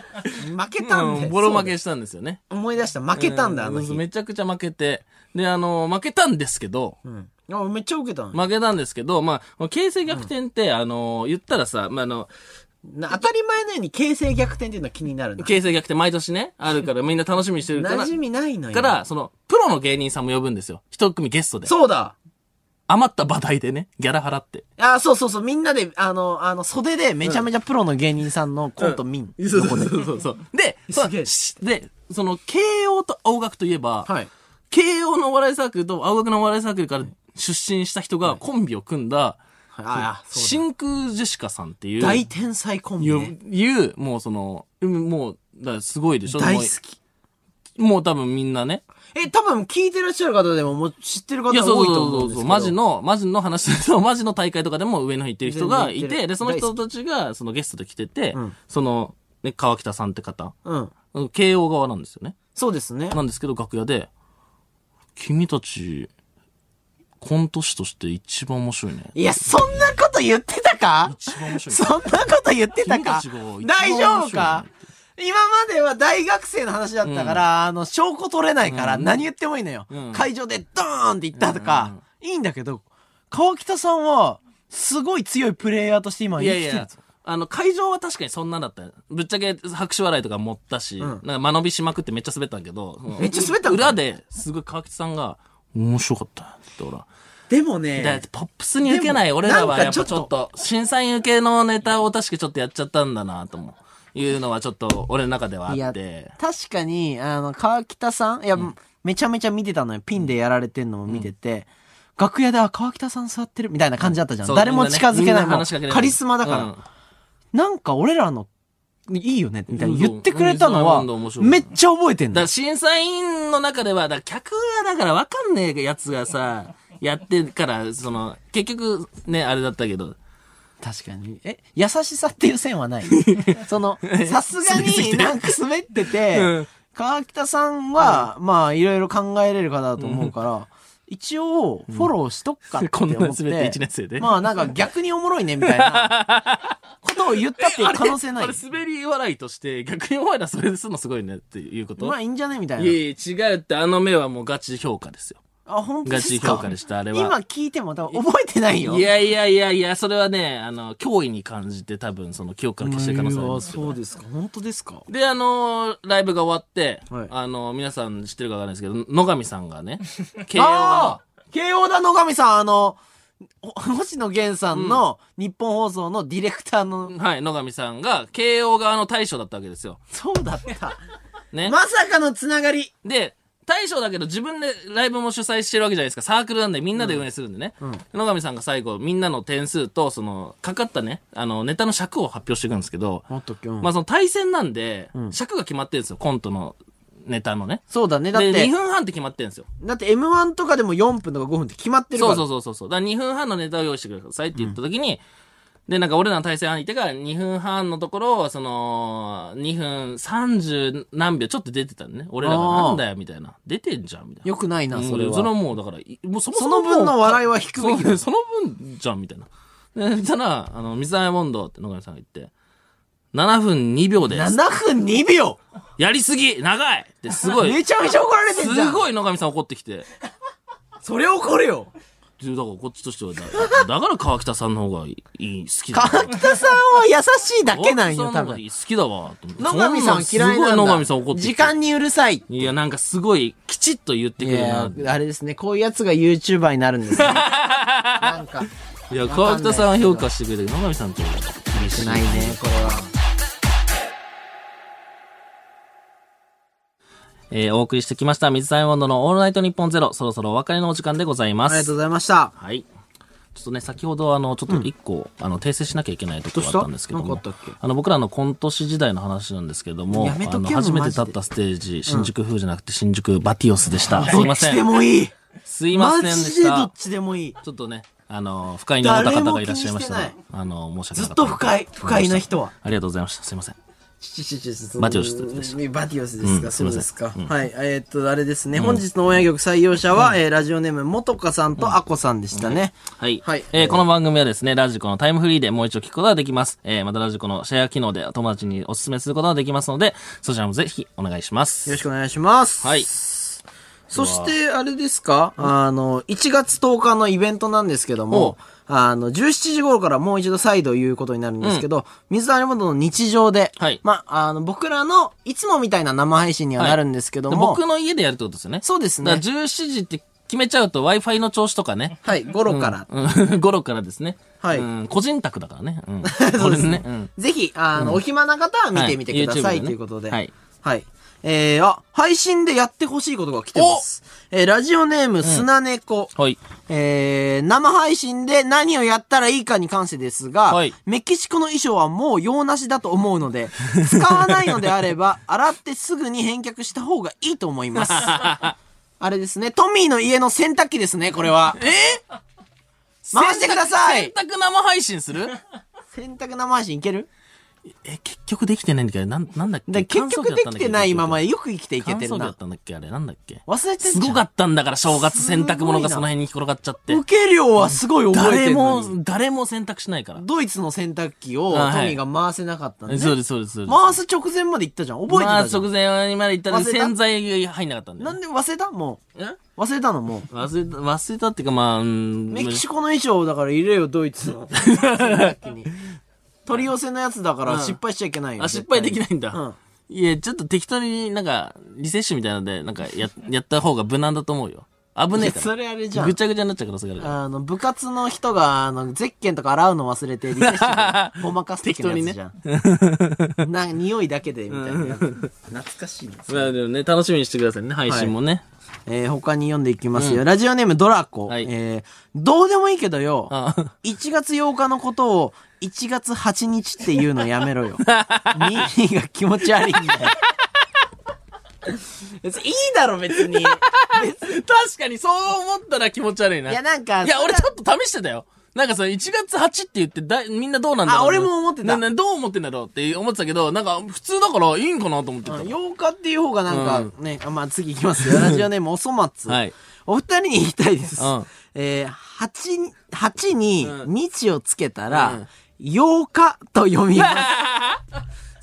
Speaker 1: 負けたんだ
Speaker 2: う
Speaker 1: よ。
Speaker 2: ん、ボロ
Speaker 1: そう
Speaker 2: 負
Speaker 1: だ
Speaker 2: け
Speaker 1: よ
Speaker 2: したんですよね。
Speaker 1: 思い出した。負けたんだ、あ
Speaker 2: う
Speaker 1: の日。
Speaker 2: めちゃくちゃ負けて。で、あの、負けたんですけど、
Speaker 1: うん。あ、めっちゃ受けたの。
Speaker 2: 負けたんですけど、まあ、形勢逆転って、あの、言ったらさ、まあ、あの、
Speaker 1: な当たり前のように形勢逆転っていうのは気になるな。
Speaker 2: 形勢逆転毎年ね、あ るからみんな楽しみにしてるから
Speaker 1: 馴。染みないのよ。
Speaker 2: から、、その、プロの芸人さんも呼ぶんですよ。一組ゲストで。
Speaker 1: そうだ
Speaker 2: 余った場代でね、ギャラ払って。
Speaker 1: あ、そうそうそう、みんなで、あの、あの、袖でめちゃめちゃプロの芸人さんのコント見ん。
Speaker 2: そうそうそうそう。で、そ
Speaker 1: すげえ
Speaker 2: うしで、その、慶応と青学といえば、
Speaker 1: はい。
Speaker 2: 慶応のお笑いサークルと青学のお笑いサークルから出身した人がコンビを組んだ、
Speaker 1: あ、そうだ
Speaker 2: 真空ジェシカさんっていう、
Speaker 1: 大天才コンビ、ね。
Speaker 2: いう、もうその、うんもう、だからすごいでしょ
Speaker 1: 大好き。
Speaker 2: もうもう多分みんなね。
Speaker 1: え、多分聞いてらっしゃる方でも、もう知ってる方
Speaker 2: いや、
Speaker 1: が
Speaker 2: そ
Speaker 1: 多
Speaker 2: う
Speaker 1: いと
Speaker 2: そう
Speaker 1: 思
Speaker 2: そううん
Speaker 1: で
Speaker 2: そう
Speaker 1: すけど。
Speaker 2: マジの、マジの話 すると、マジの大会とかでも上の方行ってる人がい
Speaker 1: 全然行って
Speaker 2: て、
Speaker 1: る
Speaker 2: で、その人たちが、そのゲストで来てて、
Speaker 1: ん
Speaker 2: その、ね、川北さんって方、
Speaker 1: うん。
Speaker 2: 慶応側なんですよね。
Speaker 1: そうですね。
Speaker 2: なんですけど、楽屋で、君たち、コント師として一番面白いね。
Speaker 1: いや、そんなこと言ってたか
Speaker 2: 一番面白い
Speaker 1: そんなこと言ってたか
Speaker 2: 君たちが一番面白い
Speaker 1: 大丈夫か今までは大学生の話だったから、あの、証拠取れないから、何言ってもいいのよ、
Speaker 2: ん
Speaker 1: 会場でドーンって言ったとか、いいんだけど、川北さんは、すごい強いプレイヤーとして今
Speaker 2: い
Speaker 1: 生き
Speaker 2: や
Speaker 1: てる。
Speaker 2: いや、あの、会場は確かにそんなんだったよぶっちゃけ拍手笑いとか持ったし、なんか間延びしまくってめっちゃ滑ったんだけど、
Speaker 1: めっちゃ滑ったの
Speaker 2: 裏ですごい川北さんが、面白かったよってほら。
Speaker 1: でもね、
Speaker 2: だってポップスに受けない俺らは
Speaker 1: で
Speaker 2: や
Speaker 1: も
Speaker 2: っぱちょっと、審査員受けのネタを確かちょっとやっちゃったんだなと思う。いうのはちょっと俺の中ではあ
Speaker 1: いや
Speaker 2: っ、て。
Speaker 1: 確かに、あの、川北さん、いや、めちゃめちゃ見てたのよ。ピンでやられてんのも見てて、楽屋で、あ、川北さん座ってるみたいな感じだったじゃん。
Speaker 2: そう
Speaker 1: 誰も近づけ
Speaker 2: みん
Speaker 1: ない。
Speaker 2: ねみん
Speaker 1: もう
Speaker 2: 話しかけれない
Speaker 1: カリスマだから、
Speaker 2: うん
Speaker 1: なんか俺らの、いいよね、みたいに言ってくれたの
Speaker 2: うんそう面
Speaker 1: は、
Speaker 2: 白い
Speaker 1: めっちゃ覚えてんだ
Speaker 2: だから。審査員の中では、だから客がだから分かんねえやつが さ、やってから、その、結局ね、あれだったけど、
Speaker 1: 確かに。え、優しさっていう線はない。その、さすがになんか滑ってて、川北さんは、まあ、いろいろ考えれる方だと思うから、一応、フォローしとくかって
Speaker 2: こん
Speaker 1: 思
Speaker 2: な
Speaker 1: っ。
Speaker 2: 滑ってて1年生で。
Speaker 1: まあなんか逆におもろいねみたいなことを言ったっていう可能性ない
Speaker 2: あれ、。滑り笑いとして、逆にお前らそれですんのすごいねっていうこと
Speaker 1: まあいいんじゃねみたい
Speaker 2: いや
Speaker 1: な。
Speaker 2: いや、違うって、あの目はもうガチ評価ですよ。
Speaker 1: あ、本当ですか
Speaker 2: ガチ評価でしたあれは
Speaker 1: 今聞いても多分覚えてないよ。
Speaker 2: いやいやいやいや、それはね、あの、脅威に感じて多分、その記憶から消してる可能性あり
Speaker 1: う
Speaker 2: ま
Speaker 1: わ
Speaker 2: す
Speaker 1: そうですか。本当ですか。
Speaker 2: で、あのーライブが終わって、
Speaker 1: はい
Speaker 2: あのー皆さん知ってるかわかんないですけど、野上さんが ね、慶応の
Speaker 1: ああ慶応だ野上さん、あの、ほ星野源さんの日本放送のディレクターの、
Speaker 2: はい、野上さんが、慶応側の大将だったわけですよ。
Speaker 1: そうだった。
Speaker 2: ね。
Speaker 1: まさかのつながり。
Speaker 2: で、大将だけど自分でライブも主催してるわけじゃないですか。サークルなんでみんなで運営するんでね。野上さんが最後、みんなの点数と、その、かかったね、あの、ネタの尺を発表していくんですけど、
Speaker 1: もっと今日。
Speaker 2: まあその対戦なんで、尺が決まってるんですよ、コントのネタのね。
Speaker 1: そうだね。
Speaker 2: で、
Speaker 1: だっ
Speaker 2: 2
Speaker 1: て、
Speaker 2: 分半って決まってるんですよ。
Speaker 1: だって M1 とかでも4分とか5分って決まってるか
Speaker 2: そ
Speaker 1: ら。
Speaker 2: うそうそうそうそう。だから2分半のネタを用意してくださいって言った時に、で、なんか俺らの対戦相手が2分半のところを、その、2分30何秒ちょっと出てたんね。俺らがなんだよ、みたいな。出てんじゃん、みたいな。
Speaker 1: よくないな、
Speaker 2: うん
Speaker 1: それは。
Speaker 2: それはもうだから、いもうそも
Speaker 1: そ
Speaker 2: そも
Speaker 1: の分の笑いは低
Speaker 2: そ
Speaker 1: い。
Speaker 2: うその分じゃん、みたいな。で、そしたら、あの、水溜りボンドって野上さんが言って、7分2秒です。
Speaker 1: 7分2秒
Speaker 2: やりすぎ長いってすごい。
Speaker 1: めちゃめちゃ怒られてんじゃん
Speaker 2: すごい野上さん怒ってきて。
Speaker 1: それ怒る よ
Speaker 2: でだからこっちとしてはだ、 だから川北さんの方がいい、好きだ
Speaker 1: 川北さんは優しいだけなんよ、多
Speaker 2: 川北さの方がい
Speaker 1: 分。
Speaker 2: い好きだわ。
Speaker 1: 野上さん嫌い
Speaker 2: すご
Speaker 1: ないんだ。
Speaker 2: 野上さん怒ってきて
Speaker 1: 時間にうるさい。
Speaker 2: いや、なんかすごい、きちっと言って
Speaker 1: い
Speaker 2: くるな
Speaker 1: や。ー、あれですね。こういうやつが YouTuber になるん ですね。なんか、
Speaker 2: いや、川北さんは評価してくれたけど、野上さんって嬉しい。
Speaker 1: ないね、これは。
Speaker 2: えーお送りしてきました、水溜りボンドのオールナイトニッポンゼロ、そろそろお別れのお時間でございま
Speaker 1: ありがとう
Speaker 2: す。
Speaker 1: ございました。
Speaker 2: はい。ちょっとね、先ほどあの、ちょっと一個、あの、訂正しなきゃいけないと
Speaker 1: ど
Speaker 2: こ
Speaker 1: うし
Speaker 2: があ
Speaker 1: た
Speaker 2: ったんですけど
Speaker 1: なん
Speaker 2: も
Speaker 1: かあったっけ
Speaker 2: あの、僕らのコント師時代の話なんですけども、
Speaker 1: やめとけ
Speaker 2: あの
Speaker 1: よ
Speaker 2: 初めて
Speaker 1: マジ
Speaker 2: 立
Speaker 1: で
Speaker 2: ったステージ、新宿風じゃなくて新宿バティオスでした。すいま
Speaker 1: どっ
Speaker 2: せ
Speaker 1: ちで
Speaker 2: ん。
Speaker 1: もいい。
Speaker 2: すいませ
Speaker 1: マ
Speaker 2: んで
Speaker 1: ジ
Speaker 2: し
Speaker 1: でど
Speaker 2: た
Speaker 1: っ。ちでもいい。
Speaker 2: ちょっとね、あの、不快に思った方がいらっしゃいました
Speaker 1: 誰
Speaker 2: ら
Speaker 1: も気に、
Speaker 2: あの、申し
Speaker 1: ず
Speaker 2: 訳なか
Speaker 1: っ
Speaker 2: った
Speaker 1: と不快。不快な人は。
Speaker 2: ありがとうございました。すいません。
Speaker 1: ちちちち
Speaker 2: バティオスでした
Speaker 1: バティオスですか、
Speaker 2: うん
Speaker 1: そうですか。
Speaker 2: すいませんうん
Speaker 1: はい。えーっと、あれですね。本日のオンエア曲採用者は、えーラジオネーム、もとかさんとあこさんでしたね。
Speaker 2: はい。
Speaker 1: はい
Speaker 2: えーこの番組はですね、ラジコのタイムフリーでもう一度聞くことができます。えーまたラジコのシェア機能で友達にお勧めすることができますので、そちらもぜひお願いします。
Speaker 1: よろしくお願いします。
Speaker 2: はい。
Speaker 1: そして、あれですかあの、1月10日のイベントなんですけど
Speaker 2: おう
Speaker 1: も、あの、17時頃からもう一度再度言うことになるんですけど、水溜りボンドの日常で、
Speaker 2: はい
Speaker 1: ま、あの、僕らのいつもみたいな生配信にはなるんですけど
Speaker 2: で
Speaker 1: も、
Speaker 2: 僕の家でやるってことですよね。
Speaker 1: そうです
Speaker 2: だ
Speaker 1: ね
Speaker 2: か。ら17時って決めちゃうと Wi-Fi の調子とかね。
Speaker 1: はい、頃から。
Speaker 2: うん、5、から ですね。
Speaker 1: はい
Speaker 2: うん、個人宅だからね。うん。
Speaker 1: そうです
Speaker 2: これうん
Speaker 1: ぜひ、あの、お暇な方は見てみてくださ、
Speaker 2: はいい YouTube でね
Speaker 1: ということで。
Speaker 2: はい。
Speaker 1: はい。えー、あ、配信でやってほしいことが来てます。えー、ラジオネーム、砂猫。
Speaker 2: はい。
Speaker 1: えー、生配信で何をやったらいいかに関してですが、
Speaker 2: はい
Speaker 1: メキシコの衣装はもう用なしだと思うの で、使わないのであれば、洗ってすぐに返却した方がいいと思い ます。あれですね、トミーの家の洗濯機ですね、これは。回してください
Speaker 2: 洗濯生配信 する
Speaker 1: 洗濯生配信いける
Speaker 2: え、結局できてないんだけど、なん、なんだっ
Speaker 1: で
Speaker 2: け
Speaker 1: 結局できてないまま
Speaker 2: い
Speaker 1: よく生きていけてる
Speaker 2: 乾燥機だっ
Speaker 1: な。
Speaker 2: たんだっけあれ、なんだっけ
Speaker 1: 忘れてん
Speaker 2: すごか
Speaker 1: っ
Speaker 2: ったんだから、正月洗濯物が
Speaker 1: す
Speaker 2: そ
Speaker 1: ごいな
Speaker 2: の辺に引き転がっちゃって。
Speaker 1: 受け量はすごい覚えて
Speaker 2: 誰
Speaker 1: るの
Speaker 2: も
Speaker 1: に、
Speaker 2: 誰も洗濯しないから。
Speaker 1: ドイツの洗濯機をトミ
Speaker 2: あはい
Speaker 1: ーが回せなかったんで、
Speaker 2: そうです、そうです、そうです。
Speaker 1: 回す直前まで行ったじゃん。覚えて
Speaker 2: まあ
Speaker 1: たじゃん。
Speaker 2: 直前まで行った
Speaker 1: 忘
Speaker 2: ら
Speaker 1: れた
Speaker 2: 洗剤入んなかったんだ
Speaker 1: な
Speaker 2: よ
Speaker 1: ん
Speaker 2: ね。
Speaker 1: で忘れたも
Speaker 2: え
Speaker 1: う。忘れたのもう。
Speaker 2: 忘れた、忘れたっていうか、まあ、うん
Speaker 1: メキシコの衣装をだから入れよ、ドイツ の。洗濯機に取り寄せのやつだから
Speaker 2: うん
Speaker 1: 失敗しちゃいけないよ。
Speaker 2: あ、失敗できないんだ。
Speaker 1: うん
Speaker 2: いや、ちょっと適当になんか、リセッシュみたいなので、なんか や、やった方が無難だと思うよ。危
Speaker 1: い
Speaker 2: ねえ
Speaker 1: や
Speaker 2: か
Speaker 1: それあれじ
Speaker 2: ら。
Speaker 1: ゃ
Speaker 2: ぐ
Speaker 1: ん。
Speaker 2: ちゃぐちゃになっちゃうから、それがあるから。
Speaker 1: あの、部活の人が、あの、ゼッケンとか洗うの忘れて、リセッシュ でごまかす時のやつじゃん。 なんか匂いだけで、みたいなやつ。懐かしいな。
Speaker 2: まあでもね、楽しみにしてくださいね、配信もね。
Speaker 1: えー他に読んでいきますよ。ラジオネームドラコ。
Speaker 2: はい
Speaker 1: えーどうでもいいけどよ。
Speaker 2: あ
Speaker 1: 1月8日のことを1月8日っていうのやめろ よ。耳が気持ち悪いんだよ。 別にいいだろ、別に。い
Speaker 2: 確かにそう思ったら気持ち悪いな。い
Speaker 1: や、な
Speaker 2: や、
Speaker 1: んか、
Speaker 2: 俺ちょっと試してたよ。なんかその1月8って言ってだい、みんなどうなんだろう
Speaker 1: あ俺も思ってた
Speaker 2: ななどう思ってんだろうって思ってたけど、なんか普通だからいいんかなと思ってた。
Speaker 1: 8日っていう方がなんかね、あまあ次いきますよ。ラジオネームおそ松。
Speaker 2: はい
Speaker 1: お二人に言いたいです。
Speaker 2: うん
Speaker 1: えー、8、8に
Speaker 2: うん
Speaker 1: 日をつけた
Speaker 2: うん
Speaker 1: ら、8日と読 みます。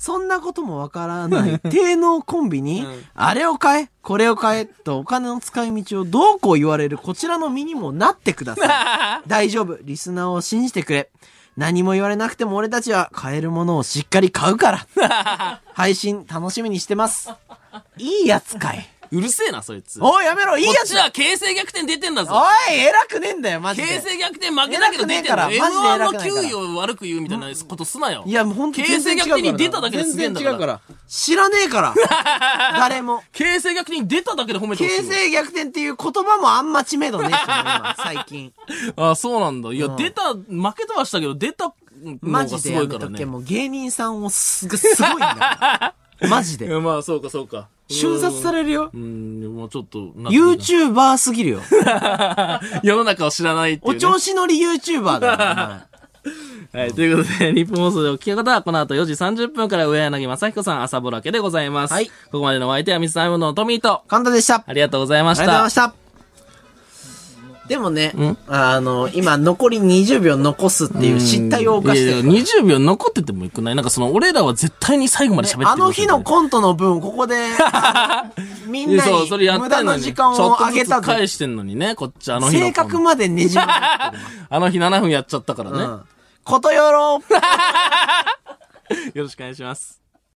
Speaker 1: そんなこともわからない低能コンビに、
Speaker 2: ん
Speaker 1: あれを買え、これを買えとお金の使い道をどうこう言われるこちらの身にもなってくださ い。大丈夫、リスナーを信じてくれ。何も言われなくても俺たちは買えるものをしっかり買う から。配信楽しみにしてます。いいやつかい。
Speaker 2: うるせえな、そいつ。こ
Speaker 1: おい、やめろ、いいや
Speaker 2: っ
Speaker 1: つ
Speaker 2: ち
Speaker 1: だ
Speaker 2: は形勢逆転出てんだぞ。
Speaker 1: おい、偉くねえんだよ、マジ
Speaker 2: 形
Speaker 1: で。
Speaker 2: 勢逆転負けだけど出てんの
Speaker 1: 偉くねえからマジで
Speaker 2: M1
Speaker 1: 偉く
Speaker 2: の
Speaker 1: ないから
Speaker 2: 給与を悪く言うみたいなことすなよ。
Speaker 1: いや、もうほんと
Speaker 2: 形勢逆転に出ただけですげえ
Speaker 1: 全
Speaker 2: んだ
Speaker 1: 然
Speaker 2: か。
Speaker 1: 違うからら。知らねえから。誰も。
Speaker 2: 形勢逆転に出ただけで褒めてほしい
Speaker 1: 形
Speaker 2: よ。
Speaker 1: 勢逆転っていう言葉もあんま知名度ねえしね、今、最近。
Speaker 2: あそうなんだ。いや、
Speaker 1: うん
Speaker 2: 出た、負けてはしたけど、出たの
Speaker 1: マ
Speaker 2: が
Speaker 1: ジ
Speaker 2: す
Speaker 1: で
Speaker 2: ご
Speaker 1: や
Speaker 2: い
Speaker 1: め
Speaker 2: から
Speaker 1: と
Speaker 2: ね
Speaker 1: け。。もう芸人さんをすぐ、すごいんだ から。マジ
Speaker 2: い
Speaker 1: で。
Speaker 2: や、まあ、そうか、そうか。
Speaker 1: 瞬殺さ
Speaker 2: れ
Speaker 1: れるよ
Speaker 2: う。ん、もうちょっと、なんていうの
Speaker 1: YouTuber すぎるよ。
Speaker 2: 世の中を知らないっていう、
Speaker 1: お
Speaker 2: ね。
Speaker 1: 調子乗り YouTuber だよお前。
Speaker 2: はい、ということで、日本放送でお聞きの方は、この後4時30分から上柳正彦さん、朝ぼらけでございます。
Speaker 1: はい
Speaker 2: ここまでのお相手は、水溜りボンドのトミーと、
Speaker 1: 簡単でした。あ
Speaker 2: ありがとうございまし
Speaker 1: りがとうござい
Speaker 2: た
Speaker 1: まし。た。でもね、あの、今残り20秒残すっていう失態を犯してる
Speaker 2: いやいや20秒残っててもよくないなんかその、俺らは絶対に最後まで喋ってる
Speaker 1: あの日のコントの分、ここで、 みんな
Speaker 2: そ
Speaker 1: に
Speaker 2: う、それや
Speaker 1: 無
Speaker 2: った
Speaker 1: 駄
Speaker 2: の
Speaker 1: な
Speaker 2: に。
Speaker 1: 時間をあげ
Speaker 2: ちょ
Speaker 1: たぜ
Speaker 2: っとずつ返してんのにね、こっちあの日の
Speaker 1: 性格までねじ曲がってる
Speaker 2: あの日7分やっちゃったからね。
Speaker 1: うん。ことよろ
Speaker 2: よろしくお願いします。